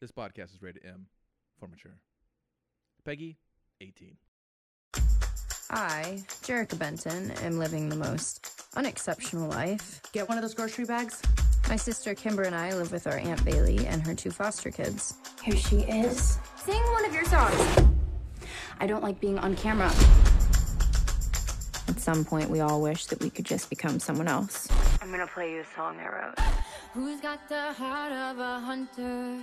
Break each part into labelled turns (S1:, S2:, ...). S1: This podcast is rated M for mature. Peggy, 18.
S2: I, Jerica Benton, am living the most unexceptional life.
S3: Get one of those grocery bags.
S2: My sister Kimber and I live with our Aunt Bailey and her two foster kids.
S4: Here she is.
S5: Sing one of your songs.
S4: I don't like being on camera.
S6: At some point, we all wish that we could just become someone else.
S7: I'm gonna play you a song I wrote.
S8: Who's got the heart of a hunter?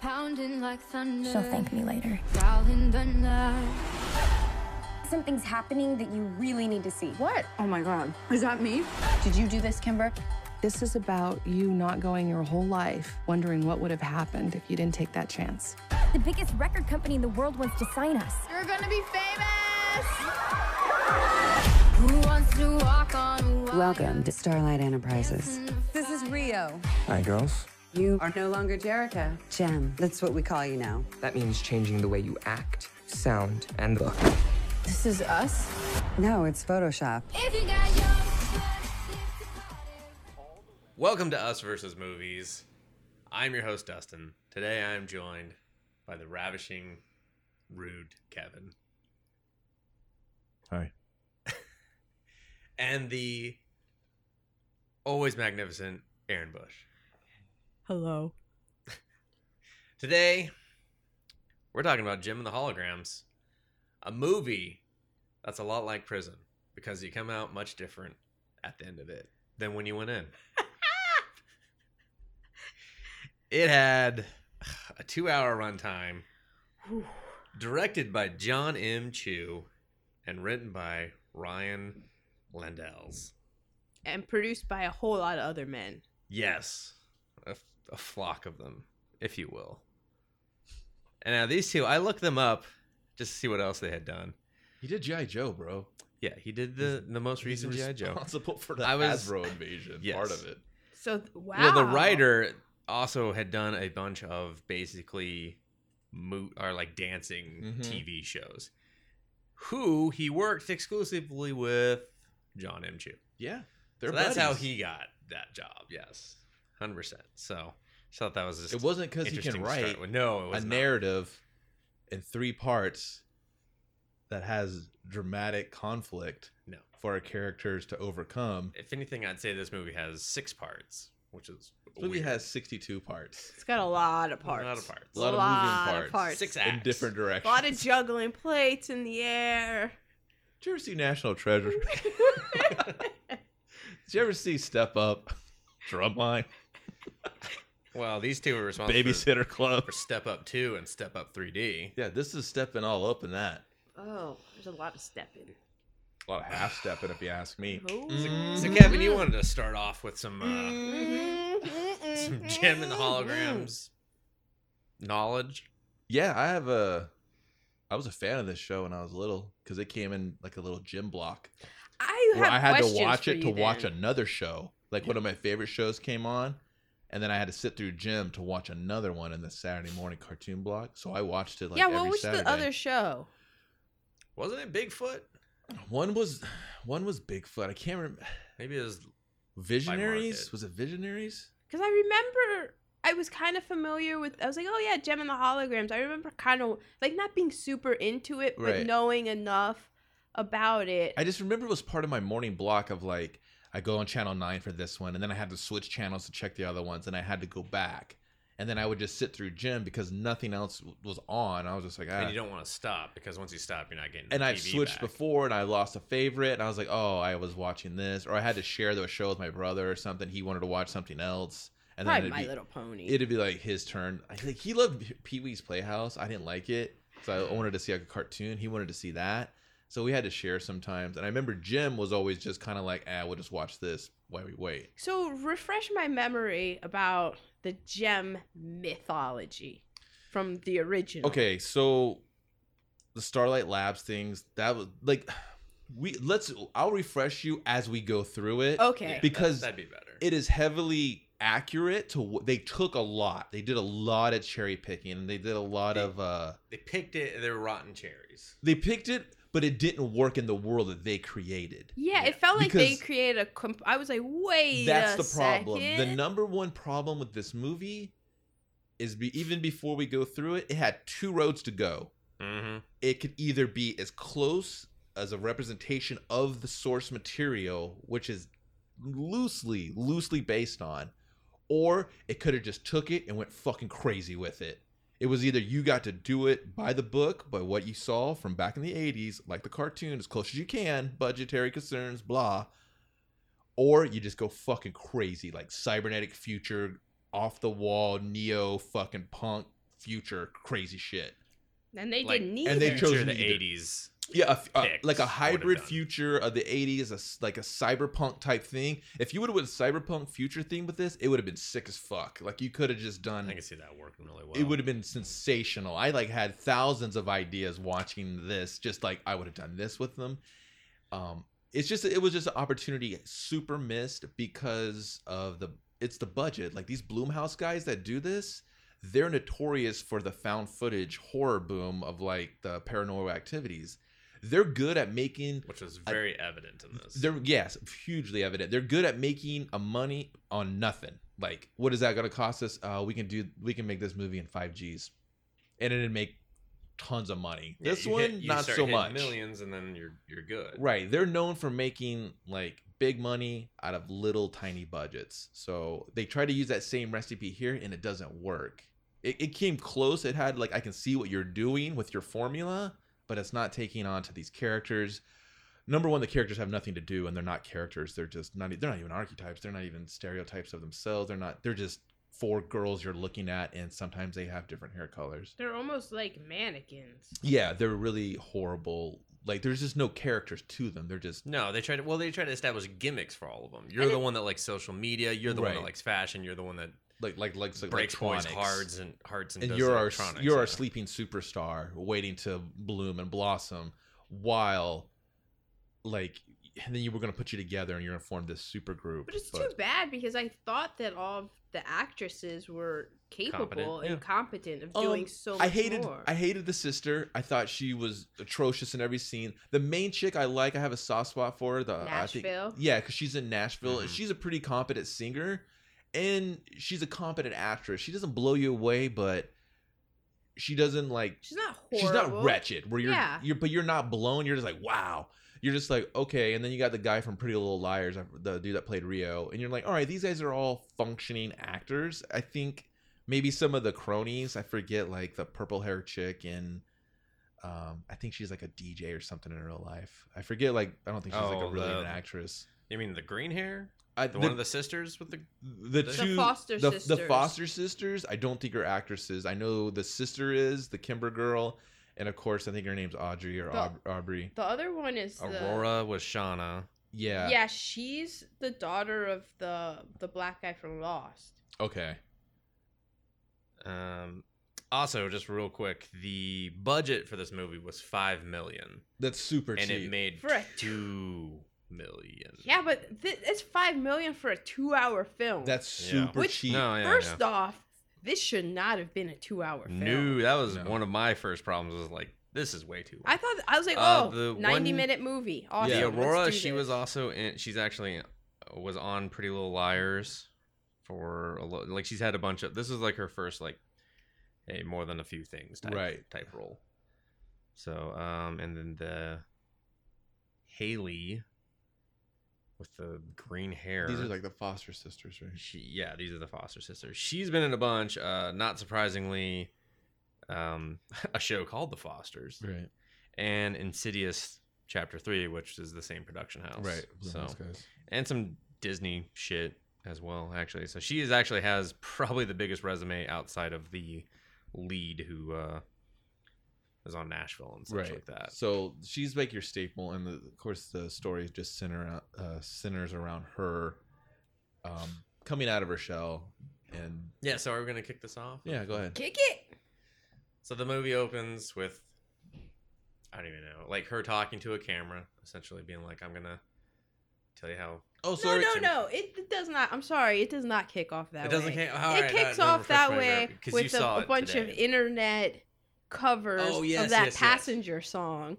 S8: Pounding like thunder.
S4: She'll thank me later.
S5: Something's happening that you really need to see.
S4: What? Oh my god. Is that me?
S2: Did you do this, Kimber?
S9: This is about you not going your whole life wondering what would have happened if you didn't take that chance.
S5: The biggest record company in the world wants to sign us.
S8: You're gonna be famous!
S4: to Welcome to Starlight Enterprises.
S10: This is Rio.
S11: Hi, girls.
S3: You are no longer Jerica.
S10: Jem, that's what we call you now.
S12: That means changing the way you act, sound, and look.
S4: This is us?
S10: No, it's Photoshop.
S13: Welcome to Us versus Movies. I'm your host, Dustin. Today I'm joined by the ravishing, rude Kevin.
S11: Hi.
S13: and the always magnificent Aaron Bush.
S14: Hello.
S13: Today, we're talking about Jim and the Holograms, a movie that's a lot like Prison because you come out much different at the end of it than when you went in. it had a two hour runtime, directed by John M. Chu and written by Ryan Landells.
S14: And produced by a whole lot of other men.
S13: Yes. A, a, flock of them, if you will. And now these two, I looked them up just to see what else they had done.
S1: He did G.I. Joe, bro.
S13: Yeah, he did the, the most recent G.I. Joe.
S1: Responsible for the I was, Hasbro invasion yes. part of it.
S14: So, wow.
S13: Well, the writer also had done a bunch of basically moot or like dancing mm-hmm. TV shows. Who he worked exclusively with John M. Chu.
S1: Yeah.
S13: So that's how he got that job. Yes. 100%. So I thought that was just
S1: It wasn't cuz he can write
S13: no,
S1: a not. narrative in three parts that has dramatic conflict
S13: no.
S1: for our characters to overcome.
S13: If anything, I'd say this movie has six parts which is
S1: this movie weird. has 62 parts.
S14: It's got a lot of parts.
S13: A lot of parts.
S1: A lot, a lot of moving parts.
S14: parts.
S13: Six acts.
S1: In different directions.
S14: A lot of juggling plates in the air.
S1: Did you ever see National Treasure? Did you ever see Step Up? Drumline?
S13: Well, these two are responsible.
S1: Babysitter
S13: for,
S1: Club.
S13: For Step Up 2 and Step Up 3D.
S1: Yeah, this is stepping all up in that.
S14: Oh, there's a lot of stepping.
S1: A
S14: Oh.
S1: lot of half stepping, if you ask me. Mm.
S13: Mm-hmm. So, so, Kevin, you wanted to start off with some uh, mm-hmm. some gem and the holograms knowledge.
S1: Yeah, I have a. I was a fan of this show when I was little because it came in like a little gym block.
S14: I
S1: where I had to watch
S14: it
S1: to
S14: then.
S1: watch another show. Like yeah. one of my favorite shows came on, and then I had to sit through gym to watch another one in the Saturday morning cartoon block. So I watched it like
S14: yeah.
S1: Every
S14: what was
S1: Saturday.
S14: the other show?
S13: Wasn't it Bigfoot?
S1: One was one was Bigfoot. I can't remember.
S13: Maybe it was
S1: Visionaries. Was it Visionaries?
S14: Because Mm-hmm. I remember I was kind of familiar with. I was like, oh yeah, Gem and the Holograms. I remember kind of like not being super into it, but
S1: Right.
S14: knowing enough about it.
S1: I just remember it was part of my morning block of like I go on channel nine for this one, and then I had to switch channels to check the other ones, and I had to go back. And then I would just sit through gym because nothing else was on. I was just like, ah.
S13: and you don't want to stop because once you stop, you're not getting.
S1: and
S13: the
S1: I
S13: TV
S1: switched
S13: back.
S1: before and I lost a favorite and I was like, oh, I was watching this or I had to share the show with my brother or something. He wanted to watch something else. And then
S14: Probably
S1: it'd
S14: My
S1: be,
S14: Little Pony.
S1: it'd be like his turn. I think he loved Pee Wee's Playhouse. I didn't like it. So I wanted to see like a cartoon. He wanted to see that. So we had to share sometimes. And I remember Jim was always just kind of like, ah, we'll just watch this while we wait.
S14: so refresh my memory about the gem mythology from the original.
S1: Okay, so the Starlight Labs things, that was like we let's I'll refresh you as we go through it.
S14: Okay.
S13: Yeah,
S1: Because
S13: that'd, that'd be better.
S1: it is heavily accurate to what they took a lot. They did a lot of cherry picking and they did a lot
S13: They-
S1: of uh
S13: they picked it. They were rotten cherries.
S1: they picked it, but it didn't work in the world that they created.
S14: Yeah,
S13: Yeah.
S14: it felt like they
S1: Because-
S14: created a. Comp- I was like, wait.
S1: That's
S14: a
S1: the problem. The
S14: second.
S1: number one problem with this movie is be, even before we go through it, it had two roads to go.
S13: Mm-hmm.
S1: It could either be as close as a representation of the source material, which is loosely, loosely based on, or it could have just took it and went fucking crazy with it. It was either you got to do it by the book, by what you saw from back in the 80s, like the cartoon, as close as you can, budgetary concerns, blah, or you just go fucking crazy, like cybernetic future, off the wall, neo fucking punk future, crazy shit.
S14: And they
S1: Like,
S14: didn't need
S1: and they
S14: it.
S1: chose
S13: Sure, the
S1: neither.
S13: 80s.
S1: Yeah, a f- a-
S13: picked
S1: like a
S13: would have
S1: hybrid
S13: done.
S1: future of the 80s, a s like a cyberpunk type thing. If you would have went cyberpunk future theme with this, it would have been sick as fuck. Like you could have just done. I can
S13: see that working really
S1: It would have been sensational. I like had thousands of ideas watching this. Just like I would have done this with them. Um, it's just it was just an opportunity super missed because of the it's the budget. Like these Bloomhouse guys that do this, they're notorious for the found footage horror boom of like the paranormal activities. They're good at making
S13: which was
S1: I-
S13: very evident in this.
S1: they're yes, hugely evident. They're good at making a money on nothing. Like, what is that going to cost us? Uh, we can do. We can make this movie in five Gs, and it'd make tons of money.
S13: Yeah,
S1: this
S13: you
S1: one,
S13: hit- you
S1: not
S13: start
S1: so
S13: hitting
S1: much.
S13: Millions, and then you're you're good.
S1: Right. They're known for making like big money out of little tiny budgets. So they try to use that same recipe here and it doesn't work. It, it came close. It had like, I can see what you're doing with your formula, but it's not taking on to these characters. Number one, the characters have nothing to do and they're not characters. They're just not, e- they're not even archetypes. They're not even stereotypes of themselves. They're not, they're just four girls you're looking at and sometimes they have different hair colors.
S14: They're almost like mannequins.
S1: Yeah, they're really horrible. Like there's just no characters to them. They're just
S13: No, they try to. Well, they try to establish gimmicks for all of them. You're the one that likes social media. You're the one
S1: Right.
S13: that likes fashion. You're the one that
S1: like like likes
S13: breaks boys'
S1: electronics.
S13: hearts and hearts and,
S1: and
S13: does
S1: you're our
S13: electronics.
S1: you're our sleeping superstar waiting to bloom and blossom while like and then you were going to put you together and you're going to form this super group
S14: But it's too bad because I thought that all of the actresses were capable
S1: Competent, yeah.
S14: and competent of
S1: Um,
S14: doing so much
S1: I hated
S14: more.
S1: I hated the sister. I thought she was atrocious in every scene. The main chick I like, I have a soft spot for her. The I think-
S14: Nashville?
S1: yeah, because she's in Nashville.
S13: Mhm.
S1: She's a pretty competent singer, and she's a competent actress. She doesn't blow you away, but she doesn't like.
S14: She's not
S1: She's not
S14: horrible.
S1: wretched. Where you're,
S14: Yeah.
S1: you're, but you're not blown. You're just like, wow. You're just like, okay. And then you got the guy from Pretty Little Liars, uh, the dude that played Rio, and you're like, all right, these guys are all functioning actors. I think maybe some of the cronies. I forget, like the purple hair chick and. Um, I think she's like a DJ or something in real life. I forget. Like, I don't think she's like a
S13: Oh,
S1: really
S13: the-
S1: good actress.
S13: You mean the green hair?
S1: I-
S13: the, one
S1: the-
S13: of the sisters with the
S1: the two
S14: foster
S1: the, the
S14: sisters.
S1: foster sisters i don't think are actresses i know the sister is the kimber girl and of course i think her name's audrey or
S14: The-
S1: Aub- aubrey
S14: The other one is the
S13: Aurora was Shauna.
S1: yeah
S14: yeah, she's the daughter of the the black guy from Lost.
S1: okay
S13: Um, also, just real quick, the budget for this movie was five million,
S1: that's super
S13: and
S1: cheap
S13: it made
S14: For a-
S13: two million.
S14: Yeah, but th- it's five million for a two-hour film.
S1: that's
S13: Yeah.
S1: super
S13: Which-
S1: cheap
S13: No, oh, yeah,
S14: First
S13: yeah.
S14: off, this should not have been a two-hour film.
S13: No, that was one of my first problems. Was like, this is way too. Long.
S14: I thought I was like,
S13: Uh,
S14: oh,
S13: the
S14: 90
S13: one-
S14: minute movie. Awesome.
S13: Yeah,
S14: let's do
S13: Aurora, she
S14: this.
S13: was also in. She's actually uh, was on Pretty Little Liars for a lo- like she's had a bunch of. This is like her first like, hey, more than a few things type
S1: Right.
S13: type role. So um, and then the Haley with the green hair.
S1: these are like the foster sisters right
S13: She, yeah, these are the Foster sisters. She's been in a bunch. Uh, not surprisingly, um, a show called The Fosters,
S1: Right.
S13: And Insidious Chapter Three, which is the same production house,
S1: Right, Blumhouse
S13: So,
S1: guys.
S13: and some Disney shit as well, actually. So she is actually has probably the biggest resume outside of the lead who uh, is on Nashville and stuff
S1: right
S13: like that.
S1: so she's like your staple and the, of course the story just center uh, centers around her um coming out of her shell and
S13: Yeah. So are we gonna kick this off?
S1: yeah go ahead
S14: Kick it.
S13: So the movie opens with I don't even know, like her talking to a camera, essentially being like, "I'm gonna tell you how."
S1: Oh,
S14: No, no, no. It, it does not. I'm sorry. It does not kick off that
S13: It doesn't
S14: way.
S13: kick- all
S14: it
S13: right,
S14: kicks
S13: all right,
S14: off
S13: let
S14: that
S13: me refresh my
S14: way
S13: memory, 'cause you
S14: with
S13: saw
S14: a, a
S13: it
S14: bunch of
S13: today.
S14: internet covers
S13: Oh, yes,
S14: of that
S13: yes, yes.
S14: passenger song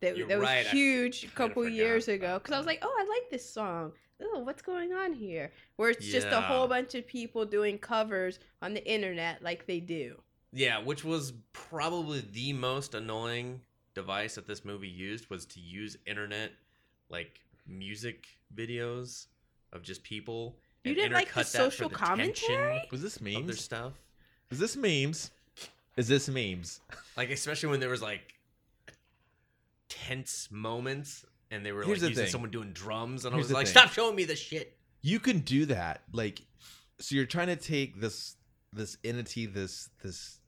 S14: that,
S13: You're
S14: that was
S13: right, I-
S14: huge
S13: I'd
S14: a
S13: have
S14: couple
S13: forgot
S14: years ago because I was like, oh, I like this song. Oh, what's going on here? Where it's just a
S13: Yeah.
S14: whole bunch of people doing covers on the internet like they do.
S13: Yeah, which was probably the most annoying device that this movie used was to use internet like music videos of just people.
S14: You
S13: and
S14: didn't like the
S13: intercut that for
S14: social
S13: the tension
S14: commentary?
S1: Was this
S13: Of their
S1: memes?
S13: stuff.
S1: Is this memes? Is this memes?
S13: Like especially when there was like tense moments and they were
S1: Here's the
S13: like using
S1: thing.
S13: someone doing drums
S1: Here's
S13: and I was
S1: the
S13: like,
S1: thing.
S13: Stop showing me the shit.
S1: you can do that like so you're trying to take this this entity this this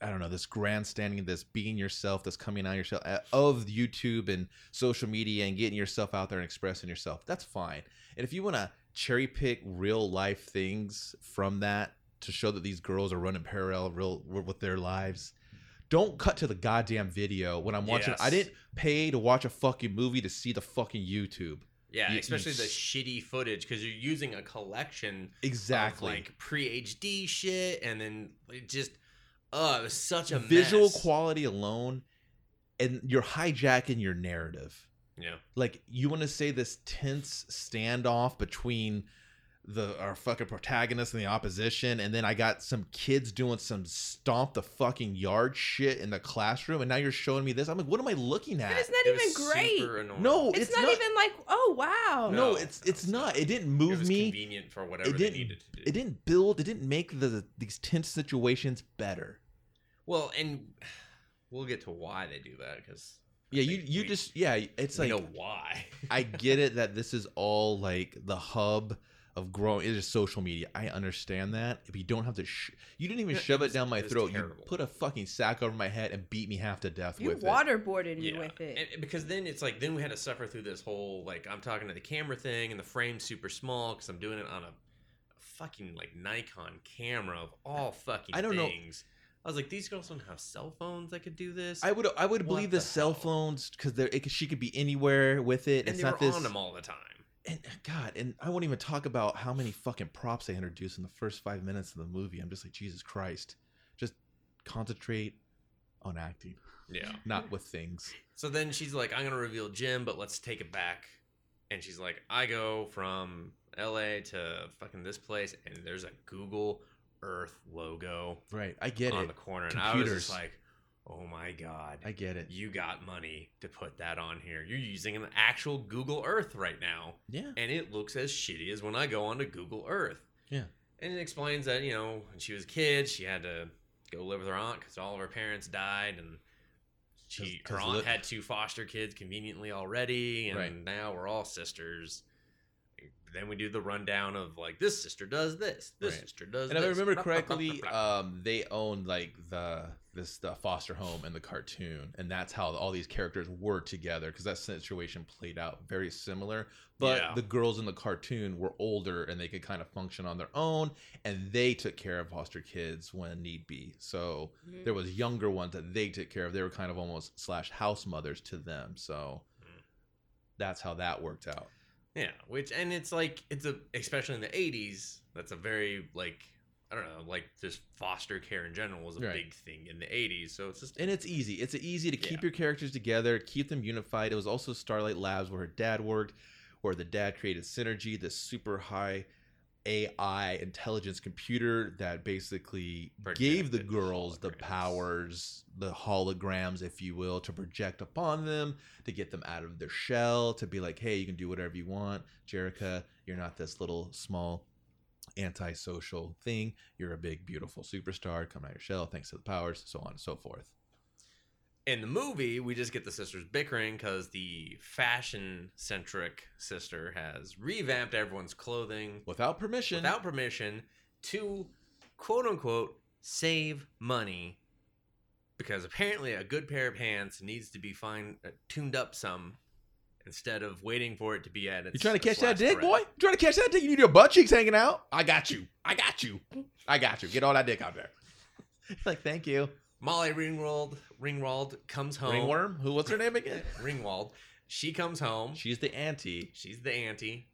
S1: i don't know this grandstanding this being yourself this coming out of yourself uh, of youtube and social media and getting yourself out there and expressing yourself that's fine and if you want to cherry pick real life things from that to show that these girls are running parallel real with their lives don't cut to the goddamn video when i'm watching i
S13: Yes.
S1: didn't pay to watch a fucking movie to see the fucking youtube
S13: Yeah,
S1: You- you
S13: especially the
S1: s-
S13: shitty footage because you're using a collection
S1: Exactly.
S13: of like pre HD shit, and then it just uh, it was such a
S1: visual
S13: mess.
S1: quality alone and you're hijacking your narrative
S13: Yeah,
S1: like you want to say this tense standoff between the our fucking protagonist and the opposition and then i got some kids doing some stomp the fucking yard shit in the classroom and now you're showing me this i'm like what am i looking at
S14: And it's not even great.
S1: no
S14: it's, not, even like, oh wow.
S1: no, it's it's not. It didn't move me.
S13: convenient for whatever
S1: it
S13: they
S1: didn't,
S13: needed to do.
S1: It didn't build. It didn't make the these tense situations better.
S13: Well, and we'll get to why they do that because
S1: Yeah, you you just yeah, it's
S13: we
S1: like
S13: know why.
S1: I get it that this is all like the hub of growing. It is social media. I understand that. If you don't have to, sh- you didn't even
S13: Yeah, it
S1: shove it,
S13: was-
S1: down my
S13: it was
S1: throat. You
S13: terrible.
S1: put a fucking sack over my head and beat me half to death
S14: You
S1: with
S14: waterboarded me with it.
S13: And- and because then it's like then we had to suffer through this whole like I'm talking to the camera thing and the frame's super small because I'm doing it on a fucking like Nikon camera of all fucking
S1: I don't know-
S13: things. I was like, these girls don't have cell phones that could do this.
S1: it. I would I would
S13: What
S1: believe the,
S13: the
S1: cell phones because they she could be anywhere with it.
S13: and
S1: it's
S13: they
S1: not
S13: were
S1: this.
S13: on them all the time.
S1: And God, and I won't even talk about how many fucking props they introduced in the first five minutes of the movie. I'm just like Jesus Christ. Just concentrate on acting,
S13: Yeah.
S1: not with things.
S13: So then she's like, I'm gonna reveal Jim, but let's take it back. And she's like, I go from LA to fucking this place, and there's a Google Earth logo
S1: Right, I get
S13: on
S1: it.
S13: the corner. And I was
S1: Computers.
S13: just like, oh my God.
S1: I get it.
S13: You got money to put that on here. You're using an actual Google Earth right now.
S1: Yeah.
S13: And it looks as shitty as when I go onto Google Earth.
S1: Yeah.
S13: And it explains that, you know, when she was a kid, she had to go live with her aunt because all of her parents died. And she,
S1: 'Cause- 'cause
S13: her aunt
S1: li-
S13: had two foster kids conveniently already. And
S1: Right.
S13: now we're all sisters. Then we do the rundown of like, this sister does this, this
S1: Right.
S13: sister does
S1: And if
S13: this.
S1: I remember
S13: blah, blah, blah,
S1: correctly,
S13: blah, blah.
S1: um, they owned like the this the foster home and the cartoon, and that's how all these characters were together because that situation played out very similar. But
S13: Yeah.
S1: the girls in the cartoon were older and they could kind of function on their own, and they took care of foster kids when need be. So
S13: Mm-hmm.
S14: Mhm.
S1: there was younger ones that they took care of. They were kind of almost slash house mothers to them. So
S13: Mm.
S1: that's how that worked out.
S13: Yeah, which and it's like it's a especially in the '80s. That's a very like I don't know, like just foster care in general was a
S1: Right.
S13: big thing in the '80s. So it's just
S1: and it's easy. It's easy to keep
S13: Yeah.
S1: your characters together, keep them unified. It was also Starlight Labs where her dad worked, where the dad created Synergy, this super high AI intelligence computer that basically gave the
S13: Projected
S1: girls the
S13: holograms.
S1: powers, the holograms, if you will, to project upon them, to get them out of their shell, to be like, hey, you can do whatever you want. Jerica, you're not this little small antisocial thing. You're a big, beautiful superstar. Come out of your shell, thanks to the powers, so on and so forth.
S13: in the movie we just get the sisters bickering because the fashion centric sister has revamped everyone's clothing
S1: without permission.
S13: without permission to quote unquote save money because apparently a good pair of pants needs to be fine uh, tuned up some instead of waiting for it to be at its
S1: You trying to catch that
S13: last
S1: dick,
S13: threat.
S1: boy? You trying to catch that dick? You need your butt cheeks hanging out? I got you. I got you. I got you. Get all that dick out there. like, thank you.
S13: Molly Ringwald Ringwald comes home.
S1: Ringworm? Who? What's her name again?
S13: Ringwald. She comes home.
S1: She's the auntie.
S13: She's the auntie.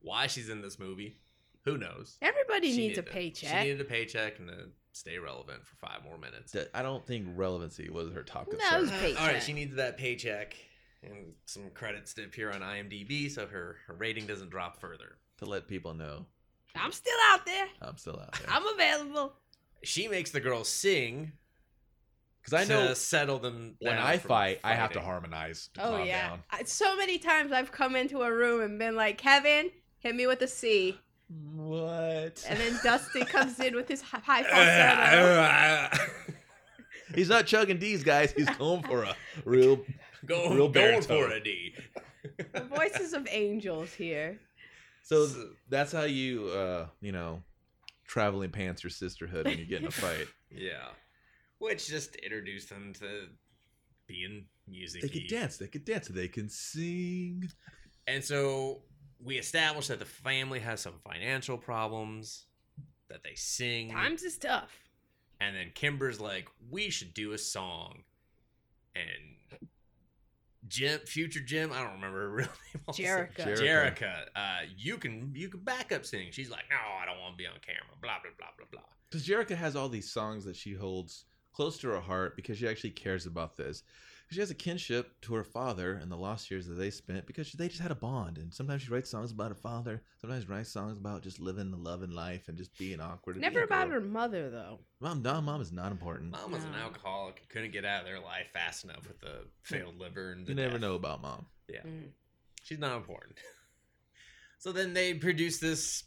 S13: Why she's in this movie? Who knows?
S14: Everybody
S13: She
S14: needs a
S13: needed it.
S14: paycheck.
S13: She needed a paycheck and a stay relevant for five more minutes.
S1: That- I don't think relevancy was her top
S13: No, it
S1: concern.
S13: was All right, she needs that paycheck and some credits to appear on IMDb so her, her rating doesn't drop further.
S1: to let people know
S14: I'm still out there.
S1: I'm still out there.
S14: I'm available.
S13: She makes the girls sing
S1: Because I know
S13: to settle them.
S1: when
S13: down
S1: I
S13: from
S1: fight, I have to
S13: fighting.
S1: harmonize. To
S14: Oh
S1: calm
S14: yeah.
S1: down.
S14: I, so many times I've come into a room and been like, Kevin, hit me with a C,
S1: What?
S14: and then Dusty comes in with his hi- high falsetto.
S1: He's not chugging D's, guys. He's going for a real,
S13: Go,
S1: real
S13: going
S1: baritone.
S13: for a D.
S14: the voices of angels here.
S1: So th- that's how you, uh, you know, traveling pants your sisterhood when you get in a fight.
S13: Yeah. Which just introduced them to being music.
S1: they can dance. They can dance. They can sing.
S13: And so we established that the family has some financial problems, that they sing.
S14: Times is tough.
S13: And then Kimber's like, we should do a song. And Jim, future Jim, I don't remember her real name. also.
S14: Jerrica.
S13: Jerrica.
S1: Jerrica.
S13: uh, you can you can backup sing. She's like, no, I don't want to be on camera. Blah blah blah blah blah.
S1: Because Jerica has all these songs that she holds close to her heart because she actually cares about this. She has a kinship to her father and the lost years that they spent because they just had a bond. And sometimes she writes songs about her father. Sometimes writes songs about just living the loving life and just being awkward. and
S14: Never
S1: being
S14: about
S1: cool.
S14: her mother though.
S1: Mom, no, mom is not important.
S13: Mom was an
S14: No.
S13: alcoholic and couldn't get out of their life fast enough with the failed liver and the
S1: You never
S13: death.
S1: know about mom.
S13: Yeah. She's not important. so then they produce this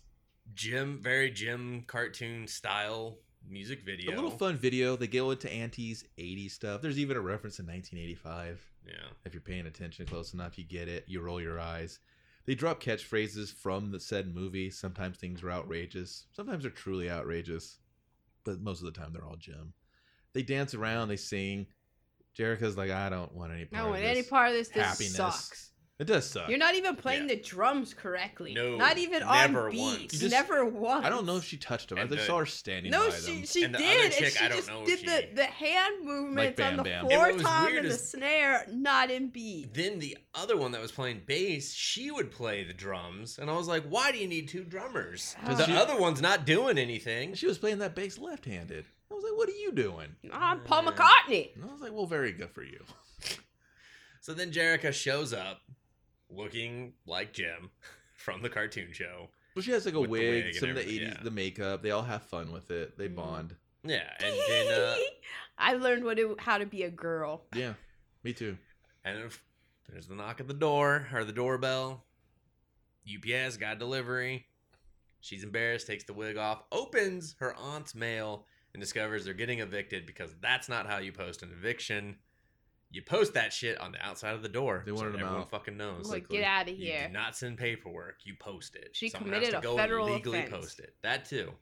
S13: Jim, very Jim cartoon style music video.
S1: A little fun video. They go into Auntie's 80s stuff. There's even a reference in 1985.
S13: Yeah.
S1: If you're paying attention close enough, you get it. You roll your eyes. They drop catchphrases from the said movie. Sometimes things are outrageous. Sometimes they're truly outrageous. But most of the time, they're all Jim. They dance around. They sing. Jerica's like, I don't want any part
S14: No,
S1: of
S14: in
S1: this.
S14: any part of this, this
S1: happiness.
S14: sucks.
S1: It does suck.
S14: You're not even playing the drums correctly.
S13: No,
S14: not even
S13: never
S14: on beat.
S13: once. You
S1: just-
S14: never once.
S1: I don't know if she touched him. I
S13: And
S1: just
S13: the-
S1: saw her standing
S14: No,
S1: by
S14: she
S1: them.
S14: she
S13: And the
S14: did,
S13: other
S14: and
S13: chick,
S14: she
S13: I don't
S14: just
S13: know if
S14: did the,
S13: she-
S14: the hand movements
S1: Bam
S14: on the
S1: Bam.
S13: And
S14: floor
S13: what was
S14: tom
S13: weird
S14: and the
S13: is-
S14: snare, not in beat.
S13: Then the other one that was playing bass, she would play the drums. And I was like, why do you need two drummers?
S1: 'Cause
S13: the
S1: she-
S13: other one's not doing anything.
S1: She was playing that bass left-handed. I was like, what are you doing?
S14: Ah, I'm Paul McCartney.
S1: And I was like, well, very good for you.
S13: So then Jerica shows up looking like Jim from the cartoon show.
S1: Well, she has like a
S13: With the
S1: wig,
S13: wig and
S1: some of the
S13: everything,
S1: 80s,
S13: yeah. Mm.
S1: the makeup. They all have fun with it. They bond.
S13: Yeah. And then uh,
S14: I learned what it, how to be a girl.
S1: Yeah, me too.
S13: And if there's the knock at the door or the doorbell. UPS got delivery. She's embarrassed, takes the wig off, opens her aunt's mail, and discovers they're getting evicted because that's not how you post an eviction. You post that shit on the outside of the door.
S1: They wanted 'em
S13: everyone
S1: out.
S13: fucking knows.
S14: Like, get out of
S13: You
S14: here.
S13: do not send paperwork. You post it.
S14: She
S13: Someone has
S14: committed
S13: to
S14: a
S13: go and
S14: federal
S13: legally
S14: offense.
S13: post it. That too.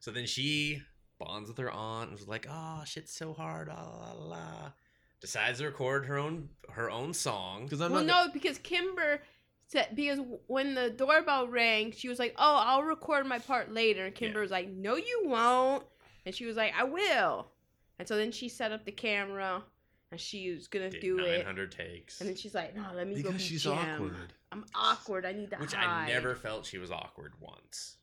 S13: So then she bonds with her aunt and was like, "Oh, shit's so hard." La la la, la." Decides to record her own her own song.
S1: Because I'm
S14: well,
S1: not.
S14: no, because Kimber said because when the doorbell rang, she was like, "Oh, I'll record my part later." And Kimber was like, "No, you won't." And she was like, "I will." And so then she set up the camera, and she was gonna
S13: Did
S14: do it.
S13: 900 takes.
S14: And then she's like, "No, let me go."
S1: Because
S14: be
S1: she's
S14: Jim.
S1: awkward.
S14: I'm awkward. I need to
S13: Which
S14: hide.
S13: I never felt she was awkward once,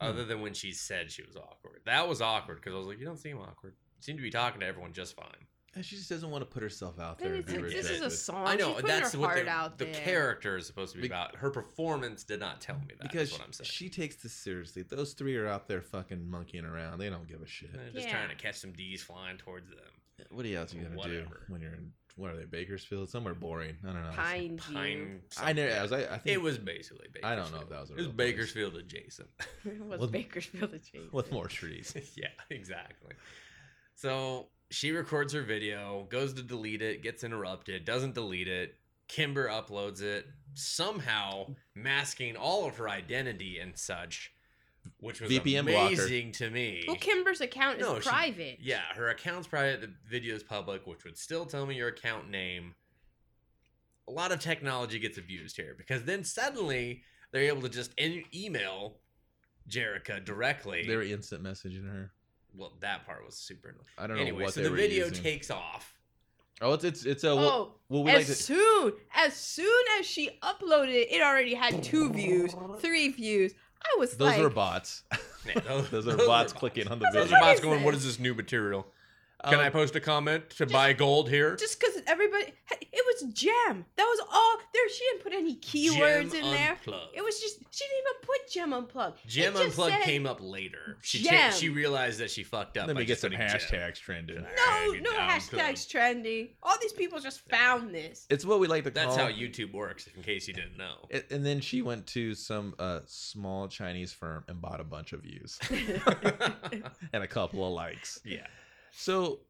S1: Hmm.
S13: other than when she said she was awkward. That was awkward because I was like, you don't seem awkward. You seem to be talking to everyone just fine.
S1: And she just doesn't want to put herself out
S14: Then
S1: there.
S14: it's
S1: and be
S14: like, this is a
S1: rejected.
S14: song.
S13: I
S14: She's
S13: know and
S14: putting
S13: that's
S14: her
S13: what
S14: heart
S13: the,
S14: out
S13: the
S14: there.
S13: character is supposed to be
S1: Be-
S13: about. Her performance did not tell me that. is
S1: because
S13: what I'm saying.
S1: she takes this seriously. Those three are out there fucking monkeying around. They don't give a shit.
S13: They're just
S14: Yeah.
S13: trying to catch some D's flying towards them.
S1: What are you else you gonna
S13: Whatever.
S1: do when you're in? What are they? Bakersfield? Somewhere boring. I don't know.
S14: Pine View
S13: Pine.
S1: I never.
S13: something.
S1: I was. I, I think
S13: it was basically. Bakersfield.
S1: I don't know if that was a
S13: It was
S1: real place.
S13: Bakersfield adjacent.
S14: was
S1: With-
S14: Bakersfield adjacent.
S1: with more trees.
S13: yeah, exactly. So she records her video, goes to delete it, gets interrupted, doesn't delete it. Kimber uploads it, somehow masking all of her identity and such, which was
S1: VPN blocker.
S13: amazing to me.
S14: Well, Kimber's account
S13: No,
S14: is
S13: she-
S14: private.
S13: Yeah, her account's private, the video's public, which would still tell me your account name. A lot of technology gets abused here because then suddenly they're able to just en- email Jerica directly.
S1: They were instant messaging her.
S13: Well, that part was super annoying.
S1: I don't
S13: anyway,
S1: know what
S13: so
S1: they
S13: the
S1: were
S13: video
S1: using.
S13: takes off.
S1: Oh, it's it's it's a.
S14: Oh,
S1: well, well, we
S14: as
S1: like to.
S14: soon as soon as she uploaded it, it already had two views, three views. I was
S1: Those
S14: like,
S1: were bots.
S13: Yeah, those,
S1: Those are bots clicking on the
S13: Those
S1: video.
S13: are bots going, what is this new material?
S1: Um,
S13: Can I post a comment to buy gold here?
S14: Just because everybody, it was Gem. That was all there. She didn't put any keywords
S13: Gem
S14: in there.
S13: Unplugged.
S14: It was just she didn't even put Gem unplugged. It
S13: Gem
S14: just
S13: Unplugged
S14: said-
S13: came up later. She
S14: Gem.
S13: cha- she realized that she fucked up.
S1: Let
S13: by
S1: me get
S13: just
S1: some
S13: putting Gem.
S1: hashtags trending.
S14: No,
S13: Drag it
S14: no
S13: down,
S14: hashtags trendy. All these people just found this.
S1: It's what we like to call.
S13: That's how YouTube works, in case you didn't know.
S1: A- And then she went to some uh, small Chinese firm and bought a bunch of views
S14: Hmm.
S1: and a couple of likes.
S13: Yeah.
S1: So,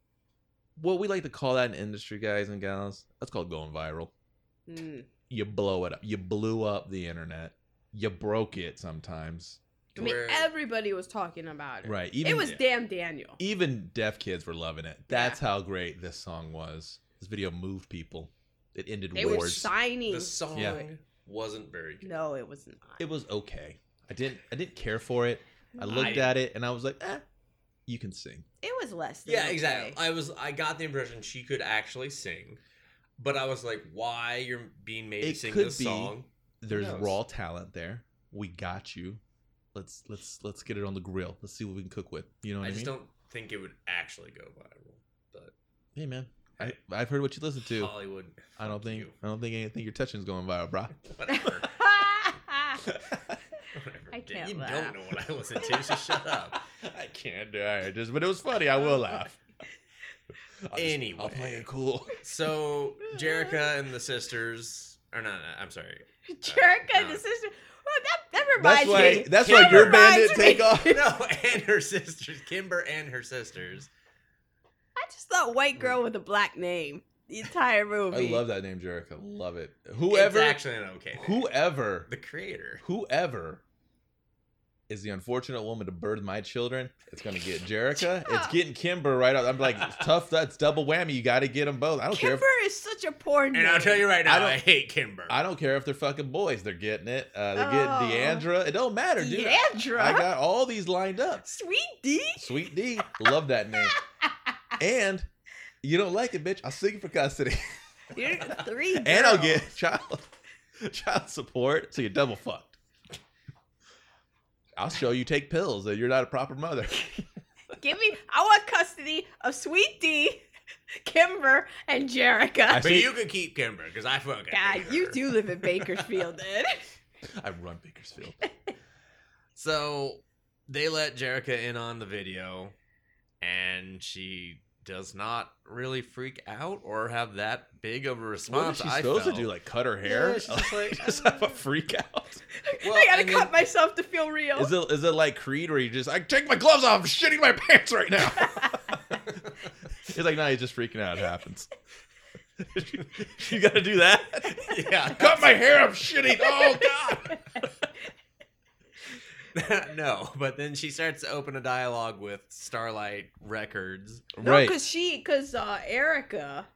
S1: what we like to call that in industry, guys and gals, that's called going viral.
S14: Mm.
S1: You blow it up. You blew up the internet. You broke it sometimes.
S14: I mean,
S1: Where-
S14: everybody was talking about it.
S1: Right,
S14: it
S1: even-
S14: was damn Daniel.
S1: Even deaf kids were loving it. That's how great this song was. This video moved people. It ended
S14: They were
S1: wars.
S14: signing.
S13: The song
S1: Yeah.
S13: wasn't very good.
S14: No, it was not.
S1: it was okay. I didn't. I didn't care for it. I looked
S13: I-
S1: at it and I was like, eh, "You can sing."
S14: It was less. Than
S13: Yeah,
S14: okay.
S13: exactly. I was I got the impression she could actually sing, but I was like, why you're being made to
S1: it
S13: sing
S1: could
S13: this
S1: be
S13: song? Who
S1: there's
S13: knows?
S1: raw talent there. We got you. Let's let's let's get it on the grill. Let's see what we can cook with. You know what
S13: I
S1: I,
S13: just
S1: mean?
S13: don't think it would actually go viral. But
S1: Hey man, I I've heard what you listen to.
S13: Hollywood,
S1: I don't think I don't think anything you're touching is going viral, brah.
S13: whatever.
S14: I can't
S13: you
S14: laugh.
S13: don't know what I listen to, so shut up.
S1: I can't do it. Just but it was funny. I will laugh. I'll just-
S13: anyway,
S1: I'll play it cool.
S13: so Jerica and the sisters, or no, no I'm sorry,
S14: Jerk
S13: Uh,
S14: and
S13: no.
S14: the sister. Well, that, that
S1: That's
S14: reminds
S1: why.
S14: me.
S1: That's
S14: That
S1: why your
S14: reminds
S1: bandit
S14: me.
S1: take off.
S13: no, and her sisters, Kimber and her sisters.
S14: I just thought white girl with a black name. The entire
S1: Hmm. I
S14: movie.
S1: love that name, Jericho. Love it. Whoever,
S13: it's actually not okay. name.
S1: whoever,
S13: the creator.
S1: whoever is the unfortunate woman to birth my children, it's gonna get Jerica. It's getting Kimber right up. I'm like, tough. That's double whammy. You got to get them both. I don't
S14: Kipper
S1: care.
S14: is such a porn name.
S13: And I'll tell you right
S1: I
S13: now,
S1: don't-
S13: I, hate Kimber.
S1: If, I don't care if they're fucking boys. They're getting it. Uh, they're
S14: Oh.
S1: getting Deandra. It don't matter, dude. I-
S14: Deandra?
S1: I got all these lined up.
S14: Sweet D.
S1: Sweet D, love that name. And you don't like it, bitch. I'll sue you for custody,
S14: You're three.
S1: and I'll
S14: girls.
S1: get child child support. So you're double fucked. I'll show you take pills that you're not a proper mother.
S14: Give me. I want custody of Sweet D, Kimber, and
S1: I
S14: Jerica.
S13: but
S1: see-
S13: you can keep Kimber because I fucking. hate
S14: God, you
S13: her.
S14: do live in Bakersfield, dude.
S1: I run Bakersfield.
S13: So they let Jerica in on the video, and she does not really freak out or have that big of a
S1: What
S13: response.
S1: is she
S13: I
S1: supposed
S13: felt.
S1: to do? Like cut her hair?
S13: Yeah, she's just like,
S1: just have a freak out.
S13: Well,
S14: I gotta
S13: and
S14: cut
S13: then-
S14: myself to feel real.
S1: Is it is it like Creed where you just I take my gloves off, I'm shitting my pants right now? it's like, no, he's just freaking out. It happens. you gotta do that?
S13: Yeah.
S1: Cut my hair, I'm shitting. Oh god.
S13: no, but then she starts to open a dialogue with Starlight Records.
S14: No, because she, because uh, Erica,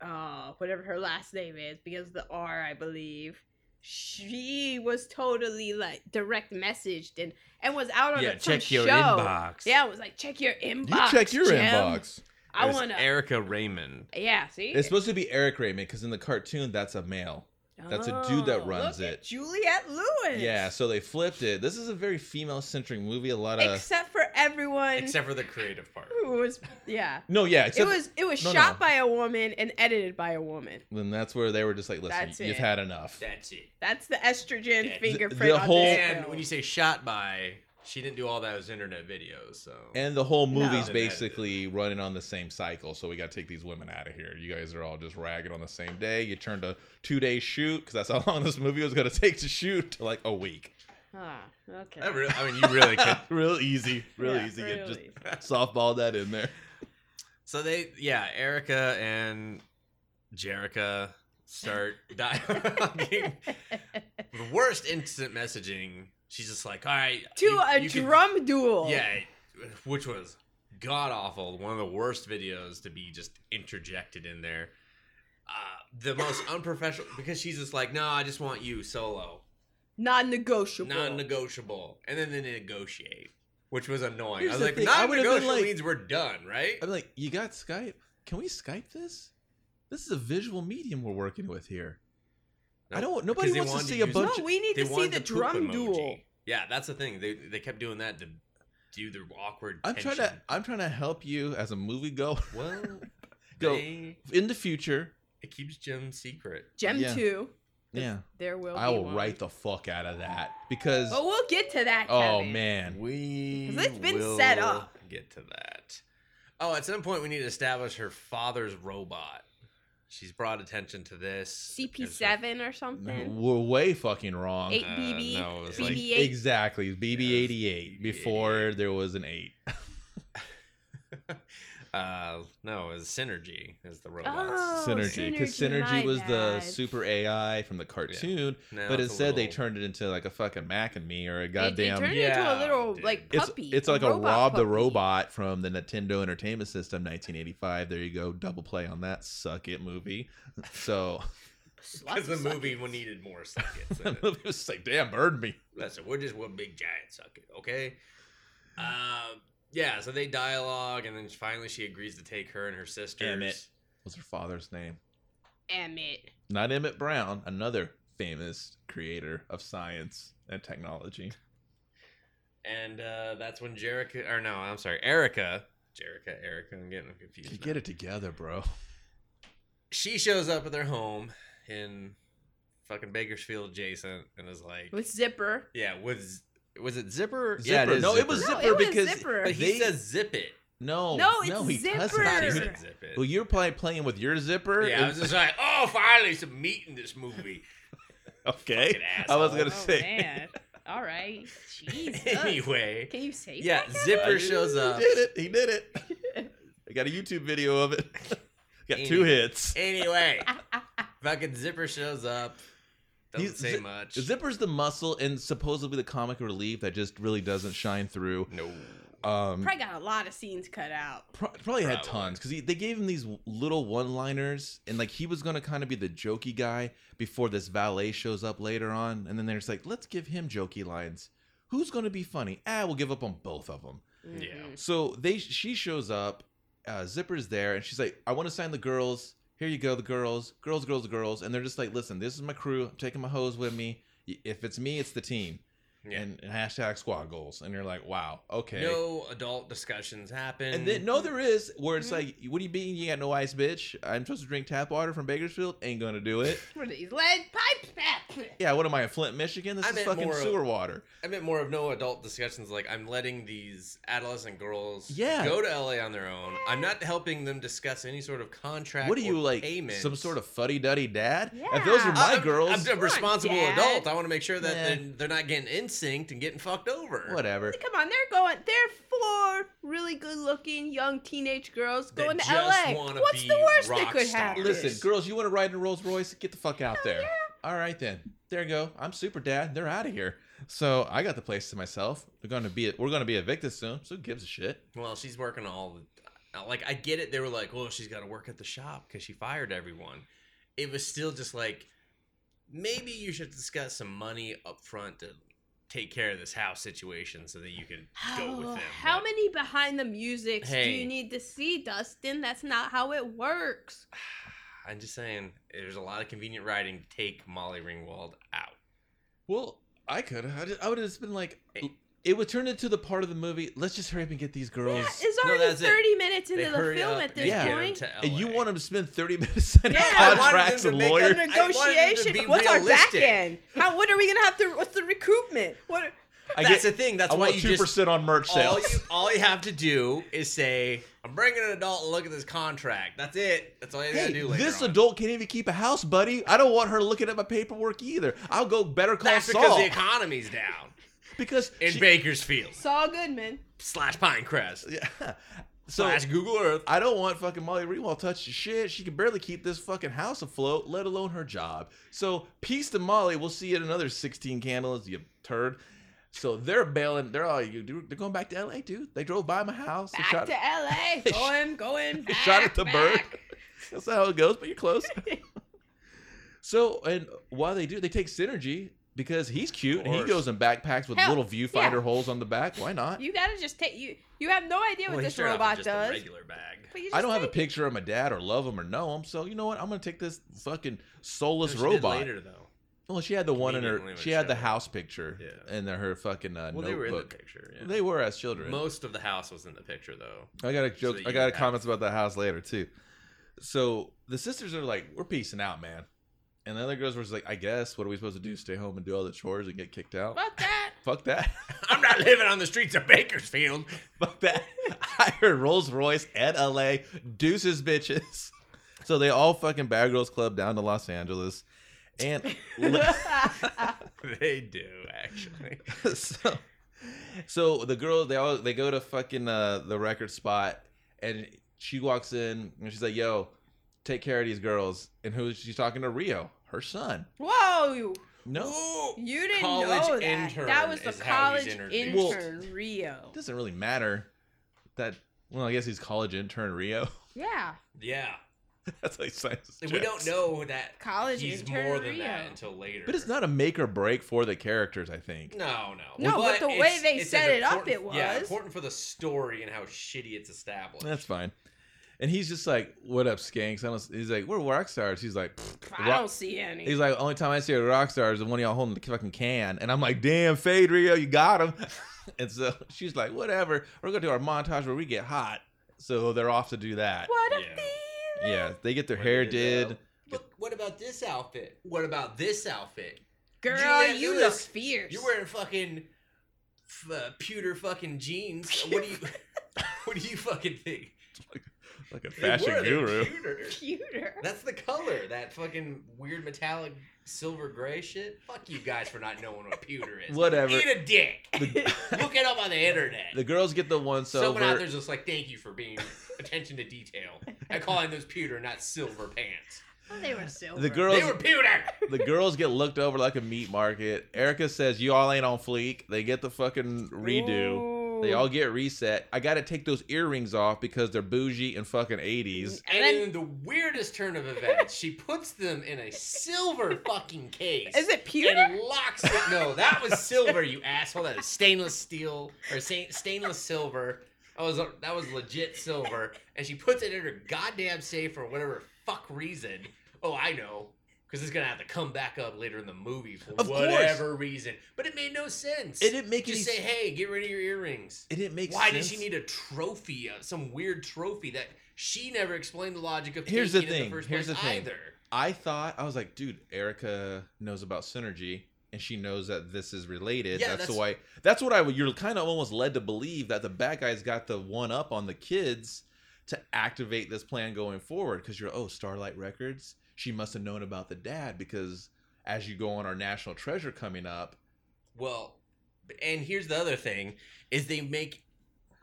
S14: uh, whatever her last name is, because the R, I believe, she was totally like direct messaged and and was out on
S13: Yeah,
S14: a some
S13: check your
S14: show.
S13: inbox.
S14: Yeah, it was like check your inbox.
S1: You check your
S14: Jim.
S1: inbox.
S14: I
S13: It was
S14: want to.
S13: Erica Raymond.
S14: yeah, see,
S1: It's supposed to be Eric Raymond because in the cartoon that's a male. That's a dude that
S14: Oh,
S1: runs
S14: look at
S1: it.
S14: Juliet Lewis.
S1: Yeah, so uh, they flipped it. This is a very female-centric movie. A lot of
S14: except for everyone
S13: Except for the creative part.
S14: who was yeah.
S1: no, yeah.
S14: It
S1: Except
S14: was it was
S1: no,
S14: shot
S1: no.
S14: by a woman and edited by a woman.
S1: Then that's where they were just like, listen,
S14: That's
S1: you've
S14: it.
S1: had enough.
S13: That's it.
S14: That's the estrogen
S13: Yeah, the-
S14: fingerprint.
S1: the
S14: on
S1: whole-
S14: this
S13: And
S14: film.
S13: when you say shot by, she didn't do all those internet videos. So
S1: And the whole movie's
S13: No.
S1: basically running on the same cycle. So we got to take these women out of here. You guys are all just ragged on the same day. You turned a two day shoot because that's how long this movie was going to take to shoot to like a week.
S14: Ah, okay.
S13: I, really, I mean, you really could.
S1: real easy. Real
S14: Yeah,
S1: easy.
S14: real
S1: You
S14: easy.
S1: just softball that in there.
S13: So they, yeah, Erica and Jerica start dialoguing. the worst instant messaging. She's just like, all right,
S14: to
S13: you-
S14: a
S13: you can-
S14: drum duel.
S13: yeah, which was god awful. One of the worst videos to be just interjected in there. Uh, the most unprofessional because she's just like, no, I just want you solo,
S14: Non-negotiable.
S13: non-negotiable, and then they negotiate, which was annoying.
S1: Here's
S13: I was
S1: the
S13: like,
S1: thing, I would've been
S13: non-negotiable
S1: like-
S13: means we're done, right?
S1: I'm like, you got Skype? Can we Skype this? This is a visual medium we're working with here. I don't. Nobody
S13: because
S1: wants
S13: they
S1: to
S13: wanted to
S1: see a
S13: use-
S1: bunch.
S14: no, we need
S13: They
S14: to see
S13: wanted
S14: the
S13: poop
S14: drum
S13: emoji.
S14: duel.
S13: Yeah, that's the thing. They they kept doing that to do the awkward.
S1: I'm
S13: tension.
S1: trying to I'm trying to help you as a movie goer.
S13: Well,
S1: go
S13: they-
S1: in the future.
S13: It keeps Jim secret.
S14: Gem
S1: Yeah.
S14: two.
S1: Yeah,
S14: There will.
S1: I
S14: be
S1: will
S14: one.
S1: write the fuck out of that because
S14: But we'll get to that.
S1: oh
S14: Kevin.
S1: man,
S13: we
S14: 'Cause it's been set
S13: will
S14: up.
S13: Get to that. Oh, at some point we need to establish her father's robot. She's brought attention to this.
S14: CP seven or something.
S1: we're way fucking wrong.
S14: Eight
S13: Uh,
S14: BB.
S13: no, it was like-
S14: BB eight.
S1: Exactly, BB88 before there was an eight.
S13: Uh, no, it was Synergy is the robot.
S14: Oh,
S1: Synergy, because
S14: Synergy,
S1: Synergy,
S14: my
S1: was the
S14: bad.
S1: super AI from the cartoon,
S13: Now
S1: but
S13: it's a
S1: instead they
S13: little-
S1: turned it into like a fucking Mac and Me or a
S14: They- they
S1: goddamn.
S14: turned it into a little like
S1: It's
S14: puppy.
S1: it's like a,
S14: robot
S1: Rob the
S14: puppy.
S1: Robot from the Nintendo Entertainment System, 1985. There you go, double play on that suck it movie. So
S13: Because the movie we needed more suckets. in
S1: the
S13: it.
S1: movie was just like, damn, bird me.
S13: Listen, we're just one big giant sucket, okay? Um, yeah. So they dialogue, and then finally she agrees to take her and her sisters.
S1: Emmett was her father's name,
S14: Emmett.
S1: not Emmett Brown, another famous creator of science and technology.
S13: And uh, that's when Jerica, or no, I'm sorry, Erica. Jerica, Erica, I'm getting confused.
S1: You
S13: now.
S1: get it together, bro.
S13: She shows up at their home in fucking Bakersfield adjacent and is like,
S14: With zipper.
S13: yeah, was was it Zipper?
S1: Zipper.
S13: Yeah, is
S1: no, it was
S13: Zipper.
S1: zipper
S14: No, it was
S1: because
S14: Zipper.
S13: But he
S1: they-
S13: says zip it.
S1: No,
S14: No, it's
S1: he
S14: zipper.
S13: He
S1: doesn't.
S13: said zip it.
S1: Well, you're probably playing with your zipper.
S13: Yeah, I was
S1: and-
S13: just like, oh, finally some meat in this movie.
S1: okay.
S13: Fucking
S1: I was
S13: asshole.
S1: gonna say,
S14: man. All right. Oh, Jesus.
S13: anyway,
S14: Can you say
S13: yeah,
S14: that?
S13: Zipper shows up.
S1: He did it. He did it. I got a YouTube video of it. got two
S13: Anyway.
S1: hits.
S13: Anyway, fucking Zipper shows up. Doesn't
S1: He's-
S13: say
S1: Zi-
S13: much.
S1: Zipper's the muscle and supposedly the comic relief that just really doesn't shine through.
S13: no.
S1: Um,
S14: Probably got a lot of scenes cut out.
S1: pro- probably had
S13: Probably.
S1: tons because they gave him these little one-liners, and like he was gonna kind of be the jokey guy before this valet shows up later on, and then they're just like, let's give him jokey lines. Who's gonna be funny? Ah, we'll give up on both of them.
S13: Yeah.
S14: Mm-hmm.
S1: So they she shows up, uh, Zipper's there, and she's like, "I want to sign the girls. Here you go, the girls, girls, girls, girls." And they're just like, "Listen, this is my crew. I'm taking my hose with me. Y- If it's me, it's the team."
S13: Yeah.
S1: And, and hashtag squad goals. And you're like, "Wow, okay."
S13: No adult discussions happen.
S1: And then no, there is where it's
S13: Mm-hmm.
S1: like, "What do you mean you got no ice, bitch? I'm supposed to drink tap water from Bakersfield. Ain't gonna do it."
S14: What are these lead pipes? back?
S1: yeah, what am I, in Flint, Michigan? This
S13: I
S1: is
S13: meant
S1: fucking
S13: more of-
S1: sewer water.
S13: I meant more of no adult discussions. Like I'm letting these adolescent girls
S1: Yeah.
S13: go to LA on their own. I'm not helping them discuss any sort of contract.
S1: What are you
S13: or
S1: like?
S13: Payment.
S1: Some sort of fuddy-duddy dad? If those are
S14: Yeah.
S1: my
S13: I'm-
S1: girls,
S13: I'm, a
S14: on,
S13: responsible
S14: Dad.
S13: adult. I want to make sure that
S1: Yeah.
S13: they're, they're not getting insynced and getting fucked over.
S1: whatever.
S14: Come on, they're going. They're four really good-looking young teenage girls
S13: That
S14: going to
S13: just
S14: LA.
S13: wanna
S14: What's
S13: be
S14: the worst
S13: rock
S14: that could
S13: stars.
S14: happen?
S1: Listen,
S13: Yes.
S1: girls, you want to ride in a Rolls Royce? Get the fuck out there. All right, then. There you go. I'm super dad. They're out of here. So I got the place to myself. We're gonna be we're gonna be evicted soon. So who gives a shit?
S13: Well, she's working all the uh, like I get it. They were like, "Well, she's got to work at the shop because she fired everyone." It was still just like, maybe you should discuss some money up front to take care of this house situation so that you can go with
S14: Oh,
S13: them.
S14: How many behind the music do
S13: Hey.
S14: you need to see, Dustin? That's not how it works.
S13: I'm just saying, there's a lot of convenient writing to take Molly Ringwald out.
S1: Well, I could. I, just- I would have just been like, it would turn into the part of the movie. Let's just hurry up and get these girls.
S14: It's
S13: No,
S14: already
S13: that's it.
S14: 30 minutes into
S13: They
S14: the
S13: hurry
S14: film
S13: up
S14: at
S13: and
S14: this
S1: get 'em
S14: point.
S13: to
S1: and you
S13: LA.
S1: want them to spend thirty minutes signing
S14: Yeah, I wanted them
S1: contracts
S13: to
S1: and
S13: make a
S1: lawyers.
S13: I wanted it to be
S14: negotiation. What's our back
S13: realistic.
S14: end? How? What are we gonna have to? What's the recoupment? What?
S1: I
S13: That's the thing. That's
S1: I
S13: why
S1: want
S13: you
S1: two
S13: just
S1: percent on merch
S13: all
S1: sales.
S13: you all you have to do is say, "I'm bringing an adult and look at this contract." That's it. That's all you gotta
S1: Hey,
S13: do. Later
S1: this
S13: on.
S1: adult can't even keep a house, buddy. I don't want her looking at my paperwork either. I'll go better call
S13: That's
S1: Saul
S13: because the economy's down
S1: because
S13: in
S1: she-
S13: Bakersfield
S14: Saul Goodman.
S13: slash Pinecrest
S1: Yeah. So
S13: slash Google Earth.
S1: I don't want fucking Molly Ringwald touching shit. She can barely keep this fucking house afloat, let alone her job. So peace to Molly. We'll see you in another 16 candles, you turd. So they're bailing. They're all you. They're going back to LA, dude. They drove by my house. They
S14: Back
S1: shot,
S14: to L.A. Going, going.
S1: they
S14: Back,
S1: shot at the
S14: back.
S1: bird. That's not how it goes, but you're close. so and while they do, they take synergy because he's cute and he
S13: course.
S1: goes in backpacks with
S14: Hell,
S1: little viewfinder
S14: yeah.
S1: holes on the back. Why not?
S14: You gotta just take you. You have no idea
S13: Well,
S14: what
S13: he
S14: this
S13: started off
S14: robot
S13: with just a
S14: does.
S13: regular bag.
S14: but you
S1: I
S14: just
S1: don't have a
S14: think-
S1: picture of my dad or love him or know him, so you know what? I'm gonna take this fucking soulless
S13: No, she did
S1: robot.
S13: later though.
S1: Well, she had the one in
S13: Conveniently
S1: her.
S13: when
S1: She
S13: it
S1: had the
S13: showed up.
S1: house picture in the, her fucking uh,
S13: Well,
S1: notebook.
S13: they were in the picture, yeah.
S1: They were as children.
S13: Most of the house was in the picture, though.
S1: I got a
S13: So
S1: joke.
S13: that
S1: I
S13: you
S1: got a
S13: would have-
S1: comments about the house later too. So the sisters are like, "We're peacing out, man," and the other girls were just like, "I guess what are we supposed to do? Stay home and do all the chores and get kicked out? Fuck that! Fuck that!
S13: I'm not living on the streets of Bakersfield.
S1: Fuck that! I heard Rolls Royce at LA deuces bitches. So they all fucking bad girls club down to Los Angeles, and
S13: they do actually.
S1: so, so the girl they all they go to fucking uh, the record spot and she walks in and she's like yo take care of these girls and who she's talking to rio her son
S14: Whoa!
S1: no
S14: You didn't
S1: College
S14: know that.
S1: intern
S14: that was the
S1: is how
S14: college
S1: he's
S14: intern
S1: introduced. Well-
S14: Rio.
S1: it doesn't really matter that well i guess he's college intern rio
S14: Yeah.
S13: Yeah,
S1: that's like science
S13: we don't know that
S14: College
S13: He's
S14: intern
S13: more than
S14: Rio.
S13: that until later.
S1: but it's not a make or break for the characters i think
S13: No, no.
S14: No, but the way
S13: it's-
S14: they
S13: it's
S14: set it up,
S13: important-
S14: it
S13: Yeah,
S14: was.
S13: important for the story and how shitty it's established.
S1: that's fine and he's just like what up skanks I don't, he's like we're rock stars he's like
S14: I
S1: rock-
S14: don't see any.
S1: He's like, only time I see a rock star is the one of y'all holding the fucking can. And I'm like, damn, Fade Rio, you got him. and so she's like, whatever. We're going to do our montage where we get hot. So they're off to do that.
S14: What
S13: yeah.
S1: Yeah, they get their hair did.
S13: But what about this outfit? What about this outfit?
S14: Girl,
S13: Juliette
S14: you
S13: Lewis,
S14: look fierce.
S13: You're wearing fucking f- uh, pewter fucking jeans. What do you? what do you fucking think?
S1: Like a
S13: They were,
S1: fashion
S13: they're
S1: guru.
S13: Pewter.
S14: Cuter.
S13: That's the color. That fucking weird metallic silver gray shit. Fuck you guys for not knowing what pewter is.
S1: Whatever.
S13: Eat a dick. Look it up on the internet.
S1: The girls get the one so
S13: Someone out there's just like, thank you for being attention to detail. I call in those pewter, not silver pants.
S14: Oh, they were silver.
S1: The girls,
S13: They were pewter.
S1: the girls get looked over like a meat market. Erica says, "You all ain't on fleek." They get the fucking redo. They all get reset. I gotta take those earrings off because they're bougie and fucking eighties.
S13: And in the weirdest turn of events, she puts them in a silver fucking case.
S14: Is it pewter?
S13: And locks it. No, that was silver, you asshole. That is stainless steel or sta- stainless silver. That was that was legit silver. And she puts it in her goddamn safe for whatever fuck reason. Oh, I know. Because it's gonna have to come back up later in the movie for
S1: Of course.
S13: whatever reason. But it made no sense.
S1: It didn't make
S13: Just
S1: any-
S13: say, hey, get rid of your earrings.
S1: It didn't make
S13: Why
S1: sense.
S13: did she need a trophy, uh, some weird trophy that she never explained the logic of?
S1: here's the
S13: taking
S1: thing.
S13: In the first
S1: here's the
S13: place
S1: thing.
S13: Either.
S1: I thought I was like, dude, Erica knows about synergy, and she knows that this is related.
S13: Yeah,
S1: that's,
S13: that's-
S1: why. That's what I. You're kind of almost led to believe that the bad guys got the one up on the kids to activate this plan going forward. Because you're, oh, Starlight Records. She must have known about the dad because as you go on our national treasure coming up,
S13: Well, and here's the other thing: is they make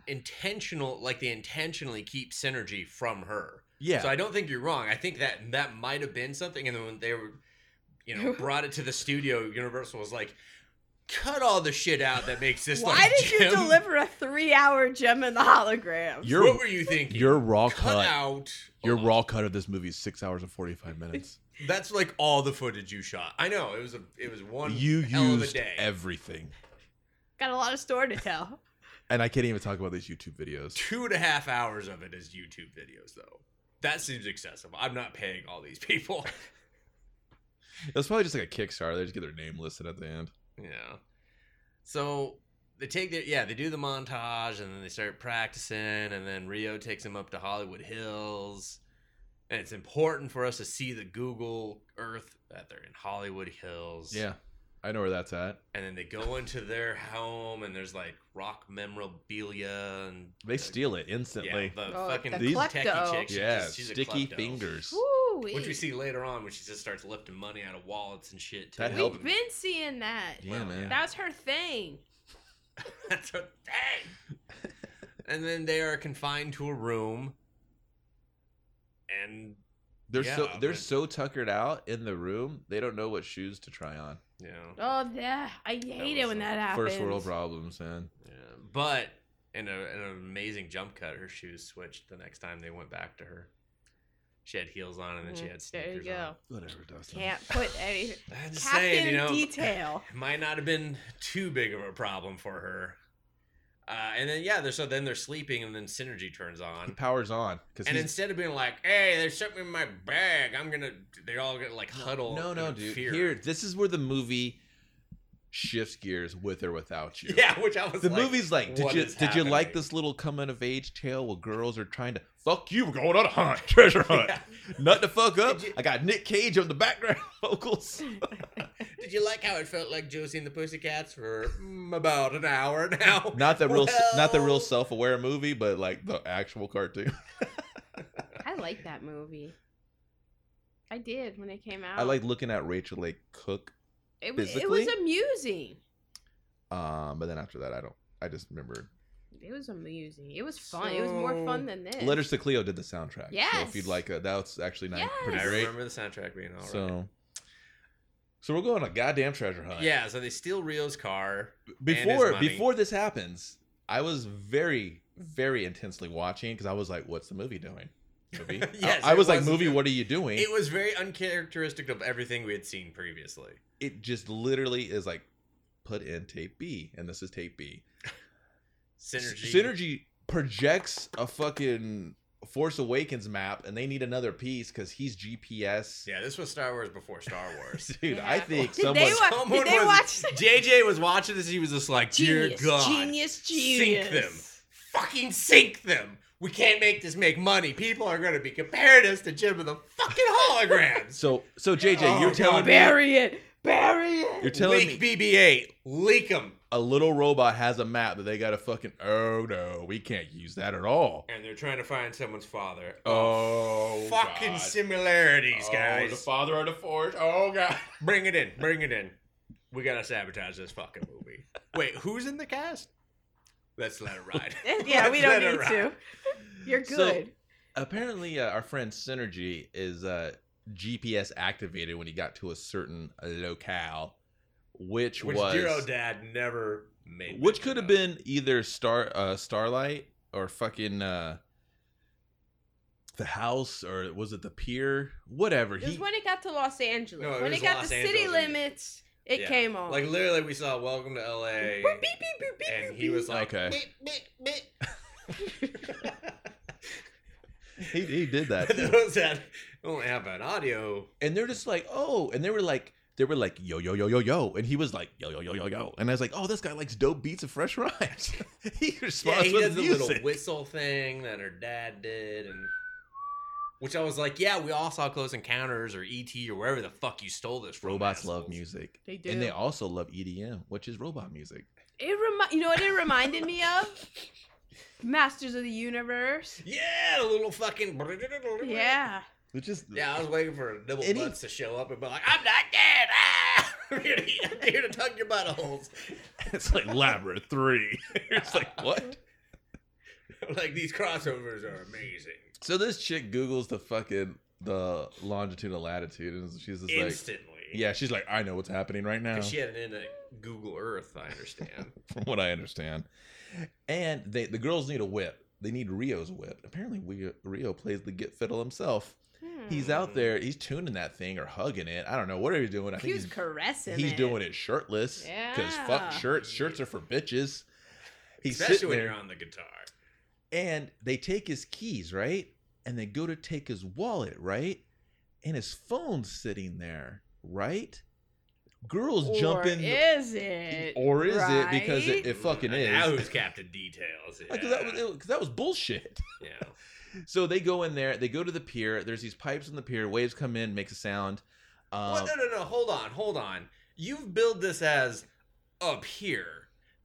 S13: intentional, like they intentionally keep synergy from her.
S1: Yeah.
S13: So I don't think you're wrong. I think that that might have been something, and then when they were, you know, brought it to the studio, Universal was like. Cut all the shit out that makes this.
S14: Why
S13: like
S14: did you
S13: Jim."
S14: deliver a three-hour gem in the hologram?
S1: Your-
S13: what were you thinking?
S1: your raw
S13: Cut
S1: cut,
S13: out.
S1: your raw cut of this movie is six hours and forty five minutes.
S13: That's like all the footage you shot. I know it was a it was one
S1: you
S13: hell of a
S1: used
S13: day.
S1: everything,
S14: Got a lot of story to tell.
S1: and I can't even talk about these YouTube videos.
S13: Two and a half hours of it is YouTube videos though. That seems excessive. I'm not paying all these people.
S1: It was probably just like a Kickstarter. They just get their name listed at the end.
S13: yeah. So they take their yeah they do the montage and then they start practicing and then Rio takes them up to Hollywood Hills. And it's important for us to see the Google Earth that they're in Hollywood Hills.
S1: Yeah, I know where that's at.
S13: And then they go into their home and there's like rock memorabilia and
S1: They steal it instantly.
S13: Yeah, the
S14: Oh,
S13: fucking
S14: the
S13: these
S14: klepto.
S13: techie chick. She
S1: Yeah,
S13: just, she's a
S1: sticky
S13: klepto.
S1: fingers.
S13: Which we
S14: Woo-wee.
S13: see later on when she just starts lifting money out of wallets and shit. Too.
S1: That helped.
S14: We've been seeing that.
S1: Yeah, man.
S14: That's her thing.
S13: That's her thing. and then they are confined to a room. And
S1: They're
S13: Yeah,
S1: so they're
S13: but-
S1: so tuckered out in the room. They don't know what shoes to try on.
S13: you know,
S14: Oh, yeah. I hate it
S13: was
S14: when
S13: the
S14: that happens.
S1: First world problems, man.
S13: yeah. but in, a, in an amazing jump cut, her shoes switched the next time they went back to her. She had heels on and then she
S14: Mhm.
S13: had
S14: There you
S13: sneakers
S14: go.
S13: on.
S1: Whatever, Dustin.
S14: Can't put any.
S13: I'm just
S14: Captain
S13: saying, you know,
S14: detail.
S13: It might not have been too big of a problem for her. Uh, and then yeah, they're, so then they're sleeping, and then synergy turns on.
S1: Powers on because
S13: And instead of being like, "Hey, there's something in my bag," I'm gonna. They all gonna like huddle.
S1: No, no,
S13: in
S1: dude.
S13: Fear.
S1: Here, this is where the movie shifts gears with or without you.
S13: Yeah, which I was.
S1: The
S13: like,
S1: movie's like, did
S13: "What
S1: you
S13: is
S1: did you like
S13: happening?"
S1: this little coming of age tale where girls are trying to fuck you? We're going on a hunt, treasure hunt, nut the fuck up. I got Nick Cage on the background vocals.
S13: Did you like how it felt like Josie and the Pussycats for mm, about an hour now?
S1: Not the real, not the
S13: Well,
S1: real self aware movie, but like the actual cartoon.
S14: I like that movie. I did when it came out.
S1: I like looking at Rachel Lake cook,
S14: it. wa- It
S1: physically.
S14: was amusing.
S1: um, but then after that, I don't. I just remember.
S14: It was amusing. It was fun. it was more fun than this.
S1: Letters to Cleo did the soundtrack. So if
S14: Yes.
S1: you'd like, uh, that's actually not pretty
S13: I
S1: great.
S13: remember the soundtrack being all right.
S1: so, so we're going on a goddamn treasure hunt.
S13: Yeah, so they steal Rio's car and his
S1: Before
S13: money.
S1: before this happens, I was very very intensely watching because I was like, "What's the movie doing?" Movie. I-
S13: Yes,
S1: I,
S13: it
S1: was like,
S13: was.
S1: "Movie, what are you doing?"
S13: It was very uncharacteristic of everything we had seen previously.
S1: it just literally is like put in tape B, and this is tape B.
S13: Synergy.
S1: Synergy projects a fucking Force Awakens map, and they need another piece because he's GPS.
S13: Yeah, this was Star Wars before Star Wars.
S1: Dude, I think
S13: Did
S1: someone.
S13: they wa- did Someone they was- watch- JJ was watching this. He was just like,
S14: Genius,
S13: "Dear God,
S14: genius,
S13: sink them,
S14: genius."
S13: fucking sink them. We can't make this make money. People are going to be comparing us to Jim of the fucking hologram."
S1: So so JJ,
S13: Oh,
S1: you're
S13: God,
S1: telling me
S13: bury
S14: it, bury it.
S1: You're telling
S13: Leak
S1: me
S13: BB-8, leak them.
S1: A little robot has a map that they got to fucking. Oh no, we can't use that at all.
S13: and they're trying to find someone's father.
S1: Oh,
S13: fucking
S1: God.
S13: similarities,
S1: Oh,
S13: guys.
S1: the father of the forge. Oh god.
S13: Bring it in. Bring it in. We gotta sabotage this fucking movie. Wait, who's in the cast? Let's let it ride.
S14: yeah, we don't
S13: Let it
S14: need
S13: ride.
S14: to. You're
S1: So-
S14: good.
S1: Apparently, uh, our friend Synergy is uh, GPS activated when he got to a certain uh, locale, which,
S13: Which
S1: was
S13: Zero Dad never made.
S1: which could have been either Star uh, Starlight or fucking uh, the house, or was it the pier? Whatever.
S14: it was
S1: He
S14: when it got to Los Angeles.
S13: No, it
S14: when
S13: was
S14: it got
S13: Los
S14: to city
S13: Angeles.
S14: limits, it
S13: Yeah.
S14: came on.
S13: Like literally, we saw Welcome to L.A. and he was like,
S1: Okay.
S13: "Beep, beep, beep."
S1: he, he did that.
S13: But those that only have an audio.
S1: and they're just like, oh, and they were like, they were like, yo, yo, yo, yo, yo, and he was like, yo, yo, yo, yo, yo, and I was like, oh, this guy likes dope beats and fresh rhymes. he
S13: Yeah,
S1: responds
S13: he
S1: with
S13: does the little
S1: music.
S13: whistle thing that her dad did, and which I was like, yeah, we all saw Close Encounters or ET or wherever the fuck you stole this from.
S1: Robots love music.
S14: They
S1: And they
S14: do.
S1: also love EDM, which is robot music.
S14: it remi- you know what it reminded me of? Masters of the Universe.
S13: Yeah, the little fucking.
S14: Yeah.
S1: Which is
S13: Yeah, I was waiting for Nibble
S1: Any-
S13: Butts to show up and be like, I'm not dead. Ah! I'm here to- I'm here to tug your buttholes.
S1: it's like Labyrinth 3. it's like, what?
S13: like, these crossovers are amazing.
S1: So this chick Googles the fucking the longitude and latitude, and she's just
S13: Instantly.
S1: like, yeah, she's like, I know what's happening right now.
S13: Because she had an in at Google Earth, I understand.
S1: from what I understand. And they the girls need a whip. They need Rio's whip. Apparently, we, Rio plays the get fiddle himself. He's
S14: Hmm.
S1: out there. He's tuning that thing or hugging it. I don't know what are you doing. I
S14: He
S1: think
S14: was
S1: he's,
S14: caressing
S1: he's
S14: it.
S1: doing it shirtless. Because
S14: Yeah.
S1: fuck shirts. Shirts are for bitches. He's
S13: Especially
S1: sitting
S13: when
S1: there,
S13: you're on the guitar.
S1: and they take his keys, right? And they go to take his wallet, right? And his phone's sitting there, right? Girls
S14: Or
S1: jump in. the-
S14: is it?
S1: or is it because it, it
S14: right?
S1: fucking
S13: And Now
S1: is?
S13: who's Captain Details? Yeah.
S1: Like, 'cause that was because that was bullshit.
S13: yeah.
S1: So they go in there. They go to the pier. There's these pipes on the pier. Waves come in, makes a sound. Um,
S13: well, no, no, no. Hold on, hold on. You've billed this as up here.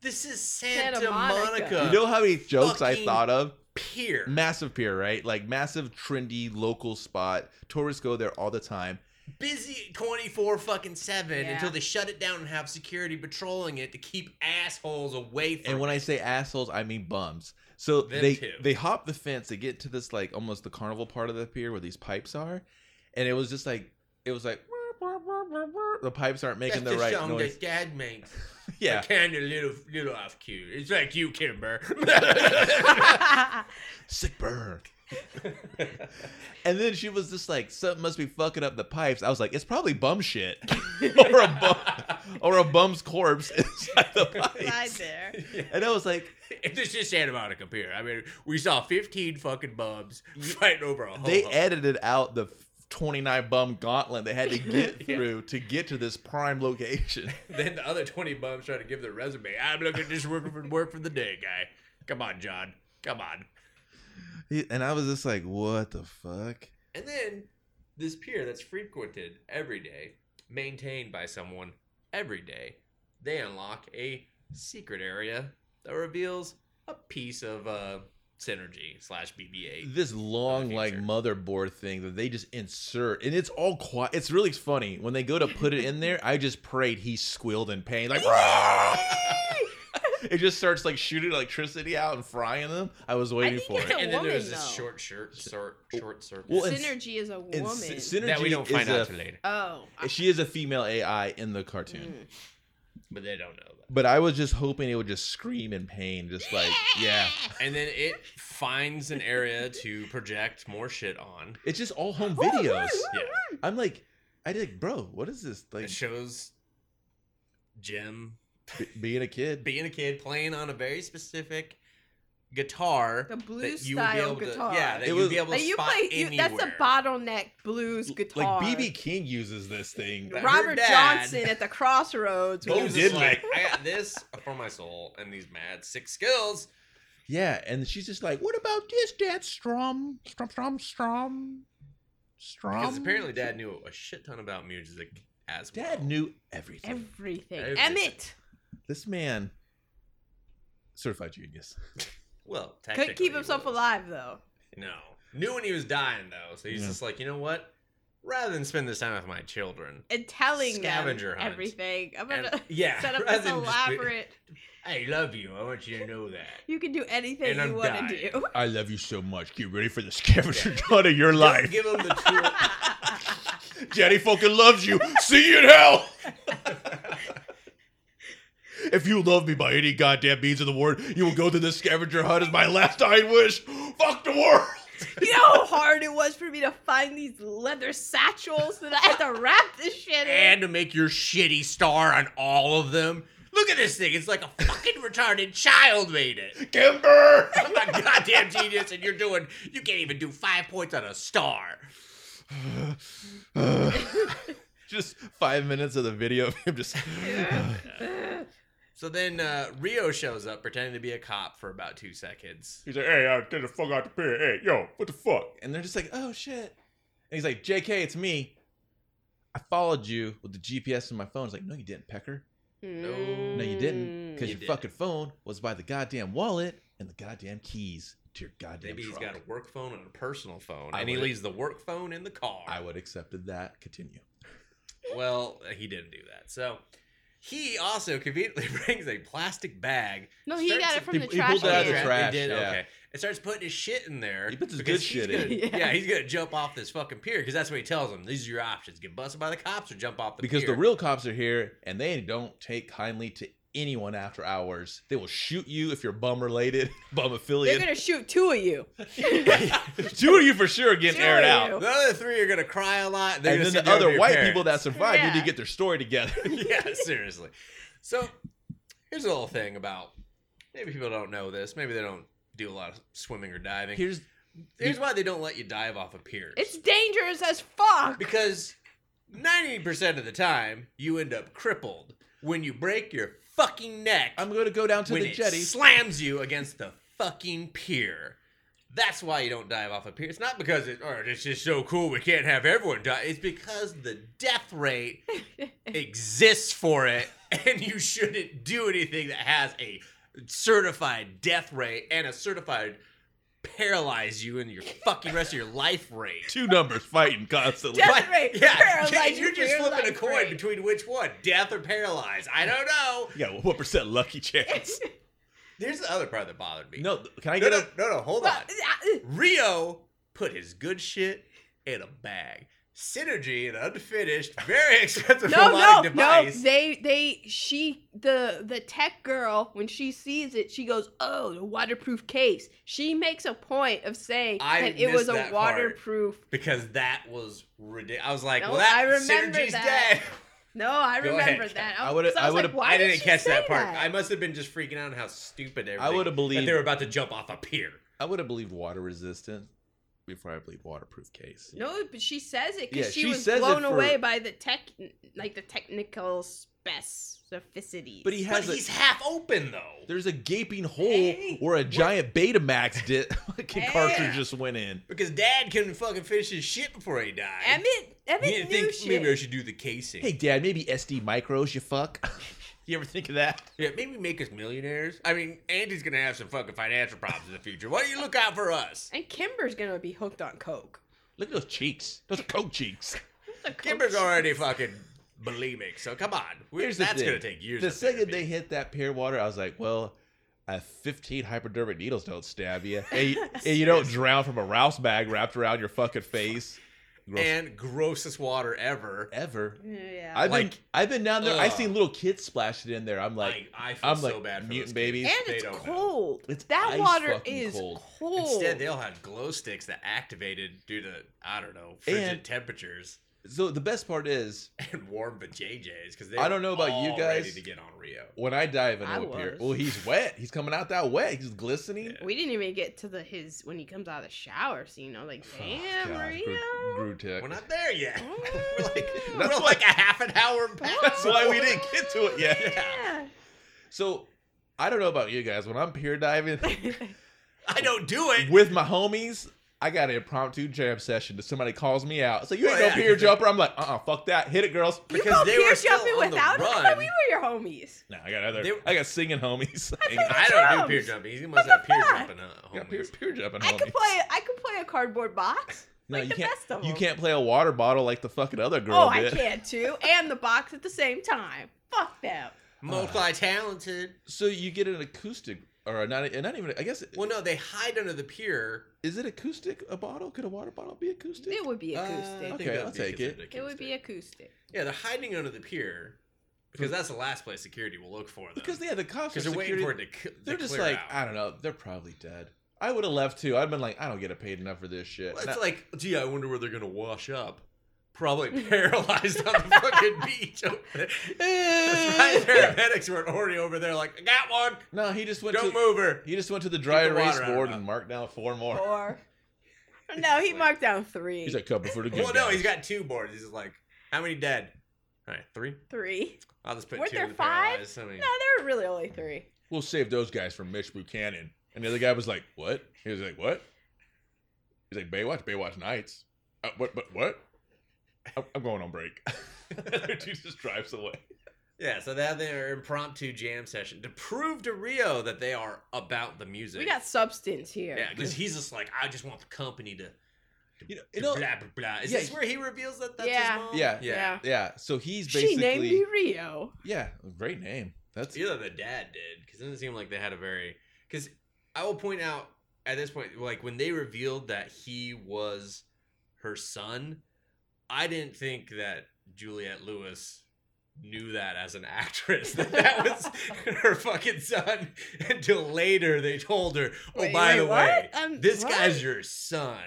S13: This is Santa,
S14: Santa
S13: Monica.
S14: Monica.
S1: you know how many jokes I
S13: fucking
S1: thought of?
S13: pier.
S1: Massive pier, right? Like massive, trendy, local spot. Tourists go there all the time.
S13: Busy twenty four fucking seven
S14: Yeah.
S13: until they shut it down and have security patrolling it to keep assholes away from.
S1: And when I say assholes, I mean bums. So
S13: Them
S1: they
S13: too.
S1: they hop the fence. They get to this like almost the carnival part of the pier where these pipes are, and it was just like it was like the pipes aren't
S13: That's
S1: making
S13: the,
S1: the right
S13: song
S1: noise.
S13: that Dad makes.
S1: Yeah.
S13: I kind of little, little off cue. It's like you, Kimber.
S1: Sick burn. and then she was just like, "Something must be fucking up the pipes." I was like, "It's probably bum shit, or a bum, or a bum's corpse inside the pipes."
S14: there.
S1: And I was like,
S13: If this is antibiotic up here, I mean, we saw 15 fucking bums fighting over a
S1: they
S13: ho-ho.
S1: edited out the 29 bum gauntlet they had to get through to get to this prime location.
S13: Then the other 20 bums try to give their resume. I'm looking just working for work for the day, guy. Come on, John. Come on.
S1: He- And I was just like, "What the fuck?"
S13: And then this pier that's frequented every day, maintained by someone every day, they unlock a secret area that reveals a piece of uh, synergy slash BBA.
S1: this long like motherboard thing that they just insert and it's all quiet it's really funny when they go to put it in there i just prayed he squealed in pain like "Rah!" it just starts like shooting electricity out and frying them i was waiting for it
S14: it's a
S13: and then
S14: woman,
S13: there's this
S14: though.
S13: short shirt, short, short circle.
S1: Well, and-
S14: Synergy is a woman.
S1: and Sy- synergy
S13: That we don't
S1: is
S13: find out
S1: a-
S13: till later.
S14: Oh,
S1: she is a female ai in the cartoon
S14: Mm.
S13: but they don't know that.
S1: but i was just hoping it would just scream in pain just like yeah
S13: And then it finds an area to project more shit on.
S1: it's just all home videos
S13: Yeah.
S1: i'm like i did like, bro what is this like
S13: It shows Jim
S1: b- being a kid
S13: being a kid playing on a very specific guitar.
S14: The blues
S13: that you would be
S14: style
S13: able to-
S14: guitar.
S13: yeah, that
S1: It
S13: you
S1: was-
S13: would be able to
S14: Like, you
S13: spot
S14: play. You,
S13: anywhere.
S14: that's a bottleneck blues guitar.
S1: like bb king uses this thing
S13: Like, your
S14: Robert
S13: dad-
S14: Johnson at the crossroads.
S13: He
S1: Oh,
S13: was
S1: did
S13: just like, I got this for my soul and these mad six skills.
S1: Yeah, and she's just like, "What about this, Dad? Strum, strum, strum, strum, strum."
S13: Because apparently,
S14: Um,
S13: Dad knew a shit ton about music as well.
S1: Dad knew everything.
S14: everything.
S13: Everything.
S14: Emmett
S1: this man, certified genius.
S13: Well,
S14: couldn't
S13: technically
S14: keep
S13: he
S14: himself
S13: was.
S14: alive though.
S13: No, knew when he was dying though, so he's
S1: Yeah.
S13: just like, you know what? Rather than spend this time with my children,
S14: And telling
S13: Scavenger
S14: them
S13: hunt.
S14: everything. I'm
S13: And-
S14: gonna
S13: yeah,
S14: set up
S13: rather
S14: this
S13: than just be-
S14: elaborate.
S13: I love you. I want you to know that.
S14: You can do anything
S13: And I'm
S14: you want to
S13: dying.
S14: do.
S1: I love you so much. Get ready for the scavenger hunt of your
S13: Don't
S1: life.
S13: give him the tool.
S1: Daddy fucking loves you. See you in hell. If you love me by any goddamn means of the word, you will go to this scavenger hunt as my last dying wish. Fuck the world.
S14: You know how hard it was for me to find these leather satchels that I had to wrap this shit in.
S13: and to make your shitty star on all of them. Look at this thing. It's like a fucking retarded child made it.
S1: Kimber.
S13: I'm a goddamn genius, and you're doing. You can't even do five points on a star.
S1: just five minutes of the video of him just
S13: So then uh, Rio shows up pretending to be a cop for about two seconds.
S1: He's like, hey, uh, get the fuck out the pier. Hey, yo, what the fuck? And they're just like, oh shit. And he's like, JK, it's me. I followed you with the GPS in my phone. It's like, no, you didn't, Pecker. No, you
S14: Mm.
S1: didn't. Because
S13: You
S1: your
S13: didn't.
S1: fucking phone was by the goddamn wallet and the goddamn keys to your goddamn
S13: Maybe he's
S1: truck.
S13: got a work phone and a personal phone,
S1: I
S13: and he
S1: would've-
S13: leaves the work phone in the car.
S1: I would have accepted that. Continue.
S13: Well, he didn't do that. So he also conveniently brings a plastic bag.
S14: No, he
S13: starts-
S14: got it from
S1: He-
S14: the
S1: he
S14: trash.
S1: pulled it out of the
S14: can.
S1: trash.
S13: He did,
S1: yeah.
S13: okay. It starts putting his shit in there.
S1: He puts his
S13: because
S1: good shit
S13: he's
S1: in.
S13: gonna-
S14: Yeah.
S13: Yeah, he's gonna jump off this fucking pier because that's what he tells him. These are your options: get busted by the cops or jump off the
S1: Because
S13: pier.
S1: the real cops are here and they don't take kindly to anyone after hours. They will shoot you if you're bum related, bum
S14: They're
S1: affiliate.
S14: gonna shoot two of you.
S1: Two of you for sure are getting
S14: Two
S1: aired
S14: of
S1: out.
S14: you.
S13: the other three are gonna cry a lot. They're
S1: and
S13: gonna
S1: then
S13: send
S1: the
S13: you over to
S1: other
S13: your
S1: white
S13: parents.
S1: people that survived need
S14: Yeah.
S1: to get their story together.
S13: yeah, seriously. So here's a little thing about maybe people don't know this. Maybe they don't do a lot of swimming or diving.
S1: Here's
S13: Here's why they don't let you dive off a pier.
S14: It's dangerous as fuck.
S13: because 90% of the time you end up crippled when you break your fucking neck
S1: I'm going to go down to
S13: when
S1: the
S13: it
S1: jetty.
S13: slams you against the fucking pier. That's why you don't dive off a pier. It's not because it, or it's just so cool we can't have everyone die. It's because the death rate exists for it, and you shouldn't do anything that has a certified death rate and a certified paralyze you in your fucking rest of your life rate.
S1: Two numbers fighting constantly.
S14: Death
S13: But-
S14: rate,
S13: Yeah,
S14: paralyze
S13: you're
S14: you
S13: just
S14: for your
S13: flipping a
S14: life
S13: coin
S14: rate.
S13: between which one, death or paralyzed. I don't know.
S1: You got a one percent lucky chance.
S13: Here's the other part that bothered me.
S1: No, can I
S13: no,
S1: get
S13: no,
S1: a
S14: Uh,
S13: no, no, hold
S14: Well,
S13: on.
S14: uh,
S13: Rio put his good shit in a bag. Synergy, an unfinished, very expensive
S14: no, no,
S13: robotic device.
S14: no. They, they, she, the, the tech girl, when she sees it, she goes, "Oh, the waterproof case." She makes a point of saying
S13: I
S14: that it was
S13: missed
S14: a
S13: that part.
S14: waterproof.
S13: because that was ridiculous. I was like,
S14: No,
S13: well, that
S14: I remember
S13: synergy's
S14: that.
S13: dead.
S14: No, I
S13: Go
S14: remember
S13: ahead.
S14: that. I, was, I, was like, Why
S13: I didn't
S14: she
S13: catch that
S14: say
S13: part.
S14: that?"
S13: I must have been just freaking out on how stupid everything.
S1: would've
S13: that
S1: believed-
S13: they were about to jump off a pier.
S1: I would have believed water resistant before I believed waterproof case.
S14: No, but she says it because
S1: Yeah,
S14: she,
S1: she
S14: was
S1: says it
S14: blown
S1: for-
S14: away by the tech, like the technical specificity.
S1: But he has. a,
S13: he's half open though.
S1: There's a gaping hole where a giant Betamax di- fucking cartridge just went in.
S13: Because Dad couldn't fucking finish his shit before he died.
S14: Emmett,
S13: He
S14: Emmett
S13: didn't
S14: knew
S13: think
S14: shit.
S13: maybe I should do the casing.
S1: Hey, Dad, maybe SD micros, you fuck. you ever think of that?
S13: Yeah, maybe make us millionaires. I mean, Andy's gonna have some fucking financial problems in the future. Why don't you look out for us?
S14: And Kimber's gonna be hooked on coke.
S1: Look at those cheeks. Those coke cheeks.
S13: Kimber's already fucking bulimic, so come on. We-
S1: Here's the
S13: that's
S1: thing.
S13: gonna take years.
S1: The
S13: of
S1: second they hit that pier water, I was like, well, uh, 15 hypodermic needles don't stab you. And you, and you don't drown from a rouse bag wrapped around your fucking face. Gross.
S13: and grossest water ever.
S1: Ever.
S14: Yeah.
S1: I've
S13: like,
S1: been I've been down there. I've
S13: Ugh.
S1: seen little kids splash it in there. I'm like,
S13: I- I feel
S1: am
S13: so
S1: like
S13: bad for those
S1: mutant
S13: kids.
S1: babies.
S14: And it's cold.
S1: It's
S14: that
S1: ice
S14: water
S1: fucking
S14: is cold.
S1: cold.
S13: Instead, they'll have glow sticks that activated due to I don't know frigid
S1: And-
S13: temperatures
S1: So the best part is,
S13: and warm vajayjays because they.
S1: I don't know
S13: were
S1: about you
S13: all
S1: guys.
S13: Ready to get on Rio.
S1: when I dive
S14: I
S1: into a pier,
S14: was.
S1: well, he's wet. He's coming out that wet. He's glistening.
S14: we didn't even get to the his when he comes out of the shower scene. I was like, damn,
S1: God,
S14: Maria.
S1: Gru- Grutek.
S13: We're not there yet. we're like,
S1: Mm. That's
S13: we're
S1: why-
S13: like a half an hour back.
S1: That's why we didn't get to it yet.
S14: Yeah.
S1: So I don't know about you guys. When I'm pier diving
S13: I don't do it.
S1: with my homies, I got an impromptu jam session. Somebody calls me out. So you ain't
S13: Well,
S1: no
S13: Oh, yeah.
S1: pier jumper. I'm like, uh, uh fuck that. Hit it, girls.
S14: You
S13: Because
S14: go
S13: they
S14: pier
S13: were still
S14: jumping
S13: on the
S14: without us?
S13: run.
S14: We were your homies.
S1: No, I got other.
S13: They were-
S1: I got singing homies.
S13: I don't do pier jumping. He must have pier jumping uh,
S1: I got pier,
S13: homies.
S1: pier jumping
S14: I
S1: homies.
S14: could play. I could play a cardboard box.
S1: No,
S14: like
S1: you
S14: the
S1: can't.
S14: best of
S1: you
S14: them.
S1: can't play a water bottle like the fucking other girl
S14: Oh, I
S1: did.
S14: can too, and the box at the same time. Fuck them.
S1: Uh.
S13: Multi-talented.
S1: So you get an acoustic, or not? Not even. I guess.
S13: Well, no, they hide under the pier.
S1: is it acoustic? A bottle? Could a water bottle be acoustic?
S14: It would be
S13: Uh, I
S14: acoustic.
S13: think
S1: Okay,
S13: that
S1: I'll
S13: would be
S1: take it.
S13: acoustic.
S14: it would be acoustic.
S13: Yeah, they're hiding under the pier because that's the last place security will look for them.
S1: because yeah, the cops are
S13: because they're waiting for it
S1: security-
S13: to. c- to
S1: They're just
S13: clear
S1: like
S13: out.
S1: I don't know. They're probably dead. I would have left too. I'd been like, I don't get paid enough for this shit.
S13: Well, it's
S1: Not-
S13: like, gee, I wonder where they're gonna wash up. Probably paralyzed on the fucking beach. over there. That's right. Paramedics were already over there, like, I got one.
S1: no, he just went.
S13: Don't
S1: to,
S13: move her.
S1: He just went to the dry
S13: Keep the water
S1: erase
S13: out Oh, of
S1: board
S13: her
S1: and marked down four more.
S14: Or no, he marked down three.
S1: He's like cover for the good.
S13: Well, oh, no,
S1: guys."
S13: he's got two boards. He's just like, how many dead? All right, three.
S14: three.
S13: I'll just put
S14: Weren't
S13: two
S14: there
S13: in the
S14: five?
S13: paralyzed. I mean,
S14: No, there were really only three.
S1: We'll save those guys from Mitch Buchanan. And the other guy was like, what? He was like, what? He's like, Baywatch, Baywatch Nights. Uh, what? But what? I'm, I'm going on break. Dude just drives away.
S13: yeah. So they have their impromptu jam session to prove to Rio that they are about the music.
S14: We got substance here.
S13: yeah, because he's just like, I just want the company to.
S1: You know,
S13: to
S1: you know-
S13: blah blah blah. Is
S1: yeah.
S13: this where he reveals that that's
S14: Yeah.
S13: his mom?
S1: Yeah,
S13: yeah.
S14: Yeah.
S1: yeah. So he's
S14: She
S1: basically
S14: named me Rio.
S1: yeah, great name. That's
S13: Either the dad did, because it doesn't seem like they had a very. Because I will point out at this point, like when they revealed that he was her son, I didn't think that Juliette Lewis knew that as an actress that that was her fucking son until later they told her oh
S14: Wait,
S13: by
S14: wait,
S13: the
S14: what?
S13: way
S14: Um,
S13: this
S14: what?
S13: guy's your son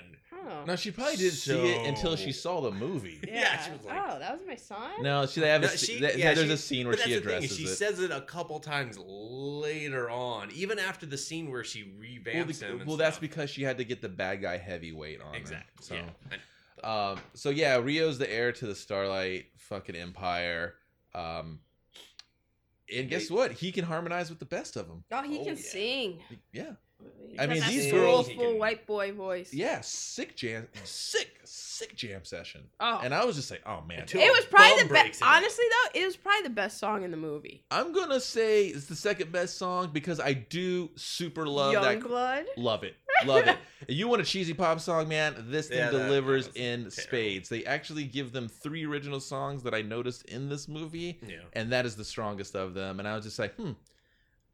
S14: Oh.
S1: no. She probably didn't see it until
S13: So-
S1: she saw the movie.
S13: yeah, she was like-
S14: oh, that was my son.
S1: No, she they have
S13: No,
S1: a,
S13: she-
S1: she, that,
S13: yeah,
S1: there's
S13: she-
S1: a scene where
S13: but
S1: she
S13: that's the thing, is
S1: addresses
S13: she
S1: it.
S13: says it a couple times later on, even after the scene where she
S1: well,
S13: revamps
S1: the-
S13: him. and
S1: well, that's
S13: stuff.
S1: because she had to get the bad guy heavyweight on. her,
S13: exactly.
S1: So.
S13: yeah.
S1: Um, so yeah, Rio's the heir to the Starlight fucking Empire. Um, and guess what? He can harmonize with the best of them.
S14: Oh, he
S13: Oh,
S14: can
S13: yeah.
S14: sing.
S1: Yeah,
S14: He
S1: I mean,
S14: got that
S1: these
S14: full,
S1: girls-
S14: full white boy voice.
S1: yeah. Sick jam, sick, sick jam session.
S14: Oh.
S1: And I was just like, oh man,
S13: Until-
S14: It was probably
S13: Bone
S14: the
S13: breaks
S14: best.
S13: in it.
S14: Honestly, though, it was probably the best song in the movie.
S1: I'm gonna say it's the second best song because I do super love that.
S14: Youngblood.
S1: Love it, love it. And you want a cheesy pop song, man? This thing
S13: Yeah, that- that
S1: delivers
S13: was
S1: in
S13: terrible.
S1: spades. They actually give them three original songs that I noticed in this movie,
S13: Yeah.
S1: and that is the strongest of them. And I was just like, hmm.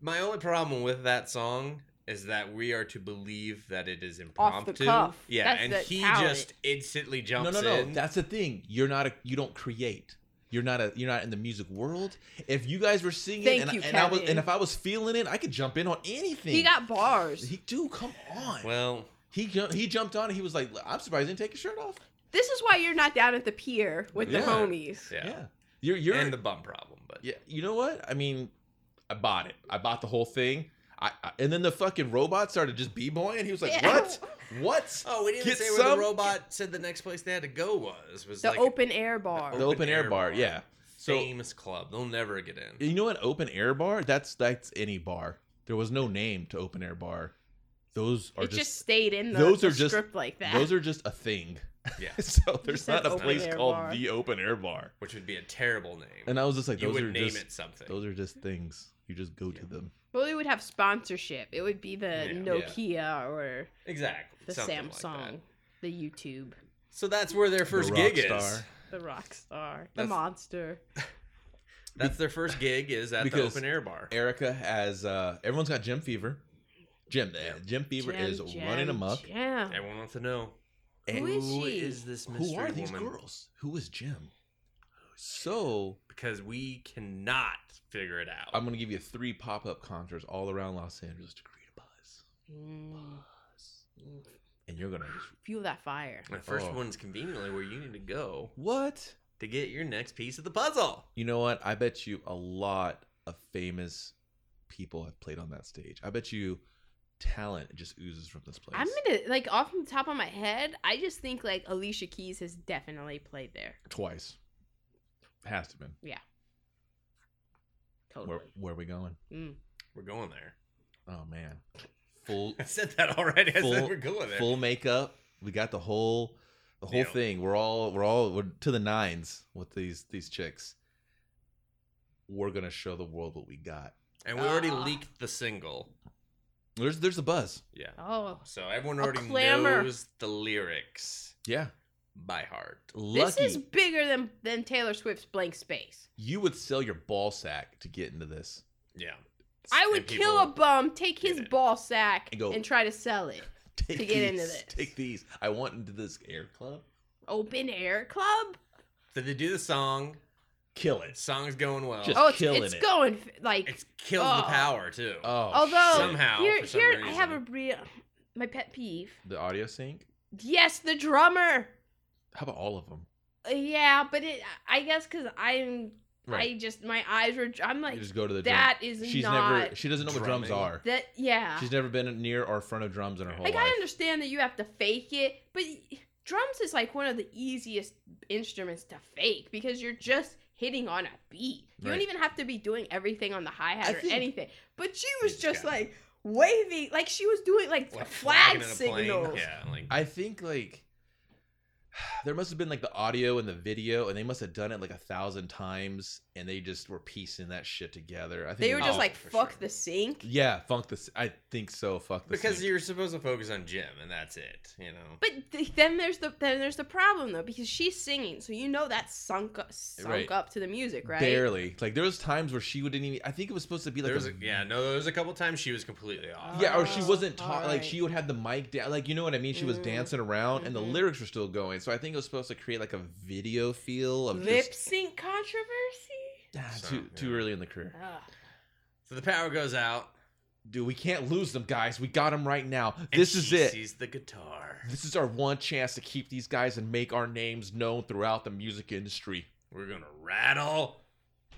S13: My only problem with that song is that we are to believe that it is
S14: Off the
S13: impromptu.
S14: cuff.
S13: Yeah,
S14: That's
S13: and
S14: the
S13: he
S14: talent.
S13: just instantly jumps
S1: no, no, no.
S13: in.
S1: That's the thing. You're not a. You don't create. You're not a. You're not in the music world. If you guys were singing,
S14: Thank
S1: and,
S14: you,
S1: and I was,
S14: Kevin.
S1: and if I was feeling it, I could jump in on anything.
S14: He got bars.
S1: He do come on.
S13: Well,
S1: he ju- he jumped on. and He was like, "I'm surprised he didn't take his shirt off."
S14: This is why you're not down at the pier with
S1: Yeah.
S14: the homies.
S13: Yeah.
S1: You're you're
S13: and the bum problem, but
S1: yeah. You know what? I mean, I bought it. I bought the whole thing. I, I and then the fucking robot started just b boying. He was like,
S13: Yeah.
S1: "What? What?
S13: Oh, we didn't
S1: Get
S13: say where
S1: some-
S13: the robot said the next place they had to go was. Was
S14: The
S13: like
S14: open air bar.
S1: The open air bar, yeah. So-
S13: famous club. They'll never get in.
S1: You know an open air bar? That's that's any bar. There was no name to open air bar. Those are
S14: it just,
S1: just,
S14: stayed in the,
S1: those
S14: the
S1: are just
S14: script like that.
S1: Those are just a thing.
S13: Yeah.
S1: so there's
S14: said
S1: not a
S14: open
S1: place
S14: air
S1: called
S14: bar.
S1: the open air bar.
S13: Which would be a terrible name.
S1: And I was just like,
S13: you
S1: those
S13: would
S1: are
S13: name
S1: just
S13: it something.
S1: Those are just things. You just go to them.
S14: well, they would have sponsorship. It would be the
S13: Yeah.
S14: Nokia or
S13: Exactly,
S14: the
S13: something like
S14: Samsung, the YouTube,
S13: So that's where their first
S1: rock
S13: gig is.
S1: star.
S14: the Rockstar, the
S13: That's-
S14: Monster.
S13: That's their first gig is at
S1: Because
S13: the open air bar.
S1: Erica has uh everyone's got gym fever. Gym, uh, gym fever
S14: Jam,
S1: is
S14: jam,
S1: running amok.
S14: jam.
S13: Everyone wants to know
S1: And
S14: Who is
S13: who
S14: she?
S13: is this mystery
S1: Who are these
S13: woman?
S1: girls? Who is Jim? So
S13: Because we cannot figure it out.
S1: I'm gonna give you three pop up concerts all around Los Angeles to create a buzz,
S14: Mm,
S1: and you're gonna just
S14: fuel that fire.
S13: the first
S1: Oh.
S13: one's conveniently where you need to go
S1: what?
S13: to get your next piece of the puzzle.
S1: You know what? I bet you a lot of famous people have played on that stage. I bet you talent just oozes from this place.
S14: I'm gonna like off the top of my head, I just think like Alicia Keys has definitely played there.
S1: twice. Has to been.
S14: Yeah,
S1: Where
S14: totally.
S1: where are we going?
S14: Mm.
S13: We're going there.
S1: Oh man, full
S13: I said that already. I
S1: full,
S13: said we're going there.
S1: full makeup. We got the whole the whole
S13: Yeah.
S1: thing. We're all we're all we're to the nines with these these chicks. We're gonna show the world what we got.
S13: and we already
S14: Ah.
S13: leaked the single.
S1: There's there's a buzz.
S13: Yeah.
S14: Oh,
S13: So everyone
S14: A
S13: already
S14: clamor.
S13: knows the lyrics
S1: Yeah,
S13: by heart.
S1: lucky
S14: this is bigger than than Taylor Swift's Blank Space.
S1: you would sell your ball sack to get into this.
S13: Yeah.
S14: I would
S13: And
S14: kill a
S13: people-
S14: bum, take his
S13: get it.
S14: ball sack,
S1: And go-
S14: and try to sell it.
S1: Take
S14: To
S1: these,
S14: get into this.
S1: Take these. I want into this air club.
S14: Open air club.
S13: So they do the song.
S1: Kill it.
S13: Song's going well.
S1: Just-
S14: oh, it's,
S1: killing
S14: it's
S1: it.
S14: going f- like.
S13: it kills the
S14: Oh.
S13: power too.
S1: Oh,
S14: although
S1: shit.
S13: Somehow,
S14: here,
S13: for some
S14: here I have a
S13: reason.
S14: real my pet peeve.
S1: the audio sync.
S14: Yes, the drummer.
S1: How about all of them?
S14: Uh, Yeah, but it, I guess because I'm, I
S1: Right.
S14: just my eyes were. I'm
S1: you
S14: like
S1: just go to the.
S14: that
S1: drum.
S14: is
S1: She's
S14: not
S1: never. She doesn't know what drums
S13: drumming.
S1: are.
S14: that. Yeah,
S1: She's never been near or in front of drums in her whole
S14: like
S1: life.
S14: I understand that you have to fake it, but y- drums is like one of the easiest instruments to fake because you're just hitting on a beat. You
S1: Right.
S14: don't even have to be doing everything on the hi hat
S1: I
S14: or
S1: think-
S14: anything. But she was
S13: just
S14: just
S13: gotta-
S14: like waving, like she was doing like,
S13: Like
S14: flag
S13: flagging in a plane.
S14: signals.
S13: Yeah, like
S1: I think like there must have been like the audio and the video, and they must have done it like a thousand times, and they just were piecing that shit together. I think
S14: They
S1: it
S14: were
S1: was-
S14: just
S13: Oh,
S14: like,
S13: for
S14: "Fuck
S13: sure.
S14: the sink."
S1: yeah, funk this. I think so. Fuck this.
S13: because you're supposed to focus on Jim, and that's it. You know.
S14: But th- then there's the then there's the problem though because she's singing, so you know that's sunk up, sunk
S1: Right.
S14: up to the music, right?
S1: barely like there was times where she wouldn't even. I think it was supposed to be like
S13: There was
S1: a,
S13: a, yeah, no, there was a couple times she was completely off.
S1: Yeah, or she
S14: Oh,
S1: wasn't talking. Like
S14: alright.
S1: she would have the mic down. Like you know what I mean. She was
S14: Mm.
S1: dancing around, and the
S14: Mhm.
S1: lyrics were still going. So I think it was supposed to create like a video feel of
S14: Lip
S1: Just,
S14: sync controversy.
S1: Ah,
S13: So,
S1: too too
S13: yeah.
S1: early in the career.
S14: Ugh.
S13: So the power goes out.
S1: Dude, we can't lose them, guys. We got them right now.
S13: and
S1: This is
S13: she
S1: it.
S13: Sees the guitar.
S1: This is our one chance to keep these guys and make our names known throughout the music industry.
S13: We're gonna rattle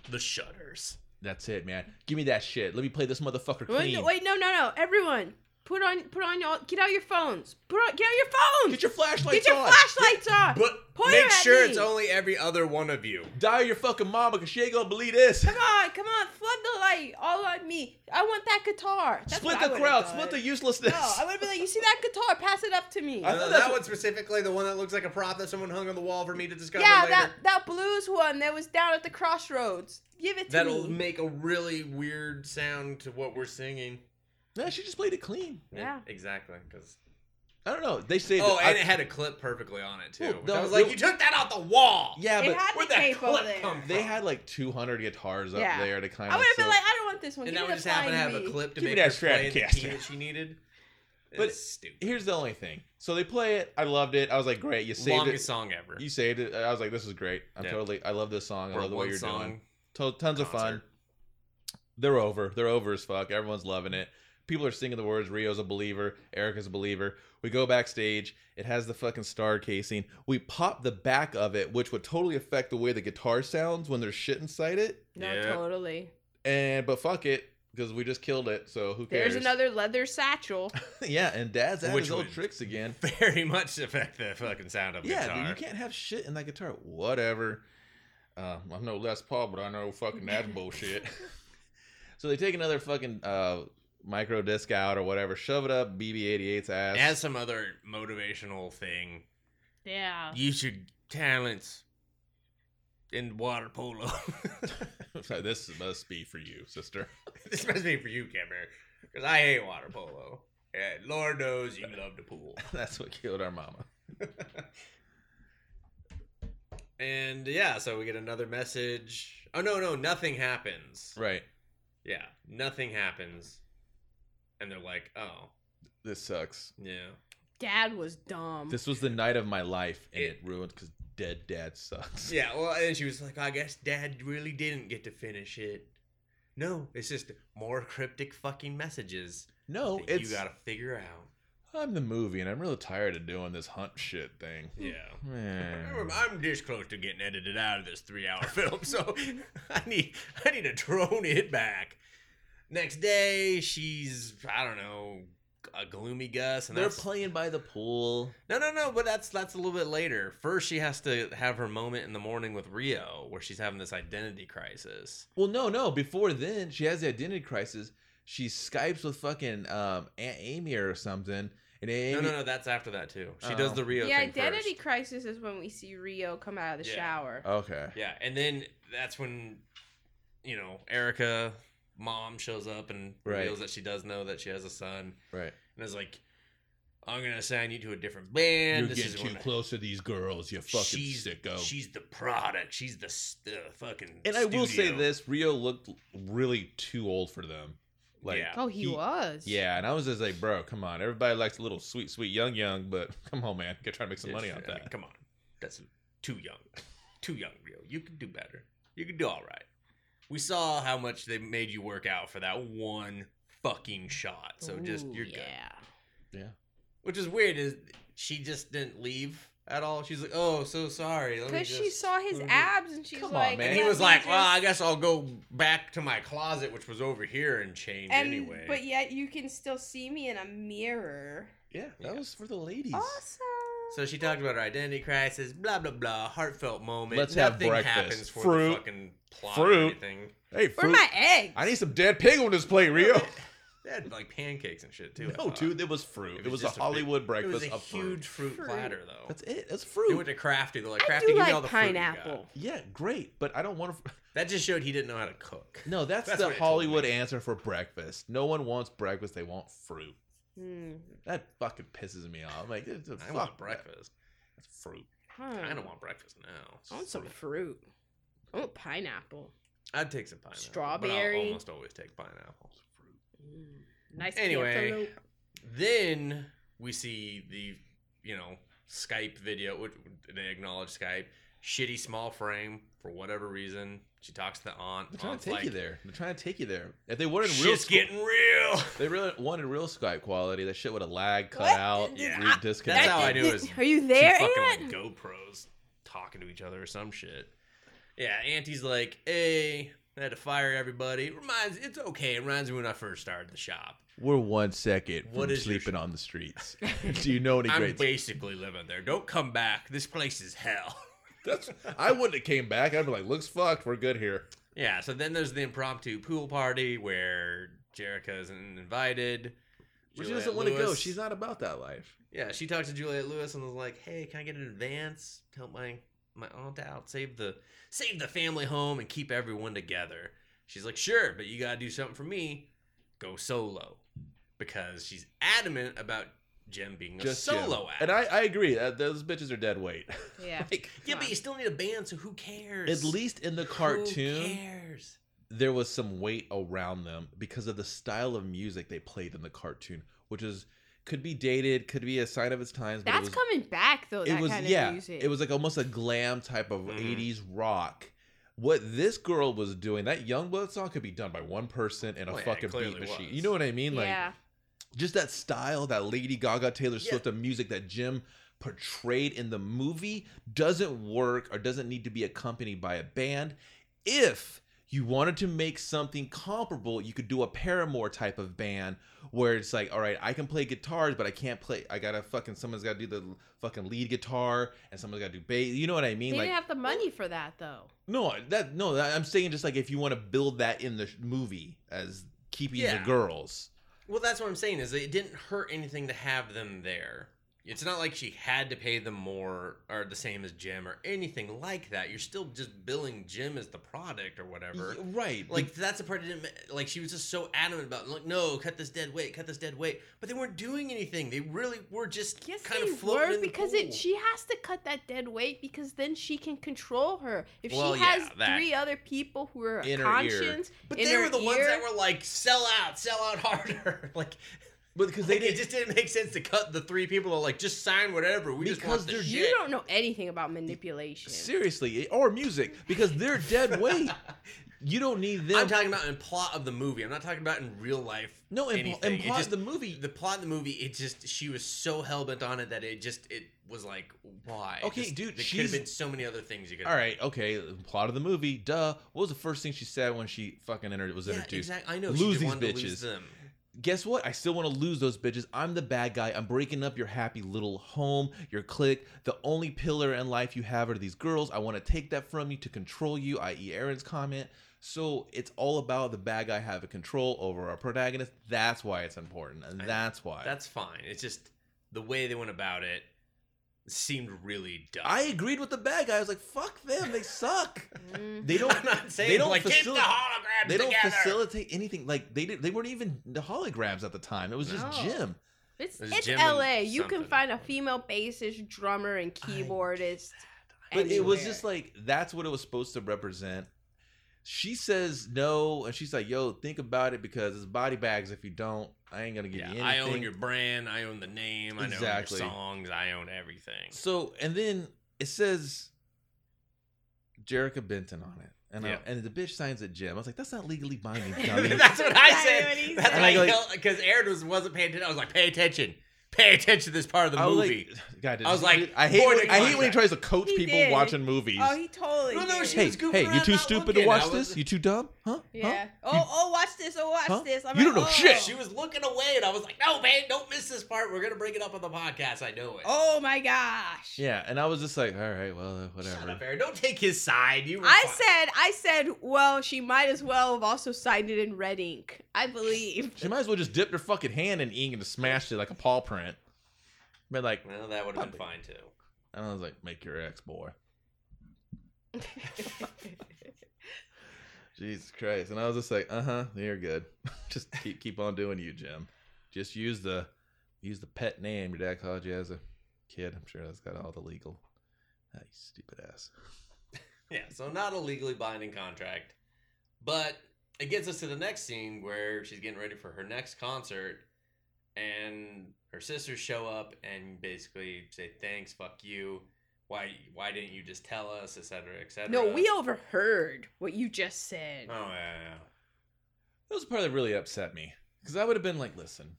S13: the shutters.
S1: That's it, man. Give me that shit. Let me play this motherfucker
S14: Wait,
S1: clean.
S14: no, wait, no, no, no! Everyone, put on, put on your, get out your phones. Put on, get out your phones.
S1: Get your flashlights
S14: Get your
S1: on.
S14: flashlights on.
S13: But
S14: Point her
S13: make
S14: at
S13: sure
S14: me.
S13: it's only every other one of you.
S1: Dial your fucking mama, cause she ain't gonna believe this.
S14: Come on, come on! Flood the light all on me. I want that guitar. That's
S1: Split
S14: what I
S1: the
S14: would've
S1: crowd.
S14: done.
S1: Split the uselessness.
S14: No, I would have been like, you see that guitar? Pass it up to me.
S1: I
S13: No,
S1: thought
S13: that
S1: that's
S13: one specifically, the one that looks like a prop that someone hung on the wall for me to discover
S14: yeah,
S13: later.
S14: that that blues one that was down at the crossroads. Give it to
S13: That'll
S14: me.
S13: make a really weird sound to what we're singing.
S1: Nah, she just played it clean.
S14: Yeah.
S13: exactly. Because
S1: I don't know. They say.
S13: Oh,
S1: that-
S13: and
S1: I-
S13: it had a clip perfectly on it too.
S1: Well,
S13: which
S1: no,
S13: I was like,
S1: real-
S13: you took that off the wall.
S1: Yeah,
S14: It
S1: but
S14: had the tape over there.
S1: They had like 200 guitars up
S14: Yeah.
S1: there to kind
S14: I
S1: of.
S14: would have
S1: so-
S14: been like, I don't want this one.
S13: and
S14: Give
S13: that
S14: me
S13: would
S14: the
S13: just happen to
S14: fine
S13: have a
S14: me.
S13: clip to
S1: Give me
S13: make her
S1: that
S13: play the
S1: Stratocaster.
S13: key that she needed.
S1: But
S13: It's stupid.
S1: here's the only thing. So they play it. I loved it. I was like, great. You saved
S13: Longest
S1: it.
S13: song ever.
S1: You saved it. I was like, this is great. I'm
S13: Yeah.
S1: totally. I love this song. I
S13: Or
S1: love the way
S13: one
S1: you're doing.
S13: song,
S1: To- tons of fun. They're over. They're over as fuck. Everyone's loving it. People are singing the words. Rio's a believer. Erica's a believer. We go backstage. It has the fucking star casing. We pop the back of it, which would totally affect the way the guitar sounds when there's shit inside it.
S14: No, totally.
S1: And but fuck it, because we just killed it. So who cares?
S14: There's another leather satchel.
S1: yeah, and Dad's at
S13: Which
S1: his old
S13: would
S1: tricks again.
S13: very much affect the fucking sound of
S1: Yeah,
S13: guitar.
S1: dude, you can't have shit in that guitar. Whatever. Uh, I'm no Les Paul, but I know fucking that's bullshit. so they take another fucking uh, micro disc out or whatever, shove it up BB-88's ass.
S13: It has some other motivational thing.
S14: Yeah.
S13: You should talents in water polo.
S1: So this must be for you, sister.
S13: this must be for you, Cameron, because I hate water polo. And Lord knows you love the pool.
S1: That's what killed our mama.
S13: And yeah, so we get another message. Oh no, no, nothing happens.
S1: Right.
S13: Yeah, nothing happens. And they're like, oh,
S1: This sucks.
S13: yeah.
S14: Dad was dumb.
S1: This was the night of my life, and it, ruined because dead dad sucks.
S13: Yeah, well, and she was like, I guess dad really didn't get to finish it. No, it's just more cryptic fucking messages.
S1: No,
S13: that
S1: Oh, it's-
S13: you gotta figure out.
S1: I'm the movie, and I'm really tired of doing this hunt shit thing.
S13: Yeah.
S1: Man.
S13: I'm- I'm this close to getting edited out of this three-hour film, so I need I need to drone it back. Next day, she's I don't know a gloomy Gus, and
S1: They're
S13: that's-
S1: playing by the pool.
S13: No, no, no. But that's that's a little bit later. First, she has to have her moment in the morning with Rio, where she's having this identity crisis.
S1: Well, no, no. Before then, she has the identity crisis. She skypes with fucking um, Aunt Amy or something, and Amy,
S13: No, no, no. That's after that too. She does
S1: Oh.
S13: the Rio.
S14: the
S13: thing
S14: identity
S13: first.
S14: crisis is when we see Rio come out of the
S13: Yeah. Oh,
S14: shower.
S1: Okay.
S13: Yeah, and then that's when you know Erica mom shows up and
S1: Right.
S13: reveals that she does know that she has a son,
S1: Right.
S13: and is like, "I'm gonna assign you to a different band.
S1: You're
S13: this
S1: getting
S13: is
S1: too
S13: when
S1: close to these girls, you fucking
S13: she's
S1: sicko.
S13: she's the product. She's the st- uh, fucking."
S1: and I will say
S13: studio."
S1: this: Rio looked really too old for them. Like,
S13: Yeah.
S14: Oh, he, was.
S1: Yeah, and I was just like, bro, come on. Everybody likes a little sweet, sweet young, young, but come on, man. Get try to make some
S13: Yeah,
S1: money
S13: I
S1: off
S13: mean,
S1: that.
S13: come on, that's too young, too young, Rio. You can do better. You can do all right. We saw how much they made you work out for that one fucking shot. So just
S14: Ooh,
S13: you're good.
S14: yeah.
S1: Yeah.
S13: Which is weird is she just didn't leave at all. She's like, "Oh, so sorry." Let me
S14: Because she
S13: just-
S14: saw his
S13: let me-
S14: abs and she's
S1: Come on,
S14: like,
S1: man.
S13: And he
S14: "Let
S13: was
S14: me
S13: like, "Well, I
S14: just-"
S13: guess I'll go back to my closet, which was over here, and change
S14: and
S13: anyway."
S14: but yet you can still see me in a mirror.
S1: Yeah, that was for the ladies.
S14: Awesome.
S13: so she talked about her identity crisis, blah blah blah, heartfelt moment.
S1: Let's have
S13: Nothing
S1: breakfast.
S13: happens for
S1: Fruit.
S13: the fucking plot or
S1: Fruit.
S13: anything.
S1: Hey,
S14: Where
S1: fruit.
S14: are my eggs?
S1: I need some dead pig on this plate, Rio.
S13: They had like pancakes and shit too. I
S1: No,
S13: thought.
S1: dude, it was fruit. It was,
S13: just
S1: a Hollywood
S13: big-
S1: breakfast
S13: It was a
S1: of fruit.
S13: huge fruit,
S14: Fruit.
S13: platter though.
S1: That's it. That's
S13: They
S1: fruit.
S13: went to Crafty. They're like,
S14: I
S13: Crafty,
S14: do
S13: give me all
S14: like
S13: the Fruit you
S14: pineapple.
S13: got."
S1: yeah, great, but I don't want to.
S13: That just showed he didn't know how to cook.
S1: No, that's,
S13: That's
S1: the
S13: what it told
S1: Hollywood
S13: me.
S1: answer for breakfast. No one wants breakfast; they want fruit.
S14: Mm,
S1: That fucking pisses me off. I'm like, it's a
S13: I
S1: fuck
S13: want
S1: want
S13: breakfast.
S1: fruit.
S14: huh.
S13: I don't want breakfast now.
S14: I want some fruit. I want pineapple.
S13: I'd take some pineapple. But
S14: Strawberry.
S13: I'll almost always take pineapple.
S14: Mm, nice
S13: Anyway.
S14: cantaloupe.
S13: Then we see the you know Skype video. Which they acknowledge Skype. Shitty small frame for whatever reason. She talks to the aunt.
S1: They're trying
S13: Aunt's
S1: to take
S13: like,
S1: you there. They're trying to take you there. If they wanted real,
S13: Shit's
S1: Skype-
S13: getting real.
S1: they really wanted real Skype quality. That shit would have lagged, cut
S14: What?
S1: out,
S13: Yeah.
S1: re-
S13: That's
S1: disconnected.
S13: how I knew it was.
S14: Are you
S13: two
S14: there,
S13: fucking
S14: Aunt?
S13: like GoPros talking to each other or some shit. Yeah, Auntie's like, hey, I had to fire everybody. Reminds, it's okay. It reminds me when I first started the shop.
S1: We're one second
S13: What
S1: from
S13: is your
S1: sleeping on the streets. Do you know any
S13: I'm
S1: great?
S13: basically living there. Don't come back. This place is hell.
S1: That's, I wouldn't have came back. I'd be like, looks fucked. We're good here.
S13: yeah. So then there's the impromptu pool party where Jerica isn't invited.
S1: But she
S13: Juliette
S1: doesn't want to go.
S13: Lewis-
S1: She's not about that life.
S13: Yeah, she talked to Juliet Lewis and was like, "Hey, can I get an advance? to Help my my aunt out, save the save the family home, and keep everyone together." She's like, "Sure, but you gotta do something for me. Go solo," because she's adamant about Jim being
S1: Just
S13: a
S1: Jim.
S13: solo act.
S1: And I, I agree. Uh, those bitches are dead weight.
S14: Yeah.
S13: yeah, but you still need a band, so who cares?
S1: At least in the cartoon,
S13: Who cares?
S1: there was some weight around them because of the style of music they played in the cartoon, which is could be dated, could be a sign of its times. but it
S14: That's
S1: was-
S14: coming back though.
S1: it
S14: that
S1: was
S14: kind
S1: yeah
S14: of music.
S1: it was like almost a glam type of
S13: Mm-hmm.
S1: 80s rock what this girl was doing that young blood song could be done by one person in a
S13: Well, Oh, yeah, it
S1: fucking beat
S13: clearly
S1: machine
S13: was.
S1: you know what i mean like
S14: yeah.
S1: just that style that lady gaga taylor swift of music that jim portrayed in the movie doesn't work or doesn't need to be accompanied by a band if you wanted to make something comparable you could do a paramore type of band where it's like all right i can play guitars but i can't play i gotta fucking someone's gotta do the fucking lead guitar and someone's gotta do bass you know what i
S14: They
S1: mean
S14: didn't
S1: like
S14: have the money for that though.
S1: no that no that- i'm saying just like if you want to build that in the sh- movie as keeping
S13: Yeah.
S1: the girls
S13: Well, that's what I'm saying is it didn't hurt anything to have them there. It's not like she had to pay them more or the same as Jim or anything like that. You're still just billing Jim as the product or whatever.
S1: Y- right,
S13: Like that's the part that didn't ma- like she was just so adamant about like no, cut this dead weight, cut this dead weight. But they weren't doing anything. They really were just
S14: Yes,
S13: kind
S14: they
S13: of floating
S14: were
S13: in the
S14: because
S13: pool.
S14: it she has to cut that dead weight because then she can control her. If
S13: Well,
S14: she
S13: yeah,
S14: has
S13: that.
S14: three other people who are
S13: In her ear.
S14: conscience,
S13: But
S14: in
S13: they
S14: her
S13: were the ones
S14: ear-
S13: that were like, sell out, sell out harder. like,
S1: but because
S13: they it just didn't make sense to cut the three people that like just sign whatever. We just want the shit.
S14: you don't know anything about manipulation.
S1: seriously or music because they're dead weight you don't need them
S13: I'm talking about in plot of the movie. I'm not talking about in real life.
S1: No, in pl- in
S13: anything. It
S1: plot of
S13: just-
S1: the movie-
S13: The plot of the movie. It just she was so hell bent on it that it just it was like why?
S1: Okay,
S13: Just-
S1: dude,
S13: There could have
S1: she's-
S13: been so many other things you could.
S1: All right, okay. Plot of the movie, duh. What was the first thing she said when she fucking inter- was
S13: Yeah,
S1: introduced?
S13: exactly. I know she
S1: Lose
S13: did
S1: these
S13: want to
S1: bitches.
S13: lose them.
S1: Guess what? I still want to lose those bitches. I'm the bad guy. I'm breaking up your happy little home, your clique. The only pillar in life you have are these girls. I want to take that from you to control you, i.e., Aaron's comment. So it's all about the bad guy having control over our protagonist. That's why it's important, and that's why.
S13: That's fine. It's just the way they went about it seemed really dumb.
S1: I agreed with the bad guy. I was like, "Fuck them. They suck."
S14: Mm.
S1: They don't.
S13: I'm not saying
S1: they don't
S13: like get the
S1: facilitate-
S13: holograms
S1: They don't
S13: together.
S1: facilitate anything. Like they did, they weren't even the holograms at the time. It was just
S14: No.
S1: Jim.
S14: It's,
S1: There's
S14: it's
S1: Jim and
S14: LA. You can
S1: something.
S14: find a female bassist, drummer, and keyboardist.
S1: But it was
S14: anywhere.
S1: just like that's what it was supposed to represent. She says no, and she's like, "Yo, think about it because it's body bags. If you don't, I ain't gonna give you anything."
S13: I own your brand. I own the name. I
S1: Exactly.
S13: know your songs. I own everything.
S1: So, and then it says Jerica Benton on it, and I-
S13: Yeah.
S1: and the bitch signs at Jim. I was like, "That's not legally binding." dummy."
S13: That's what I
S1: what
S13: said.
S1: he
S13: That's
S1: said.
S13: what I
S1: And I go,
S13: because Aaron was wasn't paying attention. I was like, pay attention, pay attention to this part of the
S1: I was like,
S13: movie.
S1: God, did
S13: I was
S1: he
S13: like,
S1: really- I hate
S13: point
S1: when,
S13: of
S1: I hate when he
S13: contact.
S1: tries to coach
S14: He
S1: people
S14: did.
S1: watching movies.
S14: Oh, he totally.
S13: No, no,
S14: did.
S13: she
S1: hey,
S13: was goofing
S1: hey, you
S13: around,
S1: too
S13: not
S1: stupid to
S13: looking.
S1: watch
S13: I
S1: this?
S13: was-
S1: You too dumb? Huh?
S14: Yeah. Oh, oh, watch this. Oh, watch
S1: Huh?
S14: this. I'm
S1: You
S14: like,
S1: don't know
S14: oh.
S1: shit.
S13: She was looking away, and I was like, no, man, don't miss this part. We're gonna bring it up on the podcast. I know it.
S14: Oh my gosh.
S1: Yeah, and I was just like, all right, well, uh, whatever.
S13: Shut up, Aaron. Don't take his side. You. Were
S14: I
S13: fine.
S14: said, I said, well, she might as well have also signed it in red ink. I believe.
S1: She might as well just dipped her fucking hand in ink and just smashed it like a paw print. Been like,
S13: Well, that would have been fine too.
S1: and I was like, make your ex boy. Jesus Christ! And I was just like, uh huh, you're good. just keep keep on doing you, Jim. Just use the use the pet name your dad called you as a kid. I'm sure that's got all the legal. Ah, you stupid ass.
S13: Yeah, so not a legally binding contract. But it gets us to the next scene where she's getting ready for her next concert and her sisters show up and basically say, Thanks, fuck you. Why why didn't you just tell us, et cetera, et cetera.
S14: No, we overheard what you just said.
S13: Oh yeah, yeah.
S1: That was the part that really upset me because I would have been like, listen,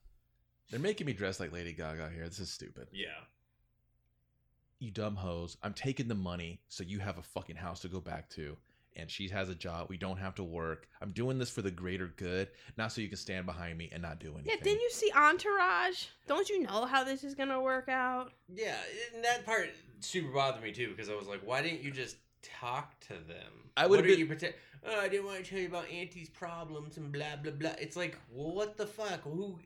S1: they're making me dress like Lady Gaga here. This is stupid.
S13: Yeah.
S1: you dumb hoes. I'm taking the money so you have a fucking house to go back to. And she has a job. We don't have to work. I'm doing this for the greater good, not so you can stand behind me and not do anything.
S14: Yeah, didn't you see Entourage? Don't you know how this is gonna work out?
S13: Yeah, and that part super bothered me too, because I was like, Why didn't you just talk to them?
S1: I would've
S13: What are
S1: been-
S13: you pretend Oh, I didn't want to tell you about Auntie's problems and blah blah blah. It's like, well, what the fuck? Who?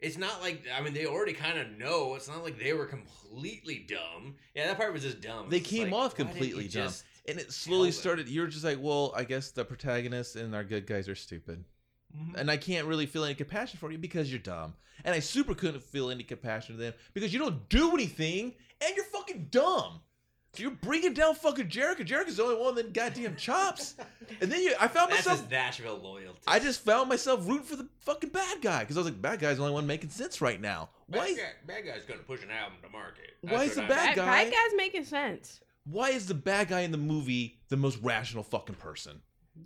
S13: It's not like I mean they already kind of know. It's not like they were completely dumb. Yeah, that part was just dumb.
S1: They
S13: It's
S1: came
S13: like,
S1: off
S13: why didn't you
S1: completely dumb.
S13: just-
S1: And it slowly
S13: tell them?
S1: started. You were just like, well, I guess the protagonists and our good guys are stupid.
S13: Mm-hmm.
S1: and I can't really feel any compassion for you because you're dumb. And I super couldn't feel any compassion for them because you don't do anything and you're fucking dumb. So you're bringing down fucking Jericho. Jericho's the only one that goddamn chops. And then you, I found
S13: That's
S1: myself
S13: his Nashville loyalty.
S1: I just found myself rooting for the fucking bad guy because I was like, bad guy's the only one making sense right now. Why?
S13: Bad, guy- bad guy's gonna push an album to market.
S1: Why is
S13: That's
S1: the
S13: what I-
S1: bad guy?
S14: Bad guy's making sense.
S1: Why is the bad guy in the movie the most rational fucking person?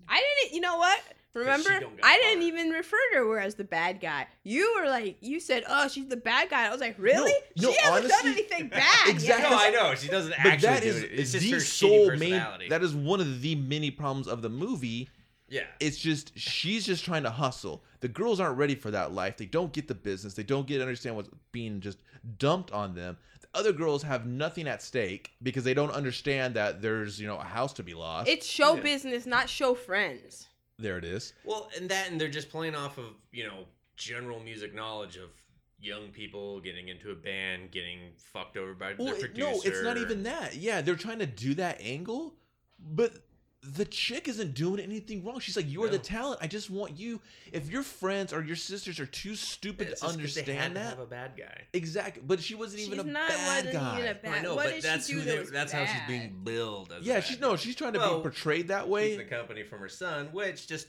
S14: I didn't. You know what? Remember,
S1: don't got
S14: I didn't even refer to her as the bad guy. You were like, you said, "Oh, she's the bad guy." I was like, "Really?
S1: no,
S14: she hasn't
S1: honestly-
S14: done anything bad."
S1: Exactly.
S14: Yet.
S15: No, I know. She doesn't actually do it. It's just her shitty
S1: main.
S15: personality.
S1: That is one of the many problems of the movie.
S15: Yeah.
S1: It's just she's just trying to hustle. The girls aren't ready for that life. They don't get the business. They don't get understand what's being just dumped on them. The other girls have nothing at stake because they don't understand that there's you know a house to be lost.
S14: It's show
S1: Yeah.
S14: business, not show friends.
S1: There it is.
S13: Well, and that, and they're just playing off of you know general music knowledge of young people getting into a band, getting fucked over by
S1: Well,
S13: their
S1: it-
S13: producer.
S1: no, it's not even that. Yeah, they're trying to do that angle, but the chick isn't doing anything wrong. She's like, "You're the talent. I just want you. If your friends or your sisters are too stupid
S13: It's
S1: to
S13: just 'cause they had
S1: understand
S13: to
S1: that,
S13: have a bad guy.
S1: exactly." But she wasn't even
S14: She's
S1: a
S14: not-
S1: bad
S14: wasn't
S1: guy.
S14: even a bad-
S13: I know,
S14: what
S13: but
S14: did she
S13: that's
S14: do
S13: who
S14: that
S13: they,
S14: was
S13: that's how she's being billed. As a
S1: yeah,
S13: bad
S1: she's no, she's trying to
S13: Well,
S1: be portrayed that way.
S13: She's the company from her son, which just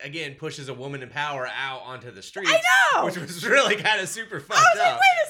S13: again pushes a woman in power out onto the streets.
S14: know!
S13: which was really kind of super fucked
S14: I was like,
S13: up.
S14: "Wait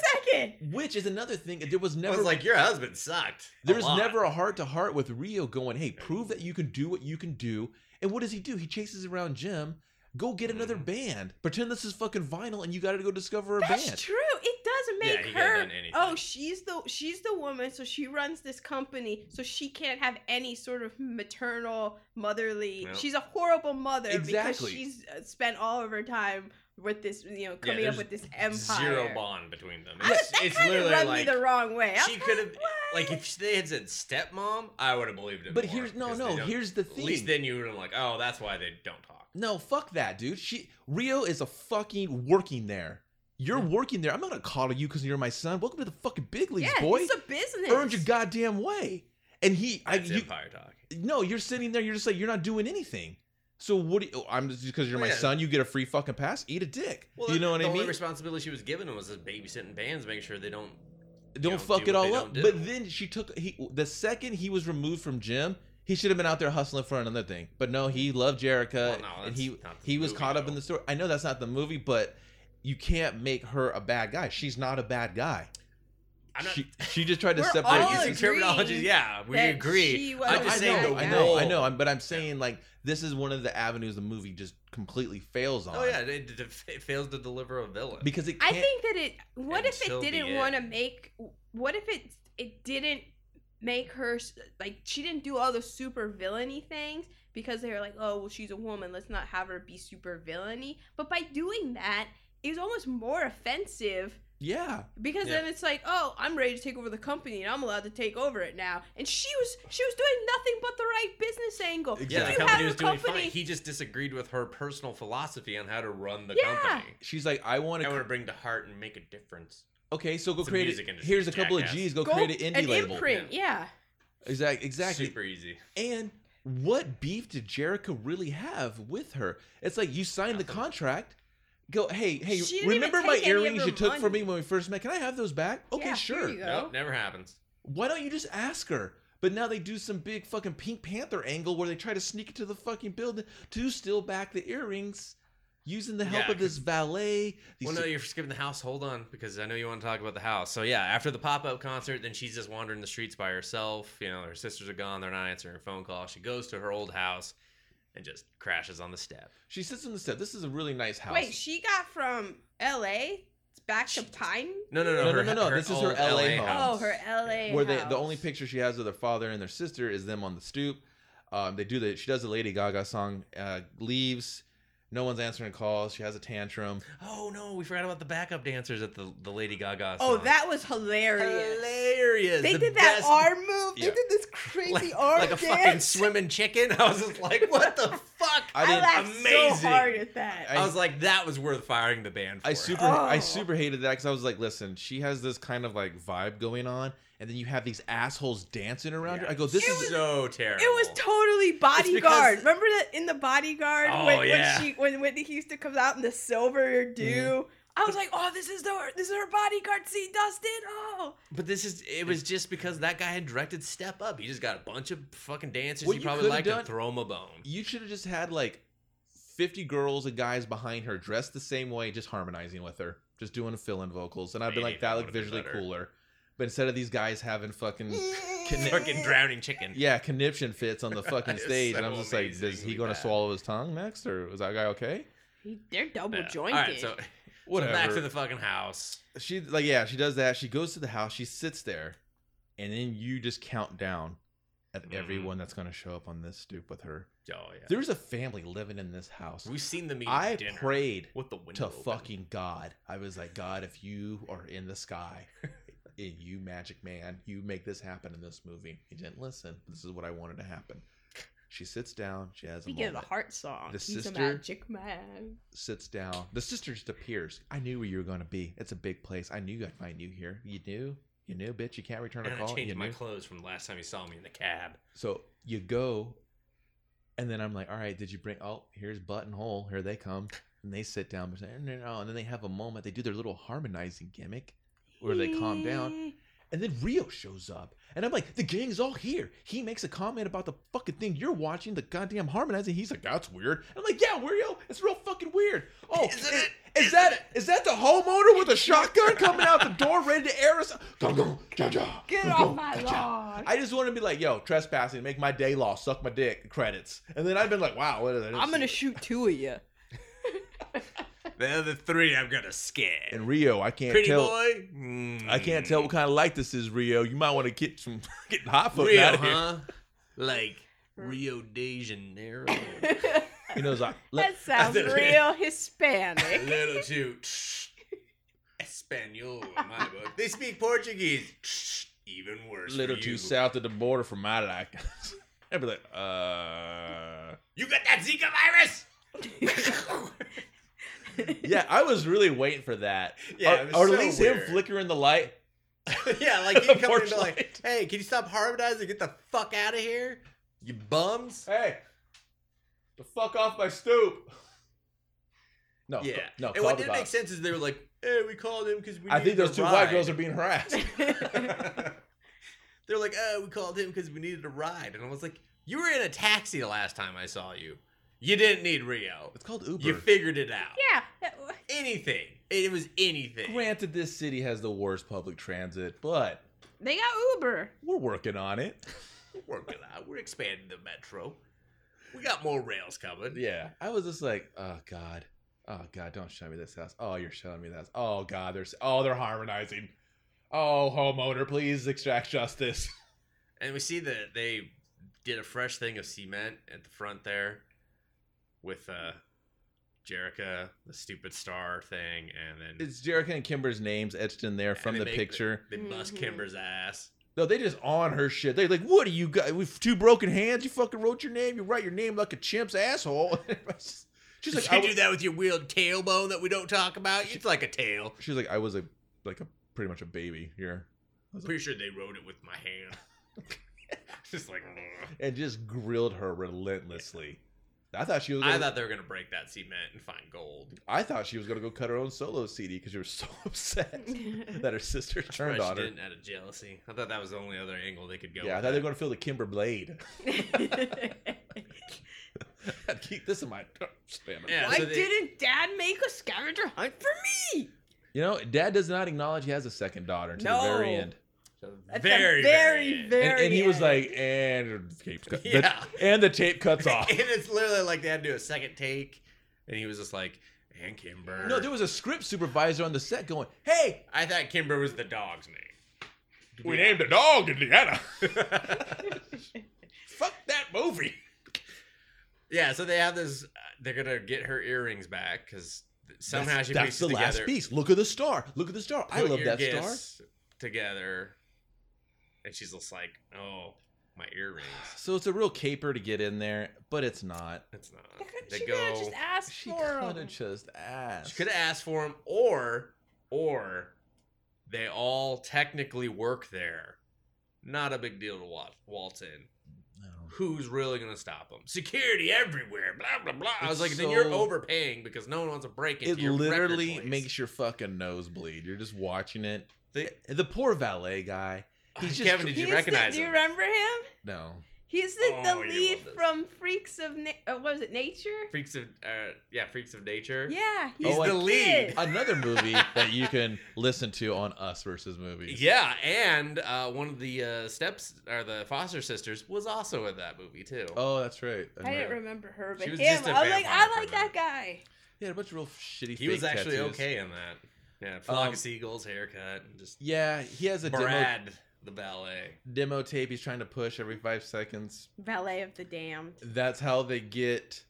S14: a second.
S1: Which is another thing. There was never
S13: I was like, your husband sucked.
S1: There was
S13: a lot.
S1: never a heart to heart with Rio going, "Hey, prove that you can do what you can do." And what does he do? He chases around Jim. Go get another
S13: Mm-hmm.
S1: band. Pretend this is fucking vinyl, and you got to go discover a
S14: That's
S1: band.
S14: true. It doesn't
S1: Yeah,
S14: make
S1: he could've
S14: her.
S1: done anything.
S14: Oh, she's the she's the woman, so she runs this company, so she can't have any sort of maternal, motherly.
S13: No.
S14: She's a horrible mother because
S13: Exactly.
S14: she's uh, spent all of her time with this, you know,
S13: Yeah,
S14: coming up
S13: there's
S14: with this empire.
S13: Zero bond between them.
S14: I- that kind of rubbed me the wrong way. I
S13: she
S14: was
S13: could have like if they had said stepmom, I would have believed it.
S1: But
S13: more,
S1: here's- no,
S13: 'cause
S1: no,
S13: they don't-
S1: here's the
S13: At
S1: thing.
S13: least then you would have been like, oh, that's why they don't talk.
S1: No, fuck that, dude. She Rio is a fucking working there. You're
S13: Mm-hmm.
S1: working there. I'm not gonna coddle you because you're my son. Welcome to the fucking big leagues,
S14: Yeah,
S1: boy.
S14: it's a business.
S1: Earned your goddamn way. And he, I, you,
S13: empire talk.
S1: No, you're sitting there. You're just like you're not doing anything. So what? Do you, oh, I'm just because you're my
S13: Yeah.
S1: son. You get a free fucking pass. Eat a dick.
S13: Well,
S1: you know
S13: the
S1: what I
S13: only
S1: mean?
S13: responsibility she was given was just babysitting bands, making sure they don't
S1: don't
S13: know,
S1: fuck
S13: do
S1: it
S13: what they
S1: all
S13: don't
S1: up.
S13: do.
S1: But then she took he the second he was removed from gym, he should have been out there hustling for another thing. But no, he loved Jerica, and he he was caught up in the story. I know that's not the movie, but you can't make her a bad guy. She's not a bad guy. she, she just tried to
S13: We're
S1: separate.
S13: all Using terminology, agreeing yeah, we that agree. she was I'm just
S1: I
S13: saying
S1: know,
S13: the
S1: I know, I
S13: role.
S1: know. I'm- but I'm saying like this is one of the avenues the movie just completely fails on.
S13: Oh yeah, it, it, it fails to deliver a villain
S1: because it
S14: I
S1: can't.
S14: think that it. What if
S13: so
S14: it
S13: be
S14: didn't
S13: it.
S14: want to make? What if it it didn't make her s- like she didn't do all the super villainy things because they were like, oh well, she's a woman. Let's not have her be super villainy. But by doing that, it was almost more offensive
S1: yeah,
S14: because then it's like, oh, I'm ready to take over the company and I'm allowed to take over it now. And she was she was doing nothing but the right business angle. If
S13: Yeah, the
S14: you have
S13: company
S14: a
S13: was doing
S14: company-
S13: fine. He just disagreed with her personal philosophy on how to run the
S14: Yeah.
S13: company.
S1: She's like, I want
S13: to. I want to bring the heart and make a difference.
S1: Okay, so go
S13: It's a
S1: create.
S13: music
S1: A,
S13: industry,
S1: here's a couple of
S13: jackass.
S1: G's. Go,
S13: Go-
S1: create an indie
S14: an
S1: label.
S14: imprint, yeah.
S1: Exactly. Exactly.
S13: Super easy.
S1: And what beef did Jericho really have with her? It's like you signed the contract. Go, hey, hey,
S13: She didn't even
S1: remember my
S13: take any of
S1: earrings
S13: her
S1: you took from
S13: money.
S1: me when we first met? Can I have those back? Okay,
S13: Yeah, here
S1: sure.
S13: you go. Nope, never happens.
S1: Why don't you just ask her? But now they do some big fucking Pink Panther angle where they try to sneak into the fucking building to steal back the earrings using the help
S13: Yeah,
S1: of this valet. these
S13: Well, no,
S1: sec-
S13: you're skipping the house. Hold on, because I know you want to talk about the house. So yeah, after the pop up concert, then she's just wandering the streets by herself. You know, her sisters are gone. They're not answering her phone call. She goes to her old house and just crashes on the step.
S1: She sits on the step. This is a really nice house.
S14: Wait, she got from L.A. back to Pine.
S13: No, no, no,
S1: no,
S13: her-
S1: no, no.
S13: her
S1: this is her
S13: old
S1: LA,
S13: LA
S1: home.
S13: house.
S14: Oh, her L.A.
S1: where
S14: house.
S1: they, the only picture she has of their father and their sister is them on the stoop. Um, they do the she does the Lady Gaga song, uh, leaves. No one's answering calls. She has a tantrum.
S13: Oh no, we forgot about the backup dancers at the, the Lady Gaga.
S14: Oh,
S13: song.
S14: that was hilarious.
S13: Hilarious.
S14: They
S13: The
S14: did that
S13: best-
S14: arm move. They
S13: Yeah.
S14: did this crazy
S13: like,
S14: arm
S13: like a
S14: dance.
S13: fucking swimming chicken. I was just like, what the fuck?
S1: I didn't-
S14: laughed so
S13: Amazing.
S14: hard Oh, at that.
S13: I, was like, that was worth firing the band for.
S1: I super I super hated that because I was like, listen, she has this kind of like vibe going on, and then you have these assholes dancing around her. I go, this
S13: It
S1: is
S13: was- so terrible.
S14: It was totally bodyguard. Remember that in the bodyguard
S13: Oh,
S14: when,
S13: yeah. Mm-hmm.
S14: when she when Whitney Houston comes out in the silver do. I was like, oh, this is the this is her bodyguard scene, Dustin. Oh,
S13: But this is it was just because that guy had directed Step Up. He just got a bunch of fucking dancers
S1: What
S13: he
S1: you
S13: probably
S1: could've
S13: liked
S1: done-
S13: and throw him a bone.
S1: you should have just had like 50 girls and guys behind her dressed the same way just harmonizing with her just doing fill-in vocals and i've been
S13: Maybe
S1: like that
S13: that
S1: looked
S13: would've been
S1: visually
S13: better.
S1: cooler but instead of these guys having fucking conni-
S13: fucking drowning chicken.
S1: yeah conniption fits on the fucking
S13: It's
S1: stage and
S13: so
S1: i'm just like is
S13: amazingly
S1: he gonna
S13: bad.
S1: swallow his tongue next or is that guy okay
S14: He- they're double
S13: Yeah.
S14: jointed.
S13: Alright, so, so back
S1: Whatever.
S13: to the fucking house.
S1: she like yeah she does that she goes to the house she sits there and then you just count down at everyone that's gonna show up on this stoop with her
S13: Oh Mm-hmm. yeah.
S1: there's a family living in this house
S13: We've seen them eat
S1: I
S13: dinner
S1: prayed
S13: with the
S1: to
S13: window open.
S1: fucking God. I was like, God, if you are in the sky, and you magic man, you make this happen in this movie. He didn't listen. This is what I wanted to happen. She sits down. She has a
S14: Speaking of the
S1: moment,
S14: heart song,
S1: The
S14: he's a
S1: sister-
S14: magic man.
S1: Sits down. The sister just appears. I knew where you were going to be. It's a big place. I knew I'd find you here. You knew. You knew, bitch. You can't return
S13: And
S1: a
S13: I
S1: call.
S13: changed
S1: You
S13: my
S1: knew.
S13: clothes from the last time you saw me in the cab.
S1: So you go, and then I'm like, all right, did you bring? Oh, here's buttonhole. Here they come, and they sit down. but say, "No, no, no," And then they have a moment. They do their little harmonizing gimmick, where they calm down, and then Rio shows up, and I'm like, the gang's all here. He makes a comment about the fucking thing you're watching, the goddamn harmonizing. He's like, that's weird. I'm like, yeah, Rio, it's real fucking weird. Oh, is is that is that the homeowner with a shotgun coming out the door ready to air us?
S14: Get off my lawn.
S1: I just want to be like, yo, trespassing, make my day law, suck my dick, credits. And then I've been like, wow, what is this?
S14: I'm gonna shoot two of you.
S13: The other three I'm gonna scare.
S1: And Rio, I can't
S13: Pretty
S1: tell.
S13: boy? Hmm.
S1: I can't tell what kind of light this is, Rio. You might want to get some get hot foot
S13: Rio,
S1: out of
S13: huh? Like Rio de Janeiro.
S1: here. You know, it's like,
S14: That sounds real Hispanic.
S13: A little too tsh, Espanol in my book. They speak Portuguese. Tsh, Even worse.
S1: little
S13: for
S1: too
S13: you.
S1: south of the border for my liking. I'd be like, uh.
S13: You got that Zika virus?
S1: Yeah, I was really waiting for that.
S13: Yeah,
S1: Or-
S13: it was
S1: or,
S13: so
S1: at least him
S13: weird.
S1: flickering the light.
S13: yeah, like he comes in and be like, "Hey, can you stop harmonizing? Get the fuck out of here, you bums!"
S1: Hey, the fuck off my stoop. No,
S13: yeah,
S1: ca- no,
S13: And
S1: call
S13: what
S1: the
S13: didn't make
S1: cops.
S13: sense is they were like, "Hey, we called him because we."
S1: I think
S13: needed a
S1: those two white girls are
S13: ride."
S1: being harassed.
S13: They're like, "Oh, we called him because we needed a ride," and I was like, "You were in a taxi the last time I saw you. You didn't need Rio.
S1: It's called Uber.
S13: You figured it out.
S14: yeah.
S13: Anything. It was anything.
S1: Granted, this city has the worst public transit, but
S14: They got Uber.
S1: we're working on it.
S13: We're working on. it. We're expanding the metro. We got more rails coming.
S1: Yeah, I was just like, oh god, oh god, don't show me this house. Oh, you're showing me this. Oh god, there's oh they're harmonizing. Oh homeowner, please extract justice.
S13: And we see that they did a fresh thing of cement at the front there with uh Jerica, the stupid star thing, and then
S1: It's Jerica and Kimber's names etched in there
S13: and
S1: from
S13: they
S1: the
S13: make-
S1: picture.
S13: They bust Kimber's ass.
S1: No, they just on her shit. They're like, what are you got? With two broken hands, you fucking wrote your name. You write your name like a chimp's asshole. She's
S13: Did
S1: like,
S13: you
S1: I
S13: do
S1: wa-
S13: that with your weird tailbone that we don't talk about? It's like a tail.
S1: She's like, I was a like a pretty much a baby here,
S13: I'm pretty sure they wrote it with my hand. Just like ugh.
S1: and just grilled her relentlessly. I thought she was. Gonna,
S13: I thought they were gonna break that cement and find gold.
S1: I thought she was gonna go cut her own solo CD because you were so upset that her sister turned
S13: Probably she
S1: on her.
S13: didn't out of jealousy. I thought that was the only other angle they could go.
S1: Yeah, I
S13: with
S1: thought they
S13: that.
S1: were gonna feel the Kimber blade. I'd keep this in my spam. it.
S13: Yeah,
S14: Why
S13: so they-
S14: didn't Dad make a scavenger hunt for me?
S1: You know, Dad does not acknowledge he has a second daughter until the
S14: No.
S1: very end.
S14: At the very,
S13: very, very, end.
S1: And,
S14: very.
S1: and he was
S14: end.
S1: like, and the tape cut. the-
S13: Yeah.
S1: and the tape cuts off.
S13: and it's literally like they had to do a second take, and he was just like, "And Kimber."
S1: No, there was a script supervisor on the set going, "Hey,
S13: I thought Kimber was the dog's name.
S1: we named a
S13: Oh,
S1: dog Indiana." Fuck that movie.
S13: Yeah, so they have this. Uh, they're gonna get her earrings back because somehow
S1: that's,
S13: she
S1: that's
S13: pieces
S1: the
S13: together.
S1: last piece. Look at the star. Look at the star. I
S13: put
S1: love
S13: your
S1: that star.
S13: gifts Together, and she's just like, "Oh, my earrings."
S1: So it's a real caper to get in there, but it's not.
S13: It's not.
S14: she
S13: They
S14: could have
S13: go.
S14: just asked
S1: She
S14: for
S1: could have
S14: him.
S1: just asked.
S13: She could have asked for them, or or they all technically work there, Not a big deal to waltz, waltz in. Who's really gonna stop him? Security everywhere, blah blah blah. I was
S1: It's
S13: like, then you're
S1: so-
S13: overpaying because no one wants to break into
S1: It
S13: your record
S1: literally
S13: place.
S1: makes your fucking nose bleed. You're just watching it. The, the poor valet guy. He's just
S13: Kevin, did you
S14: He's the-
S13: recognize
S14: do you
S13: him?
S14: remember him?
S1: No.
S14: He's the, the
S13: Oh, you're gonna
S14: lead
S13: love this.
S14: from Freaks of Na- uh, what was it Nature?
S13: freaks of uh, yeah, freaks of nature.
S14: Yeah, he's
S13: he's
S1: Oh,
S13: the
S1: I-
S13: lead.
S1: Another movie that you can listen to on Us versus movies.
S13: Yeah, and uh, one of the uh, steps or the foster sisters was also in that movie too.
S1: Oh, that's right.
S14: I didn't remember her, but
S13: She was
S14: him.
S13: just a
S14: I was like,
S13: vampire
S14: I
S13: for a
S14: like that guy.
S1: He had a bunch of real shitty.
S13: He was
S1: fake
S13: actually
S1: tattoos.
S13: okay in that. Yeah, flock
S1: Um,
S13: of seagulls, haircut, and just
S1: Yeah, he has a
S13: Brad the ballet.
S1: demo demo tape. He's trying to push every five seconds.
S14: Valet of the Damned.
S1: That's how they get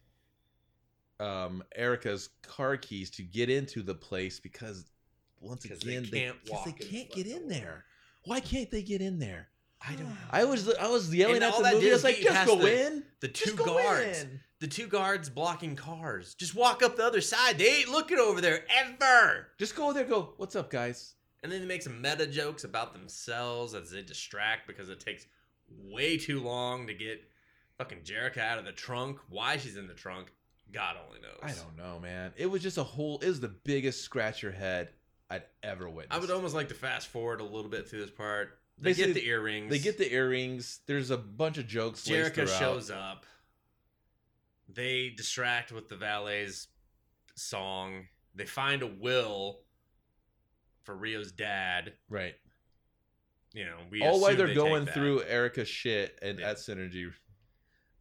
S1: um Erica's car keys to get into the place because once
S13: 'Cause they
S1: again
S13: can't
S1: 'cause
S13: walk
S1: they
S13: in
S1: can't
S13: the
S1: get
S13: front
S1: in
S13: door.
S1: there. Why can't they get in there?
S13: I don't know.
S1: I was I was yelling
S13: And
S1: at
S13: all
S1: the
S13: that
S1: movie.
S13: did
S1: I
S13: was
S1: was like,
S13: get
S1: just
S13: past
S1: go
S13: the-
S1: in.
S13: The two
S1: Just go
S13: guards,
S1: in.
S13: the two guards blocking cars. Just walk up the other side. They ain't looking over there ever.
S1: Just go there. Go. What's up, guys?
S13: And then they make some meta jokes about themselves as they distract because it takes way too long to get fucking Jerica out of the trunk. Why she's in the trunk, God only knows.
S1: I don't know, man. It was just a whole. It was the biggest scratch your head I'd ever witnessed.
S13: I would almost like to fast forward a little bit through this part. They
S1: Basically,
S13: get the earrings.
S1: They get the earrings. There's a bunch of jokes. laced
S13: Jerica
S1: throughout.
S13: shows up. They distract with the valet's song. They find a will for Rio's dad.
S1: Right.
S13: You know, we
S1: All while
S13: assume
S1: they're
S13: they take
S1: going
S13: that.
S1: through Erica's shit and at Synergy.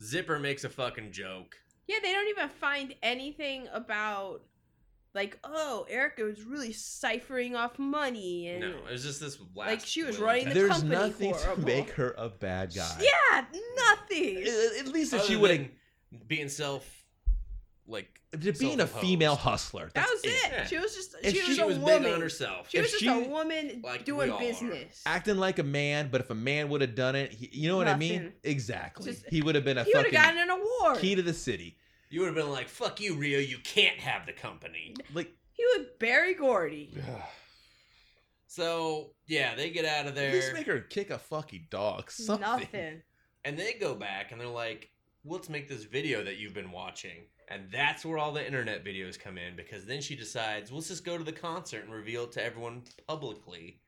S13: Zipper makes a fucking joke.
S14: Yeah, they don't even find anything about like, oh, Erica was really ciphering off money and
S13: No, it was just this last.
S14: Like, she was
S13: will
S14: running
S13: that-
S14: the
S1: There's
S14: company
S1: nothing
S14: horrible.
S1: to make her a bad guy.
S14: yeah, nothing.
S1: At- At least if
S13: Other
S1: she would have
S13: than being self, like
S1: being a
S13: self-imposed.
S1: female hustler.
S14: that
S1: That's
S14: was it.
S13: Yeah.
S14: She was just
S1: If
S14: she was
S1: she
S14: a
S1: was big
S14: woman.
S13: on herself.
S14: She was
S1: If
S14: just
S1: she-
S14: a woman
S13: Like we
S14: doing
S13: all are.
S14: business.
S1: acting like a man, but if a man would have done it, he, you know what I mean?
S14: Nothing.
S1: Exactly.
S14: Just-
S1: he would have been a
S14: he would have
S1: fucking
S14: gotten an award.
S1: key to the city.
S13: You would have been like, "Fuck you, Rio. You can't have the company."
S1: Like
S14: He was Barry Gordy.
S13: So yeah, they get out of
S1: at least
S13: there,
S1: make her kick a fucking dog. Something.
S14: Nothing.
S13: and they go back, and they're like, "Let's make this video that you've been watching." And that's where all the internet videos come in because then she decides, "Let's just go to the concert and reveal it to everyone publicly."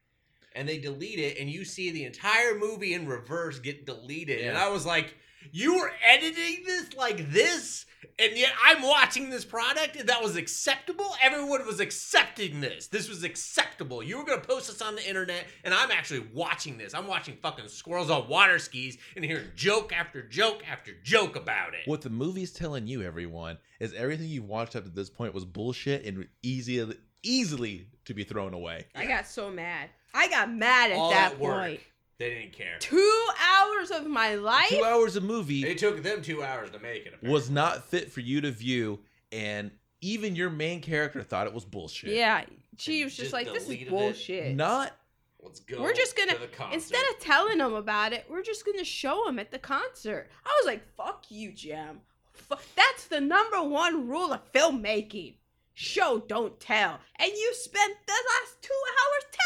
S13: And they delete it, and you see the entire movie in reverse get deleted. And
S1: Yeah.
S13: I was like, "You were editing this like this." And yet, I'm watching this product, and that was acceptable. Everyone was accepting this. This was acceptable. You were gonna post this on the internet, and I'm actually watching this. I'm watching fucking squirrels on water skis and hearing joke after joke after joke about it.
S1: What the movie's telling you, everyone, is everything you've watched up to this point was bullshit and easy, easily to be thrown away.
S14: I got so mad. I got mad at
S13: All
S14: that
S13: at work,
S14: point.
S13: they didn't care.
S14: Two hours of my life.
S1: Two hours of movie
S13: It took them two hours to make it. Apparently.
S1: was not fit for you to view, and even your main character thought it was bullshit.
S14: Yeah, she was
S13: And
S14: just,
S13: just
S14: like, this is
S13: deleted it.
S14: bullshit.
S1: Not
S13: Let's go.
S14: we're just gonna
S13: to the concert.
S14: instead of telling them about it, we're just gonna show them at the concert. I was like, "Fuck you, Jim. Fuck, that's the number one rule of filmmaking: show, don't tell." And you spent the last two hours telling me.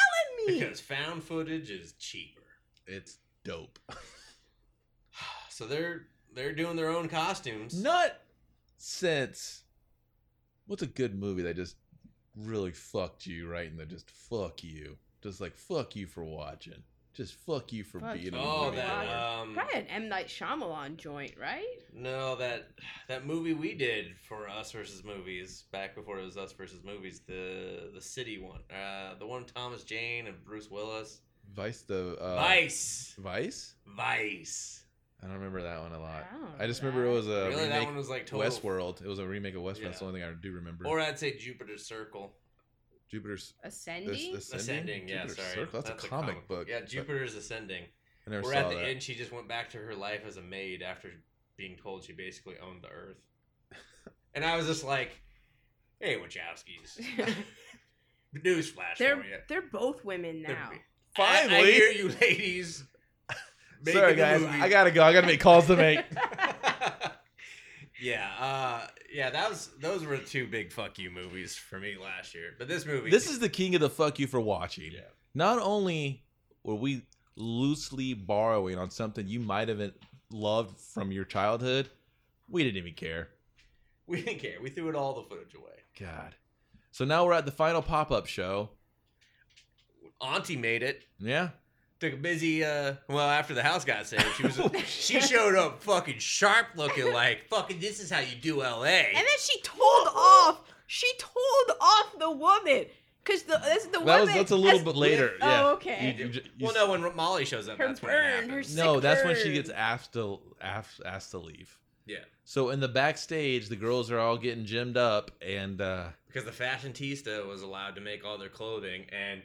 S13: because found footage is cheaper.
S1: it's dope.
S13: So they're they're doing their own costumes.
S1: Not since what's a good movie that just really fucked you right and they just fuck you, just like fuck you for watching, just fuck you for
S14: Fuck
S1: being.
S14: you.
S1: a
S13: Oh,
S1: movie
S13: that
S1: lover.
S13: um,
S14: Probably an M Night Shyamalan joint, right?
S13: No, that that movie we did for Us versus Movies back before it was Us versus Movies, the the city one, uh, the one with Thomas Jane and Bruce Willis.
S1: Vice the uh,
S13: Vice,
S1: Vice.
S13: Vice.
S1: I don't remember that one a lot.
S14: I don't
S1: I, just
S14: remember
S1: remember it was a
S13: Really,
S1: uh, remake
S13: that one was like total.
S1: Westworld. It was a remake of Westworld. That's the
S13: Yeah.
S1: only thing I do remember.
S13: Or uh, I'd say Jupiter's Circle.
S1: Jupiter's
S14: Ascending.
S1: Ascending?
S13: Ascending, yeah,
S1: Jupiter's
S13: sorry.
S1: Circle? That's a comic book.
S13: Yeah,
S1: But-
S13: Jupiter's Ascending.
S1: I never
S13: We're
S1: saw
S13: at the
S1: that.
S13: end. She just went back to her life as a maid after being told she basically owned the earth. and I was just like, "Hey, Wachowskis, newsflash
S14: They're
S13: for you."
S14: they're both women now.
S13: I, I
S1: Finally,
S13: hear you, ladies. making
S1: sorry
S13: a
S1: guys,
S13: movie.
S1: I gotta go. I gotta make calls to make.
S13: yeah, uh, yeah. That was those were two big fuck you movies for me last year. But this movie,
S1: this is the king of the fuck you for watching.
S13: yeah.
S1: Not only were we loosely borrowing on something you might have loved from your childhood, we didn't even care.
S13: We didn't care. We threw it all the footage away.
S1: God. So now we're at the final pop up show.
S13: Auntie made it.
S1: Yeah.
S13: Took a busy. uh Well, after the house got saved, she was. she showed up fucking sharp looking, like fucking. This is how you do L.A.
S14: And then she told off. She told off the woman because the this, the
S1: That
S14: woman.
S1: was that's a little bit later.
S14: Oh,
S1: yeah.
S14: okay.
S1: You- you ju- you
S13: well, no, when Molly shows up,
S14: Her
S13: that's when. it
S14: burn,
S13: happened.
S14: her sick
S1: no, that's when she
S14: burn.
S1: gets asked to asked, asked to leave.
S13: Yeah.
S1: So in the backstage, the girls are all getting gymmed up, and uh,
S13: because the fashionista was allowed to make all their clothing and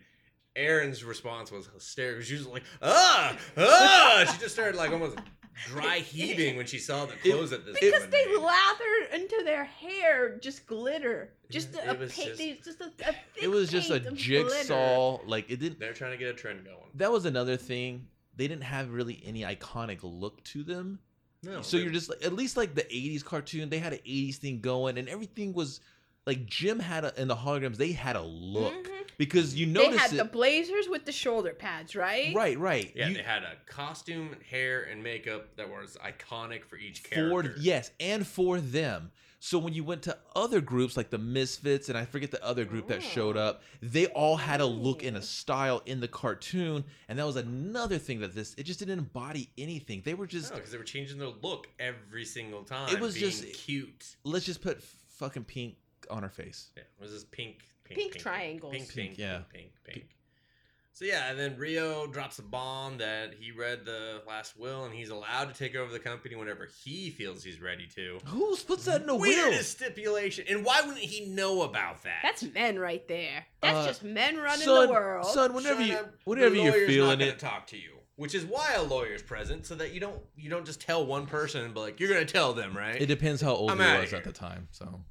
S13: Aaron's response was hysterical. She was like, ah, ah. She just started like almost dry heaving when she saw the clothes at this
S14: Because
S13: woman
S14: they
S13: made.
S14: lathered into their hair just glitter, just a,
S13: It was
S14: pa-
S13: just-
S14: they- just a, a thick
S1: it was just a
S14: paint of
S1: jigsaw. Like it didn't.
S13: They're trying to get a trend going.
S1: That was another thing. They didn't have really any iconic look to them.
S13: No,
S1: So
S13: they-
S1: you're just like at least like the '80s cartoon. They had an '80s thing going, and everything was like Jim had a, in the holograms. They had a look because you
S14: glitter. Mm-hmm. They
S1: notice
S14: had the
S1: it.
S14: blazers with the shoulder pads, right?
S1: right, right.
S13: Yeah,
S1: You-
S13: they had a costume, hair, and makeup that was iconic for each
S1: for
S13: character.
S1: yes and for them so when you went to other groups like the misfits and i forget the other group that showed
S13: Oh.
S1: up they all had a look and a style in the cartoon and that was another thing that this it just didn't embody anything they were just
S13: because they were changing their look every single time.
S1: it was
S13: being
S1: just
S13: cute
S1: let's just put fucking pink on her face
S13: Yeah, it was this pink, pink,
S14: Pink triangles.
S13: pink, pink,
S1: Pink, yeah.
S13: pink, pink, pink. So yeah, and then Rio drops a bomb that he read the last will, and he's allowed to take over the company whenever he feels he's ready to.
S1: who puts that in a will
S13: Weirdest stipulation, and why wouldn't he know about that?
S14: That's men right there. That's
S13: Uh,
S14: just men running
S1: son-
S14: the world.
S1: son, whenever you-
S13: Shut up.
S1: whenever
S13: The
S1: you're
S13: lawyer's
S1: feeling
S13: not gonna
S1: it.
S13: talk to you, which is why a lawyer's present, so that you don't you don't just tell one person and be like, you're gonna tell them, right?
S1: it depends how old
S13: I'm
S1: he
S13: outta
S1: was
S13: here.
S1: at the time so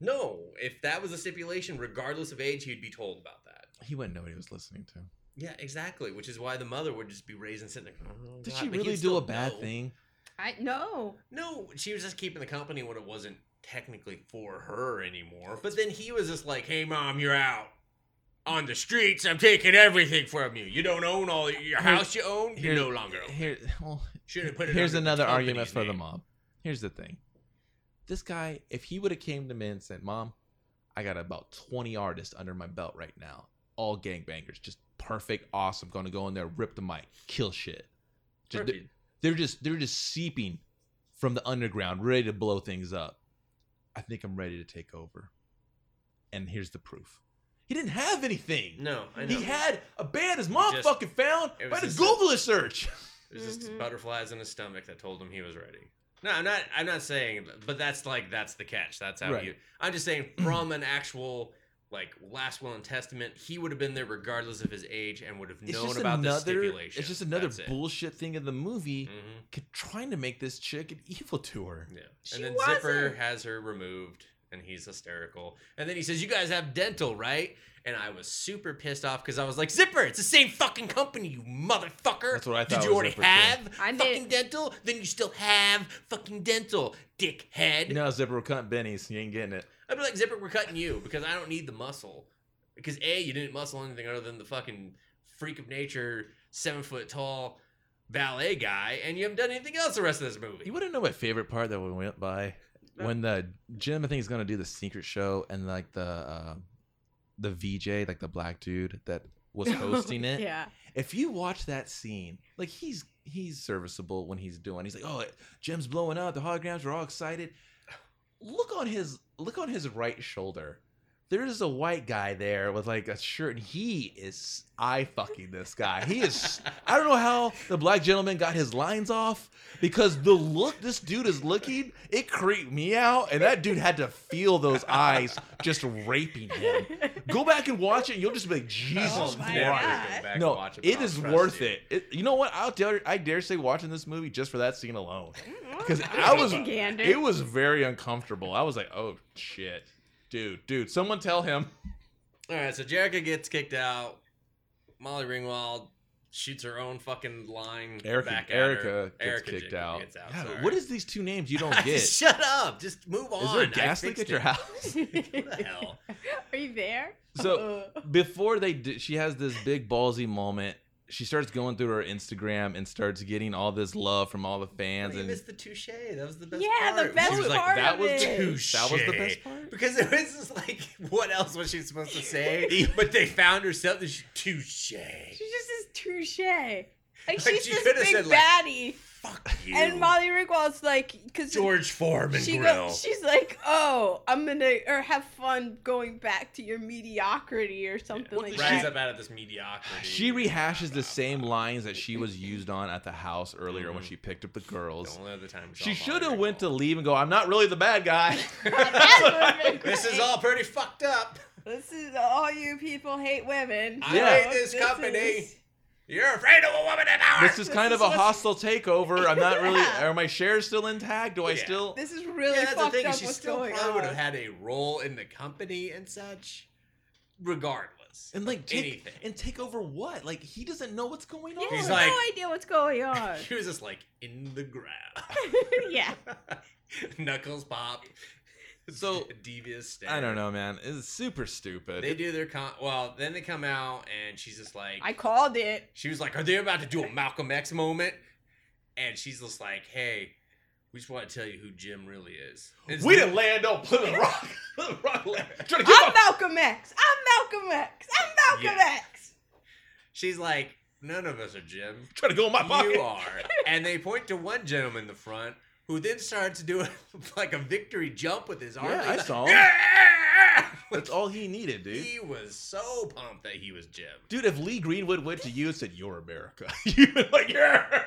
S13: No, if that was a stipulation, regardless of age, he'd be told about that.
S1: he wouldn't know what he was listening to
S13: Yeah, exactly. Which is why the mother would just be raised and sitting there. "Oh,
S1: did
S13: God,"
S1: she
S13: but he'd
S1: really do
S13: still
S1: a bad
S13: know.
S1: thing
S14: I no.
S13: No, she was just keeping the company when it wasn't technically for her anymore. But then he was just like, "Hey, mom, you're out on the streets. I'm taking everything from you. You don't own all your house. You own. You
S1: Here-
S13: no longer own.
S1: here well
S13: Should have put it.
S1: here's
S13: under the
S1: another
S13: company's
S1: argument for the
S13: name.
S1: mom. Here's the thing. This guy, if he would have came to me and said, Mom, I got about 20 artists under my belt right now. All gangbangers. Just perfect, awesome. Gonna go in there, rip the mic, kill shit. Just, they're,
S13: Perfect.
S1: they're just they're just seeping from the underground, ready to blow things up. I think I'm ready to take over. And here's the proof. He didn't have anything.
S13: No, I know.
S1: He had a band his mom
S13: just-
S1: fucking found
S13: it
S1: by
S13: was
S1: the
S13: just a-
S1: Google search.
S13: It was just butterflies in his stomach that told him he was ready. No, I'm not. I'm not saying, but that's like that's the catch. That's how
S1: Right.
S13: you. I'm just saying from an actual like last will and testament, he would have been there regardless of his age and would have known about this stipulation.
S1: It's just another
S13: That's it.
S1: bullshit thing in the movie
S13: Mhm.
S1: c- trying to make this chick an evil doer.
S13: Yeah,
S14: She
S13: and then
S14: wasn't.
S13: Zipper has her removed, and he's hysterical. And then he says, "You guys have dental, right?" And I was super pissed off because I was like, "Zipper, it's the same fucking company, you motherfucker."
S1: That's what I
S13: Did
S1: thought
S13: you
S1: was
S13: already
S1: Zipper, too.
S13: have
S14: I
S13: fucking
S14: did-
S13: dental? Then you still have fucking dental, dickhead.
S1: No, Zipper cunt Benny's. You ain't getting it.
S13: I'd be like, Zipper, we're cutting you because I don't need the muscle. Because A, you didn't muscle anything other than the fucking freak of nature, seven foot tall ballet guy, and you haven't done anything else the rest of this movie.
S1: You want to know my favorite part that we went by? When the Jim, I think, is going to do the secret show and like the uh, the VJ, like the black dude that was hosting it.
S14: Yeah.
S1: If you watch that scene, like he's he's serviceable when he's doing. He's like, oh, Jim's blowing up. The holograms are all excited. Look on his look on his right shoulder. There is a white guy there with like a shirt, and he is I fucking this guy. He is I don't know how the black gentleman got his lines off because the look this dude is looking, it creeped me out, and that dude had to feel those eyes just raping him. Go back and watch it, and you'll just be like, Jesus
S13: Oh my
S1: Christ
S13: God. Go back and
S1: no,
S13: watch it, but
S1: it
S13: I'll
S1: is
S13: trust
S1: worth
S13: you.
S1: it. it. You know what? I'll dare I dare say watching this movie just for that scene alone, because I was
S14: Gander.
S1: it was very uncomfortable. I was like, oh shit, dude, dude, someone tell him.
S13: All right, so Jerica gets kicked out. Molly Ringwald shoots her own fucking line
S1: Erica,
S13: back at her.
S1: Erica gets
S13: Erica
S1: kicked
S13: Jerica
S1: out.
S13: gets out,
S1: God,
S13: sorry.
S1: what is these two names you don't get? Is
S13: Shut up. Just move on.
S1: there a
S13: I
S1: gas leak at
S13: fixed
S1: your
S13: it.
S1: house?
S13: what the hell?
S14: Are you there?
S1: So before they, do, she has this big ballsy moment she starts going through her Instagram and starts getting all this love from all the fans.
S13: You
S1: And
S13: missed the touche. That was the best
S14: Yeah, the
S13: part.
S14: best
S1: she was like,
S14: part
S1: "That
S14: of
S1: was
S14: it.
S1: touche. That was the best
S13: Touche. Because it was just like, what else was she supposed to say? but they found herself and she, touche.
S14: She just is touche. Like
S13: Like,
S14: she's
S13: she
S14: this
S13: coulda
S14: big
S13: said, like,
S14: baddie.
S13: you.
S14: And Molly Ringwald's like, because
S13: George Foreman
S14: she
S13: grill.
S14: she's like, oh, I'm gonna or have fun going back to your mediocrity or something like
S13: Rise
S14: that.
S13: up out of this mediocrity.
S1: She rehashes the same lines that she was used on at the house earlier
S13: Mm.
S1: when she picked up the girls.
S13: Only other time. we saw
S1: She
S13: Molly
S1: should have went to leave and go, I'm not really the bad guy.
S13: This is all pretty fucked up.
S14: This is all you people hate women.
S13: I
S1: Yeah.
S13: hate this company. You're afraid of a woman in power.
S1: This is kind of a hostile takeover. I'm not really are my shares still intact? Do I
S13: Yeah.
S1: still
S14: This is really
S13: yeah, that's the
S14: fucked
S13: thing.
S14: up.
S13: is She
S14: what's
S13: still
S14: going
S13: probably would
S14: on.
S13: have had a role in the company and such, regardless.
S1: And like take
S13: anything.
S1: and take over what? Like he doesn't know what's going on.
S13: He's He's like-
S14: no idea what's going on.
S13: She was just like in the ground.
S14: yeah.
S13: Knuckles pop.
S1: So
S13: devious. Stare.
S1: I don't know, man. It's super stupid.
S13: They do their con. Well, then they come out and she's just like,
S14: I called it.
S13: she was like, "Are they about to do a Malcolm X moment?" And she's just like, "Hey, we just want to tell you who Jim really is." It's
S1: We
S13: Lou-
S1: didn't land on Plymouth Rock. Plymouth Rock land. Trying to
S14: I'm Malcolm X. I'm Malcolm X. I'm Malcolm
S13: Yeah.
S14: X.
S13: She's like, "None of us are Jim.
S1: Trying to go in my pocket."
S13: You are." and they point to one gentleman in the front who then starts doing like a victory jump with his arm.
S1: Yeah,
S13: He's
S1: I
S13: like,
S1: saw him. That's all he needed, dude.
S13: He was so pumped that he was Jim.
S1: Dude, if Lee Greenwood went to you and said, You're America, you'd be like, Yeah.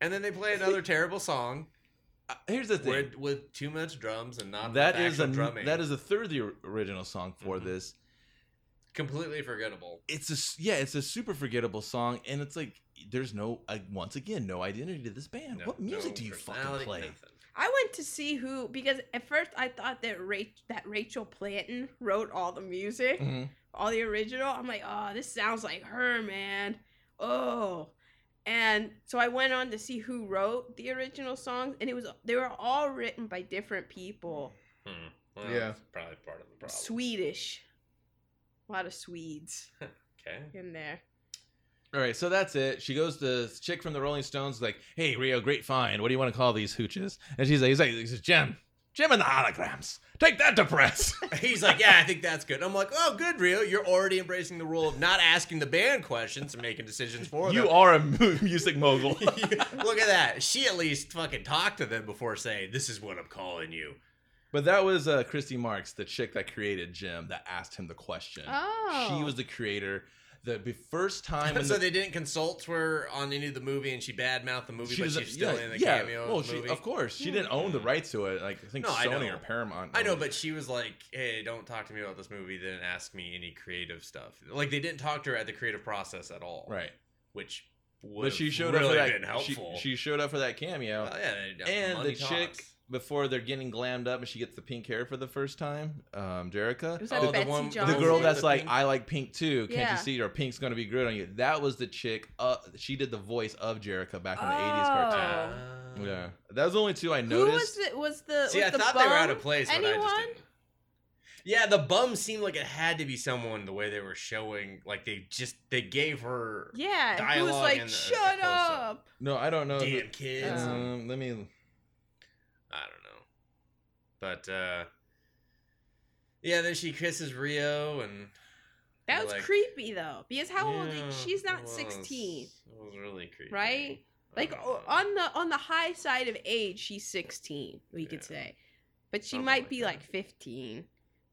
S13: And then they play another terrible song
S1: Uh, Here's the thing.
S13: with, with too much drums and not
S1: That is a
S13: actual drumming. Mm-hmm.
S1: that is a third of the or- original song for this.
S13: completely forgettable.
S1: It's a s- yeah, it's a super forgettable song, and it's like there's no uh, once again no identity to this band.
S13: No-
S1: what music
S13: no
S1: do you fucking
S13: personality,
S1: play?
S13: nothing.
S14: I went to see who because at first I thought that Ra- that Rachel Planton wrote all the music,
S1: Mhm.
S14: all the original. I'm like, oh, this sounds like her, man. Oh, and so I went on to see who wrote the original songs, and it was they were all written by different people.
S13: Hmm. Well,
S1: Yeah.
S13: that's probably part of the problem.
S14: Swedish, a lot of Swedes
S13: Okay.
S14: in there.
S1: All right, so that's it. She goes to this chick from the Rolling Stones, like, "Hey, Rio, great find. What do you want to call these hooches?" And she's like, "He's like, this is Jim, Jim and the holograms. Take that to press."
S13: He's like, yeah, I think that's good. I'm like, oh, good, Rio. You're already embracing the rule of not asking the band questions and making decisions for them.
S1: you are a mu- music mogul.
S13: Look at that. She at least fucking talked to them before saying, this is what I'm calling you.
S1: But that was uh, Christy Marks, the chick that created Jim, that asked him the question.
S14: Oh.
S1: She was the creator. The be- first time. in
S13: so
S1: the-
S13: they didn't consult her on any of the movie, and she badmouthed the movie,
S1: she
S13: but
S1: was a-
S13: she's still
S1: yeah,
S13: in the
S1: yeah.
S13: cameo.
S1: Well,
S13: of the
S1: she,
S13: movie. Hmm.
S1: of course, she didn't own the rights to it. Like I think
S13: No, I
S1: Sony
S13: know.
S1: or Paramount.
S13: I know,
S1: owned it.
S13: but she was like, "Hey, don't talk to me about this movie. Then ask me any creative stuff." Like they didn't talk to her at the creative process at all,
S1: right.
S13: Which would
S1: But she showed
S13: really
S1: up for
S13: been
S1: that. she-
S13: helpful.
S1: She, showed up for that cameo.
S13: Well, yeah,
S1: and the
S13: money
S1: chick
S13: talks.
S1: before they're getting glammed up, and she gets the pink hair for the first time. Um, Jerica.
S14: Was that
S13: Oh, the
S14: Betsy
S13: one- the
S1: the
S14: Johnson?
S1: girl
S13: Yeah.
S1: that's
S13: The
S1: like,
S13: pink-
S1: I like pink too. Can't
S14: Yeah.
S1: you see? Or pink's gonna be good on you. That was the chick. Uh, she did the voice of Jerica back in the '80s cartoon. Yeah, that was the only two I
S14: Oh. Who was
S1: noticed.
S14: it? Was the
S13: Uh, See,
S14: was
S13: I
S14: the
S13: thought they were out
S14: bum?
S13: of place, but I just
S14: Anyone?
S13: didn't. Yeah, the bum seemed like it had to be someone. The way they were showing, like they just they gave her
S14: Yeah, who was
S13: Dialogue
S14: like,
S13: in the-
S14: shut
S13: the close-up.
S14: up?
S1: No, I don't know. who-
S13: damn kids.
S1: Um, let me.
S13: I don't know. But uh yeah, then she kisses Rio and
S14: That
S13: you're
S14: was
S13: like,
S14: creepy though, because how old?
S13: yeah,
S14: Is, she's
S13: it
S14: not
S13: was-
S14: sixteen,
S13: It was really creepy.
S14: right?
S13: I
S14: Like
S13: don't
S14: o-
S13: know.
S14: on the on the high side of age, she's sixteen. We could say, but she
S13: Something
S14: might
S13: like
S14: be
S13: that.
S14: like fifteen.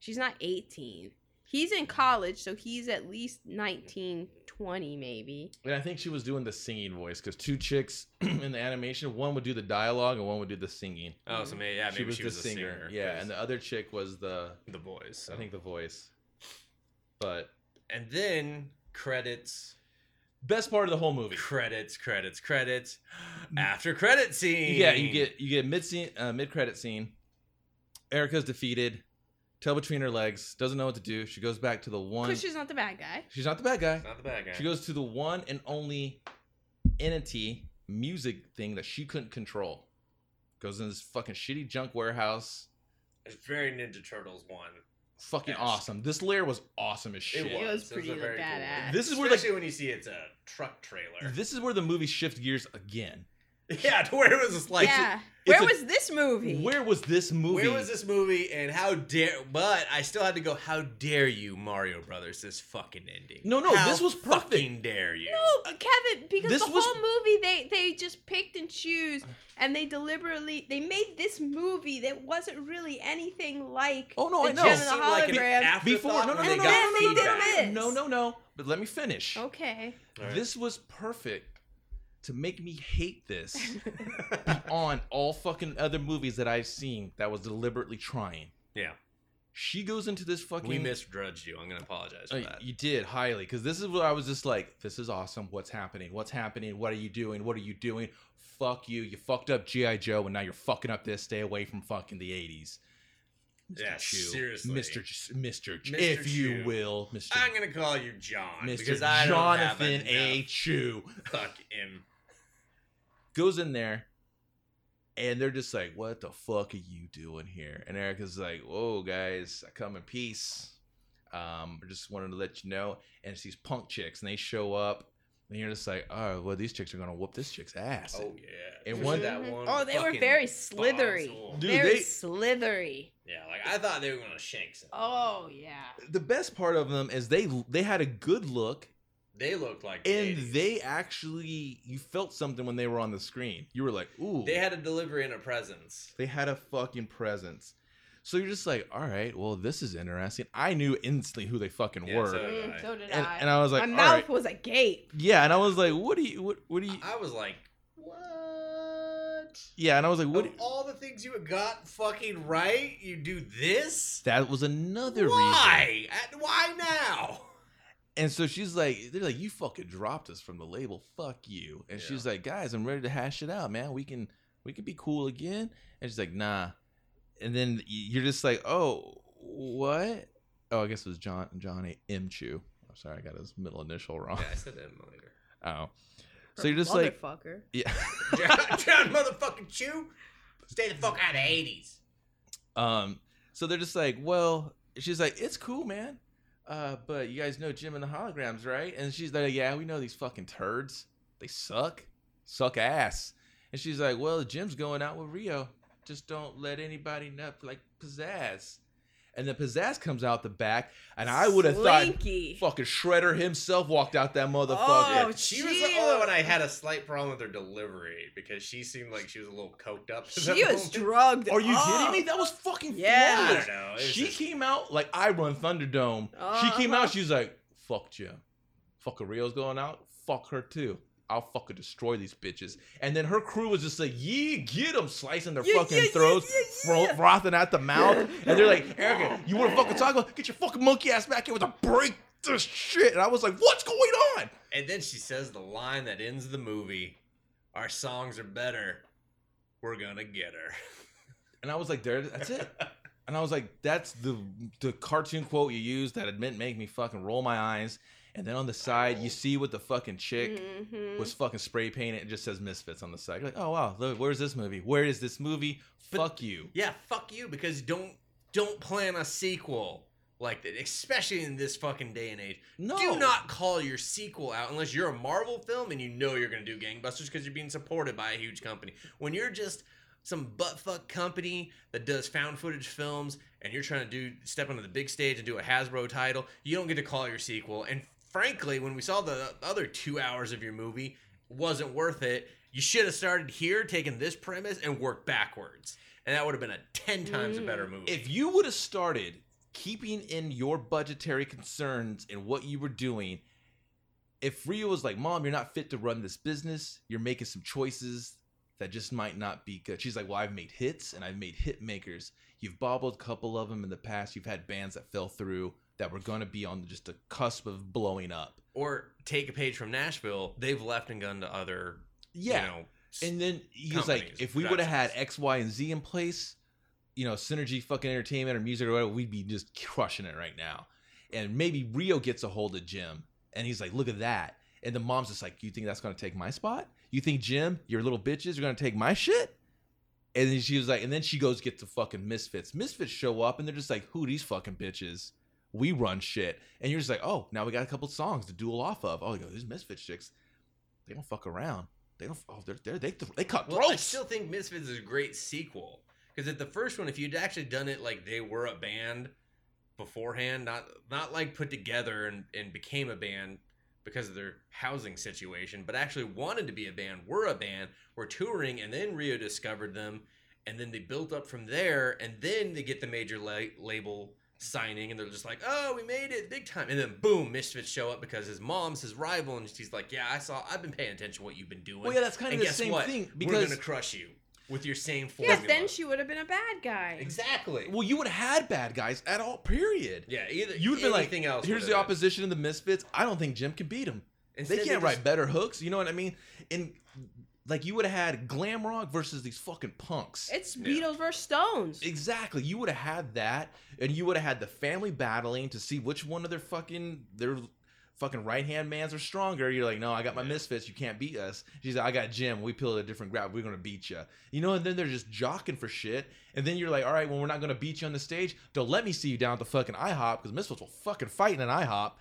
S14: She's not eighteen. He's in college, so he's at least 19, 20 maybe.
S1: And I think she was doing the singing voice because two chicks in the animation, one would do the dialogue and one would do the singing.
S13: Oh, so maybe yeah, maybe she was, a singer.
S1: Yeah,
S13: 'cause
S1: and the other chick was the
S13: the boys. so.
S1: I think the voice. But
S13: and then credits,
S1: best part of the whole movie.
S13: credits, credits, credits. After credit scene.
S1: Yeah, you get you get mid scene, uh, mid credit scene. Erica's defeated, tail between her legs, doesn't know what to do. She goes back to the one.
S14: Because she's not the bad guy.
S1: she's not the bad guy.
S13: not the bad guy.
S1: She goes to the one and only entity music thing that she couldn't control. Goes in this fucking shitty junk warehouse.
S13: It's very Ninja Turtles one.
S1: fucking awesome. This lair was awesome as shit.
S14: It was pretty
S13: very cool
S14: badass.
S13: lair.
S1: This is where, like-
S13: especially when you see it's a truck trailer.
S1: This is where the movie shifts gears again.
S13: Yeah, to where it was just like
S14: yeah.
S1: it's
S14: Where
S1: a-
S14: was this movie?
S1: Where was this movie?
S13: Where was this movie and how dare but I still had to go, how dare you, Mario Brothers, this fucking ending.
S1: No, no,
S13: How
S1: this was perfect.
S13: fucking dare you.
S14: No, Kevin, because
S1: This
S14: the
S1: was-
S14: whole movie they they just picked and choose, and they deliberately they made this movie that wasn't really anything like.
S1: Oh no,
S14: the
S1: I know.
S14: Gem and the hologram.
S1: Before, no, no, no, no, no,
S14: they
S1: no,
S14: did
S1: no,
S14: this.
S1: no, no, no. But let me finish.
S14: Oh. Okay.
S1: This was perfect to make me hate this beyond all fucking other movies that I've seen that was deliberately trying.
S13: Yeah.
S1: She goes into this fucking.
S13: We misdrudged you. I'm gonna apologize for
S1: Uh,
S13: that.
S1: you did highly because this is what I was just like. This is awesome. What's happening? What's happening? What are you doing? What are you doing? Fuck you. You fucked up GI Joe, and now you're fucking up this. Stay away from fucking the '80s. Mr.
S13: Yeah,
S1: Chu,
S13: seriously.
S1: Mr. Ch- Mr. Ch-
S13: Mr.
S1: if you
S13: Chu.
S1: will, Mr.
S13: I'm gonna call you John
S1: Mr.
S13: because I don't
S1: Jonathan
S13: have
S1: A.
S13: enough.
S1: Chu.
S13: Fuck him.
S1: goes in there and they're just like, What the fuck are you doing here? And Erica's like, Whoa, guys, I come in peace. Um, I just wanted to let you know. And it's these punk chicks, and they show up, and you're just like, Oh, well, these chicks are gonna whoop this chick's ass.
S13: Oh yeah.
S1: And
S13: Especially
S1: one-
S13: that
S14: Mhm.
S13: one
S14: Oh, they were
S13: fucking
S14: very
S13: bomb
S14: slithery.
S13: tool.
S1: Dude,
S14: very
S1: they-
S14: slithery.
S13: Yeah, like I thought they were gonna shank some.
S14: Oh yeah.
S1: The best part of them is they they had a good look,
S13: They looked like
S1: and
S13: they,
S1: they actually you felt something when they were on the screen. You were like, Ooh,
S13: they had a delivery and a presence.
S1: They had a fucking presence. So you're just like, all right, well, this is interesting. I knew instantly who they fucking
S13: Yeah,
S1: were.
S13: so did
S14: Mm,
S13: I.
S14: so did
S1: And-
S14: I.
S1: and I was like,
S14: my
S1: all
S14: mouth
S1: right.
S14: was agape.
S1: Yeah, and I was like, what do you, what, what do you?
S13: I was like, what?
S1: Yeah, and I was like, what?
S13: Of all the things you got fucking right, you do this?
S1: That was another reason.
S13: Why? At- Why now?
S1: And so she's like, they're like, you fucking dropped us from the label. Fuck you. And she's like, guys, I'm ready to hash it out, man. We can, we can be cool again. And she's like, nah. And then y- you're just like, oh, what? Oh, I guess it was John John M. Chu. I'm sorry, I got his middle initial wrong.
S13: Yeah, I said that earlier.
S1: Oh. So you're just like,
S14: Motherfucker.
S1: yeah.
S13: John, John motherfucking Chew, stay the fuck out of the 80s.
S1: Um, so they're just like, well, she's like, it's cool, man. Uh, but you guys know Jim and the holograms, right? And she's like, yeah, we know these fucking turds. They suck, suck ass. And she's like, well, Jim's going out with Rio. Just don't let anybody know, like pizzazz. And then pizzazz comes out the back, and I would have thought
S14: Slinky.
S1: fucking Shredder himself walked out that motherfucker.
S14: Oh,
S13: She was the only one I had a slight problem with her delivery because she seemed like she was a little coked up.
S14: She was drugged.
S1: Are you
S14: up.
S1: kidding me? That was fucking
S14: Yeah.
S1: flawless.
S13: I don't know. It was
S1: She
S13: Oh, just-
S1: came out like I run Thunderdome. She came
S14: Uh-huh.
S1: out, she was like, fuck Jim. Fuck Rio's going out. Fuck her too. I'll fucking destroy these bitches. And then her crew was just like, yeah, get them, slicing their
S14: Yeah,
S1: fucking
S14: yeah, yeah,
S1: throats,
S14: yeah,
S1: fro- frothing at the mouth. And they're like, Erica, you want to fucking talk about? Get your fucking monkey ass back here with a break this shit. And I was like, what's going on?
S13: And then she says the line that ends the movie Our songs are better. We're gonna get her.
S1: And I was like, there, that's it. And I was like, that's the the cartoon quote you used that had meant make me fucking roll my eyes. And then on the side, you see what the fucking
S14: Mm-hmm.
S1: chick was
S13: Mm-hmm.
S1: fucking spray painted. It just says Misfits on the side. You're like, oh wow, look, where's this movie? Where is this movie? Fuck you.
S13: yeah, fuck you because don't don't plan a sequel like that, especially in this fucking day and age.
S1: No.
S13: Do not call your sequel out unless you're a Marvel film and you know you're gonna do gangbusters because you're being supported by a huge company. When you're just some buttfuck company that does found footage films and you're trying to do step onto the big stage and do a Hasbro title, you don't get to call your sequel. And frankly, when we saw the other two hours of your movie, wasn't worth it. You should have started here, taken this premise, and worked backwards. And that would have been a ten times a better movie.
S1: If you would have started keeping in your budgetary concerns and what you were doing, if Rio was like, Mom, you're not fit to run this business, you're making some choices that just might not be good. She's like, Well, I've made hits and I've made hit makers. You've bobbled a couple of them in the past. You've had bands that fell through that were going to be on just the cusp of blowing up.
S13: or take a page from Nashville, they've left and gone to other,
S1: Yeah.
S13: you know, s-
S1: And then he was like,
S13: companies,
S1: if we would have had X, Y, and Z in place, you know, synergy fucking entertainment or music or whatever, we'd be just crushing it right now. And maybe Rio gets a hold of Jim and he's like, look at that. And the mom's just like, you think that's going to take my spot? You think, Jim, your little bitches are going to take my shit? And then she was like, and then she goes get the fucking misfits. Misfits show up and they're just like, who these fucking bitches? We run shit. And you're just like, oh, now we got a couple songs to duel off of. Oh, you go, these misfits chicks, they don't fuck around. They don't. Oh, they're, they're they they cut
S13: Well, I
S1: throats.
S13: still think Misfits is a great sequel because at the first one, if you'd actually done it like they were a band beforehand, not not like put together and, and became a band because of their housing situation, but actually wanted to be a band, were a band, were touring, and then Rio discovered them, and then they built up from there, and then they get the major la- label signing, and they're just like, oh, we made it big time, and then boom, Misfits show up because his mom's his rival, and she's like, yeah, I saw, I've been paying attention to what you've been doing.
S1: Well, yeah, that's kind of
S13: And
S1: the
S13: guess
S1: same
S13: what?
S1: thing,
S13: we're
S1: because-
S13: gonna crush you with your same
S14: Yeah,
S13: formula.
S14: then she would have been a bad guy.
S13: exactly.
S1: Well, you would have had bad guys at all. Period.
S13: Yeah, either
S1: You would have been like,
S13: anything else.
S1: here's the
S13: would've been.
S1: opposition in the Misfits. I don't think Jim can beat them.
S13: Instead,
S1: they
S13: they
S1: can't write
S13: just-
S1: better hooks. You know what I mean? And like you would have had glam rock versus these fucking punks.
S14: It's Beatles versus Stones.
S1: Exactly. You would have had that, and you would have had the family battling to see which one of their fucking their fucking right hand mans are stronger. You're like, no, I got my misfits. You can't beat us. She's like, I got Jim. We peel a different grab. We're gonna beat you. You know, and then they're just jocking for shit. And then you're like, all right, well, we're not gonna beat you on the stage. Don't let me see you down at the fucking IHOP because misfits will fucking fight in an IHOP.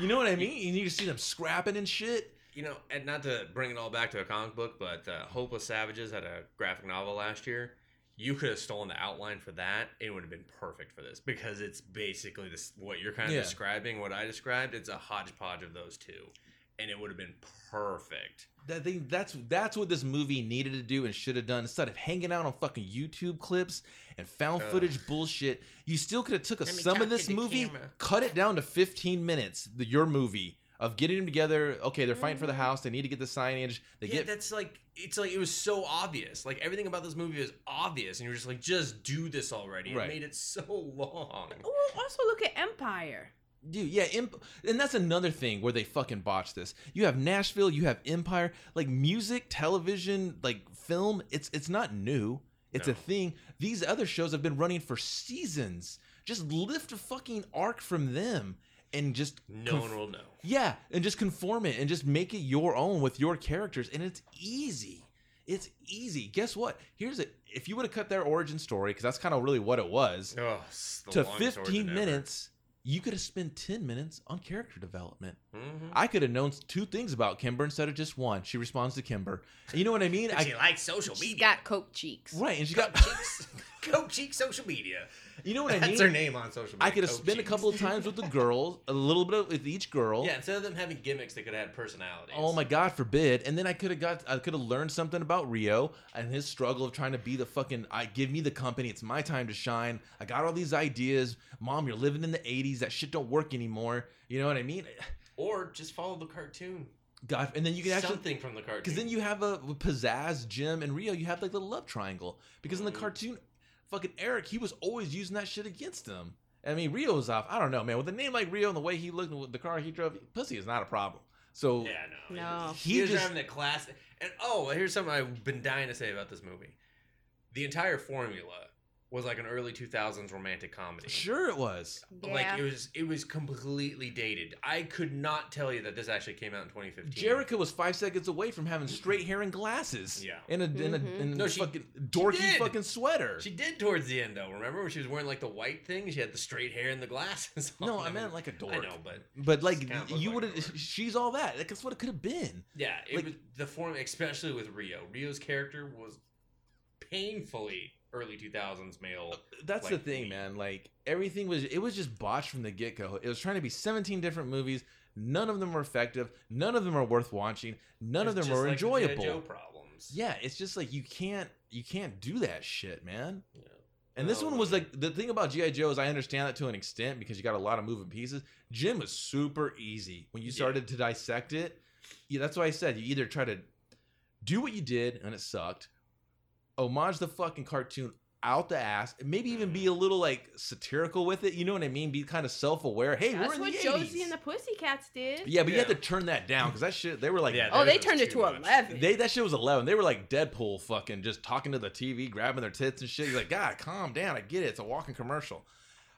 S1: You know what I mean? And you see them scrapping and shit.
S13: You know, and not to bring it all back to a comic book, but uh, Hopeless Savages had a graphic novel last year. You could have stolen the outline for that; it would have been perfect for this because it's basically this what you're kind of
S1: Yeah.
S13: describing, what I described. It's a hodgepodge of those two, and it would have been perfect.
S1: That thing that's that's what this movie needed to do and should have done. Instead of hanging out on fucking YouTube clips and found
S13: Ugh.
S1: footage bullshit, you still could have took a
S13: Let me
S1: sum
S13: talk
S1: of
S13: to
S1: this
S13: the
S1: movie,
S13: camera.
S1: cut it down to fifteen minutes. The, your movie of getting them together. Okay, they're fighting for the house. They need to get the signage. They
S13: Mm. yeah,
S1: get
S13: that's like it's like it was so obvious. Like everything about this movie was obvious, and you're just like, just do this already.
S1: Right.
S13: It made it so long.
S14: Well, also look at Empire.
S1: Dude, yeah, imp- and that's another thing where they fucking botch this. You have Nashville, you have Empire, like music, television, like film. It's it's not new. It's a thing. These other shows have been running for seasons. Just lift a fucking arc from them and just
S13: No
S1: conf-
S13: one will know.
S1: Yeah, and just conform it and just make it your own with your characters, and it's easy. It's easy. Guess what? Here's it. If you would have cut their origin story, because that's kind of really what it was,
S13: Oh, it's the
S1: to
S13: longest
S1: 15
S13: origin ever.
S1: minutes, you could have spent 10 minutes on character development.
S13: Mhm.
S1: I could have known two things about Kimber instead of just one. She responds to Kimber. And you know what I mean?
S13: But
S1: I,
S13: she likes social
S14: She
S13: media.
S14: got coke cheeks.
S1: right, and she got.
S13: Coke Cheek social media.
S1: You know what I mean?
S13: That's her name oh, on social media.
S1: I could have
S13: Coke
S1: spent a
S13: Cheeks.
S1: couple of times with the girls, a little bit of, with each girl.
S13: Yeah, instead of them having gimmicks, they could have had personality.
S1: Oh my God, forbid! And then I could have got, I could have learned something about Rio and his struggle of trying to be the fucking. I give me the company. It's my time to shine. I got all these ideas. Mom, you're living in the '80s. That shit don't work anymore. You know what I mean?
S13: Or just follow the cartoon.
S1: God, and then you can actually
S13: Something from the cartoon.
S1: Because then you have a with pizzazz, Jim, and Rio. You have like the love triangle. Because in the cartoon, fucking Eric, he was always using that shit against him. I mean, Rio was off. I don't know, man. With a name like Rio and the way he looked, and with the car he drove, pussy is not a problem. So
S13: Yeah, no.
S14: No.
S13: He,
S1: He
S13: was
S1: just-
S13: driving the class. And oh, here's something I've been dying to say about this movie. The entire formula was like an early 2000s romantic comedy.
S1: sure, it was.
S13: Like it was, it was completely dated. I could not tell you that this actually came out in 2015.
S1: Jerica was five seconds away from having straight hair and glasses.
S13: Yeah.
S1: and a and a, and
S13: No,
S1: a
S13: she-
S1: fucking dorky
S13: did.
S1: fucking sweater.
S13: She did towards the end though. Remember when she was wearing like the white thing? She had the straight hair and the glasses. on.
S1: no, I meant like a dork.
S13: I know, but
S1: but
S13: she
S1: like
S13: kinda looked
S1: you
S13: like
S1: would
S13: a dork.
S1: have. She's all that. Like, That's what it could have been.
S13: Yeah, it
S1: like-
S13: was the form, especially with Rio. Rio's character was painfully early two thousands male.
S1: that's the
S13: like,
S1: thing,
S13: lead.
S1: man. Like everything was, it was just botched from the get go. It was trying to be 17 different movies. None of them were effective. None of them are worth watching. None of
S13: It's
S1: them
S13: just
S1: are
S13: like the G.I.
S1: enjoyable.
S13: Joe problems.
S1: Yeah, it's just like you can't, you can't do that shit, man.
S13: Yeah.
S1: And this
S13: No,
S1: one was
S13: no.
S1: like the thing about GI Joe is I understand that to an extent because you got a lot of moving pieces. Jim was super easy when you
S13: Yeah.
S1: started to dissect it. Yeah, that's why I said you either try to do what you did and it sucked, homage the fucking cartoon out the ass, and maybe even be a little like satirical with it. You know what I mean? Be kind of self aware. Hey, we're
S14: That's
S1: in
S14: what
S1: the 80s.
S14: Josie and the Pussycats did.
S1: yeah, but you had
S13: Yeah.
S1: to turn that down because that shit they were like
S13: Yeah,
S14: Oh,
S13: Theirs
S14: they
S13: was
S14: turned it
S13: too
S14: to
S13: much.
S14: eleven.
S1: they that shit was eleven. They were like Deadpool, fucking just talking to the TV, grabbing their tits and shit. You're like, God, calm down. I get it. It's a walking commercial,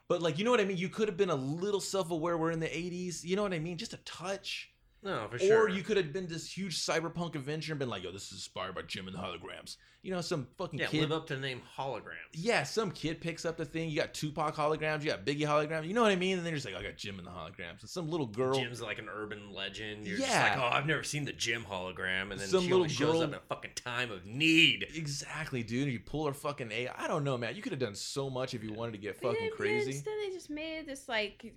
S1: but like, you know what I mean. You could have been a little self-aware. We're in the '80s. You know what I mean? Just a touch.
S13: No, for
S1: Or
S13: sure.
S1: you could have been this huge cyberpunk adventure and been like, yo, this is inspired by Jim and the holograms. You know, some fucking
S13: yeah,
S1: kid.
S13: live up to the name hologram.
S1: yeah, some kid picks up the thing. You got Tupac holograms, you got Biggie holograms. You know what I mean? And they're just like, I got Jim and the holograms. And some little girl.
S13: Jim's like an urban legend. You're
S1: Yeah.
S13: just like, oh, I've never seen the Jim hologram, and then
S1: Some
S13: she
S1: little
S13: only shows
S1: girl-
S13: up in a fucking time of need.
S1: Exactly, dude. You pull her fucking A. I don't know, man. You could have done so much if you wanted to get
S14: But
S1: fucking
S14: then-
S1: crazy.
S14: Instead, they just made this like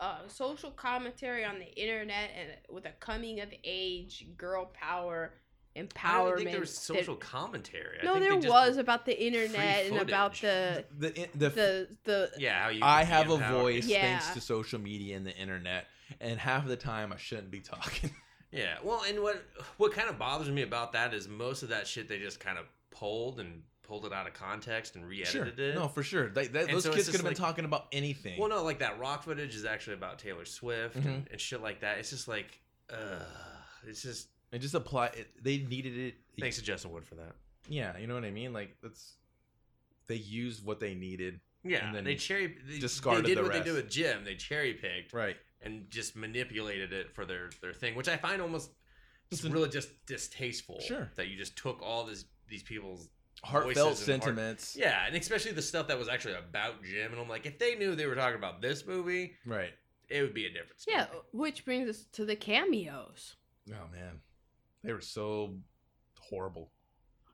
S14: uh, social commentary on the internet and with a coming of age, girl power, empowerment.
S13: I don't even think there was social commentary. I
S14: no,
S13: think they
S14: there
S13: just-
S14: was about the internet and
S13: footage.
S14: about the
S1: the
S14: the
S1: the-
S14: the,
S13: Yeah, how you
S1: I
S13: can be
S1: have a
S13: empowered.
S1: voice
S14: Yeah.
S1: thanks to social media and the internet, and half of the time I shouldn't be talking.
S13: Yeah. Well, and what what kind of bothers me about that is most of that shit they just kind of pulled and pulled it out of context and
S1: sure,
S13: re-edited it.
S1: no, for sure. They, that,
S13: And
S1: those
S13: so it's
S1: kids could
S13: just
S1: have
S13: like-
S1: been talking about anything.
S13: Well, no, like that rock footage is actually about Taylor Swift
S1: Mm-hmm.
S13: and, and shit like that. It's just like, uh, it's just
S1: It just apply. It, they needed it.
S13: thanks to Justin Wood for that.
S1: Yeah, you know what I mean. Like that's they used what they needed.
S13: Yeah,
S1: and then
S13: they cherry they,
S1: discarded
S13: they did
S1: the
S13: what
S1: rest.
S13: they did with Jim. They cherry picked
S1: right
S13: and just manipulated it for their their thing, which I find almost it's really just distasteful.
S1: Sure.
S13: that you just took all this these people's
S1: Heartfelt
S13: voices and heart-
S1: sentiments.
S13: yeah, and especially the stuff that was actually about Jim. And I'm like, if they knew they were talking about this movie,
S1: right?
S13: it would be a different story.
S14: yeah, which brings us to the cameos.
S1: Oh man, they were so horrible.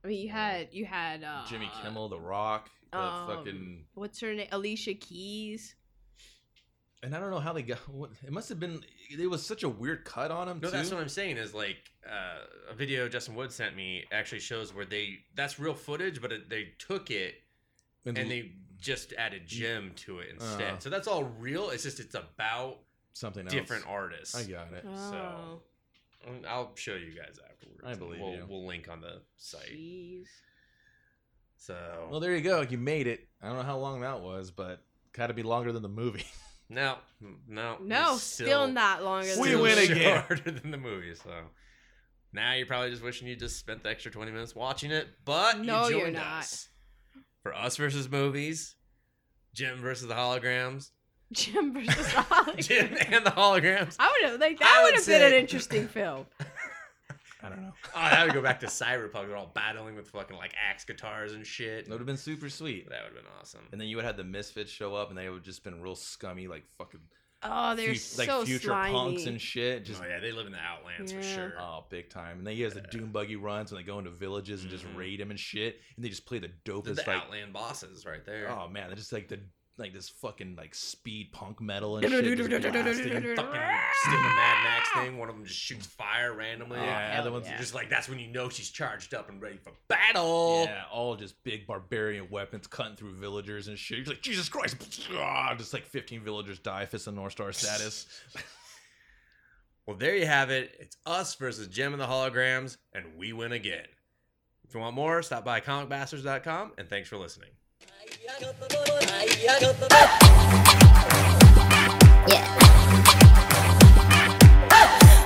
S14: I mean, you had you had uh,
S1: Jimmy Kimmel, The Rock, the
S14: um,
S1: fucking,
S14: what's her name, Alicia Keys.
S1: and I don't know how they got. What, it must have been. It was such a weird cut on them.
S13: No,
S1: too.
S13: that's what I'm saying is like uh, a video Justin Wood sent me actually shows where they that's real footage, but it, they took it
S1: And
S13: and,
S1: l-
S13: they just added Jim to it instead.
S1: Uh.
S13: so that's all real. It's just it's about
S1: Something else.
S13: different artists.
S1: I got it.
S14: Oh,
S13: So I mean, I'll show you guys afterwards.
S1: I believe
S13: we'll,
S1: you.
S13: We'll link on the site.
S14: Jeez.
S13: So
S1: Well, there you go. You made it. I don't know how long that was, but got to be longer than the movie.
S13: no, no,
S14: No,
S13: it's
S14: still, not longer. than
S1: We
S14: the
S13: still
S1: win
S14: movie.
S1: again.
S13: shorter than the movie. So now you're probably just wishing you just spent the extra 20 minutes watching it, but
S14: No,
S13: you
S14: you're
S13: joined
S14: not.
S13: us for us versus movies, Jim versus the holograms,
S14: Jim versus Holly.
S13: Jim and the holograms.
S14: I would have like
S13: I
S14: that
S13: would
S14: would have been
S13: say-
S14: an interesting film.
S1: I don't know.
S13: Oh, that would go back to Cyberpunk. They're all battling with fucking like axe guitars and shit.
S1: That would have been super sweet.
S13: That would have been awesome.
S1: And then you would have had the misfits show up, and they would have just been real scummy, like fucking.
S14: Oh, they're
S1: fut- like
S14: so
S1: future
S14: slimy.
S1: punks and shit. Just
S13: oh yeah, they live in the Outlands for
S14: Yeah.
S13: sure.
S1: oh, big time. And then he has the doom buggy runs, and they go into villages and just raid them and shit. And they just play the
S13: They're
S1: dopest
S13: Mm-hmm. the
S1: like.
S13: Outland bosses right there.
S1: Oh man, they're just like the like this fucking like speed punk metal and shit. just blasting and
S13: fucking still the Mad Max thing. One of them just shoots fire randomly.
S1: Oh, Yeah, hell
S13: the ones
S1: yeah.
S13: just like that's when you know she's charged up and ready for battle.
S1: Yeah, all just big barbarian weapons cutting through villagers and shit. You're like, Jesus Christ! Ah, Just like 15 villagers die, Fist of North Star status.
S13: Well, there you have it. It's us versus Jim and the holograms, and we win again. If you want more, stop by comicbastards.com, and thanks for listening.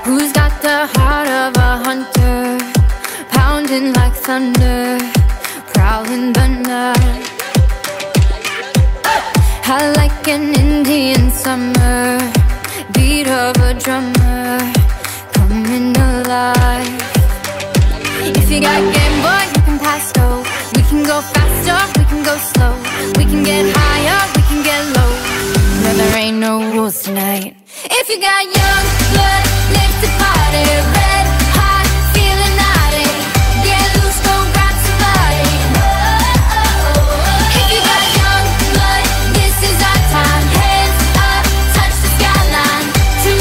S8: Who's got the heart of a hunter? Pounding like thunder, prowling the night. I like an Indian summer, beat of a drummer, coming alive. If you got Game Boy, you can pass go. We can go faster, we can go slow. We can get higher, we can get low. No, there ain't no rules tonight. If you got young blood, live to party. Red hot, feeling naughty. Get loose, go grab somebody. Oh, oh, oh. If you got young blood, this is our time. Hands up, touch the skyline.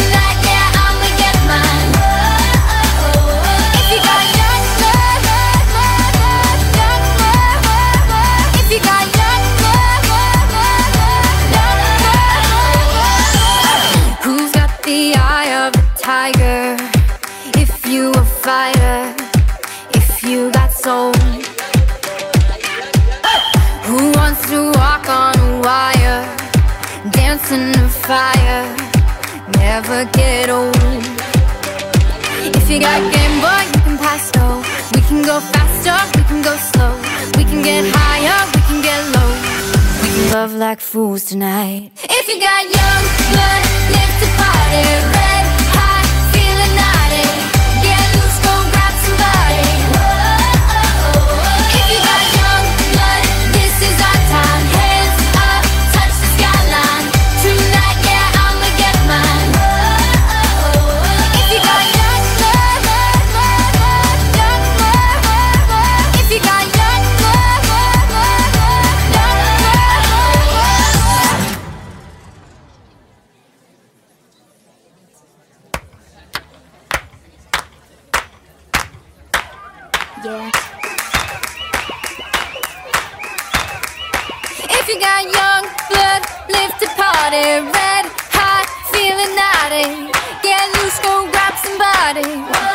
S8: Tonight, yeah, I'ma get mine. Oh, oh, oh. If you got young blood, blood, blood, blood, young blood, blood, blood. If you got young blood, blood, blood, blood, young blood, blood, blood. Who's got the eye of a tiger? If you a fighter, if you got soul. Who wants to walk on a wire? Dance in the fire, never get old. If you got Game Boy, you can pass go. We can go faster, we can go slow. We can get higher, we can get low. We can love like fools tonight. If you got young blood, live to party. Red hot, feeling nice. yeah. If you got young blood, live to party. Red hot, feeling naughty. Get loose, go grab somebody. Whoa.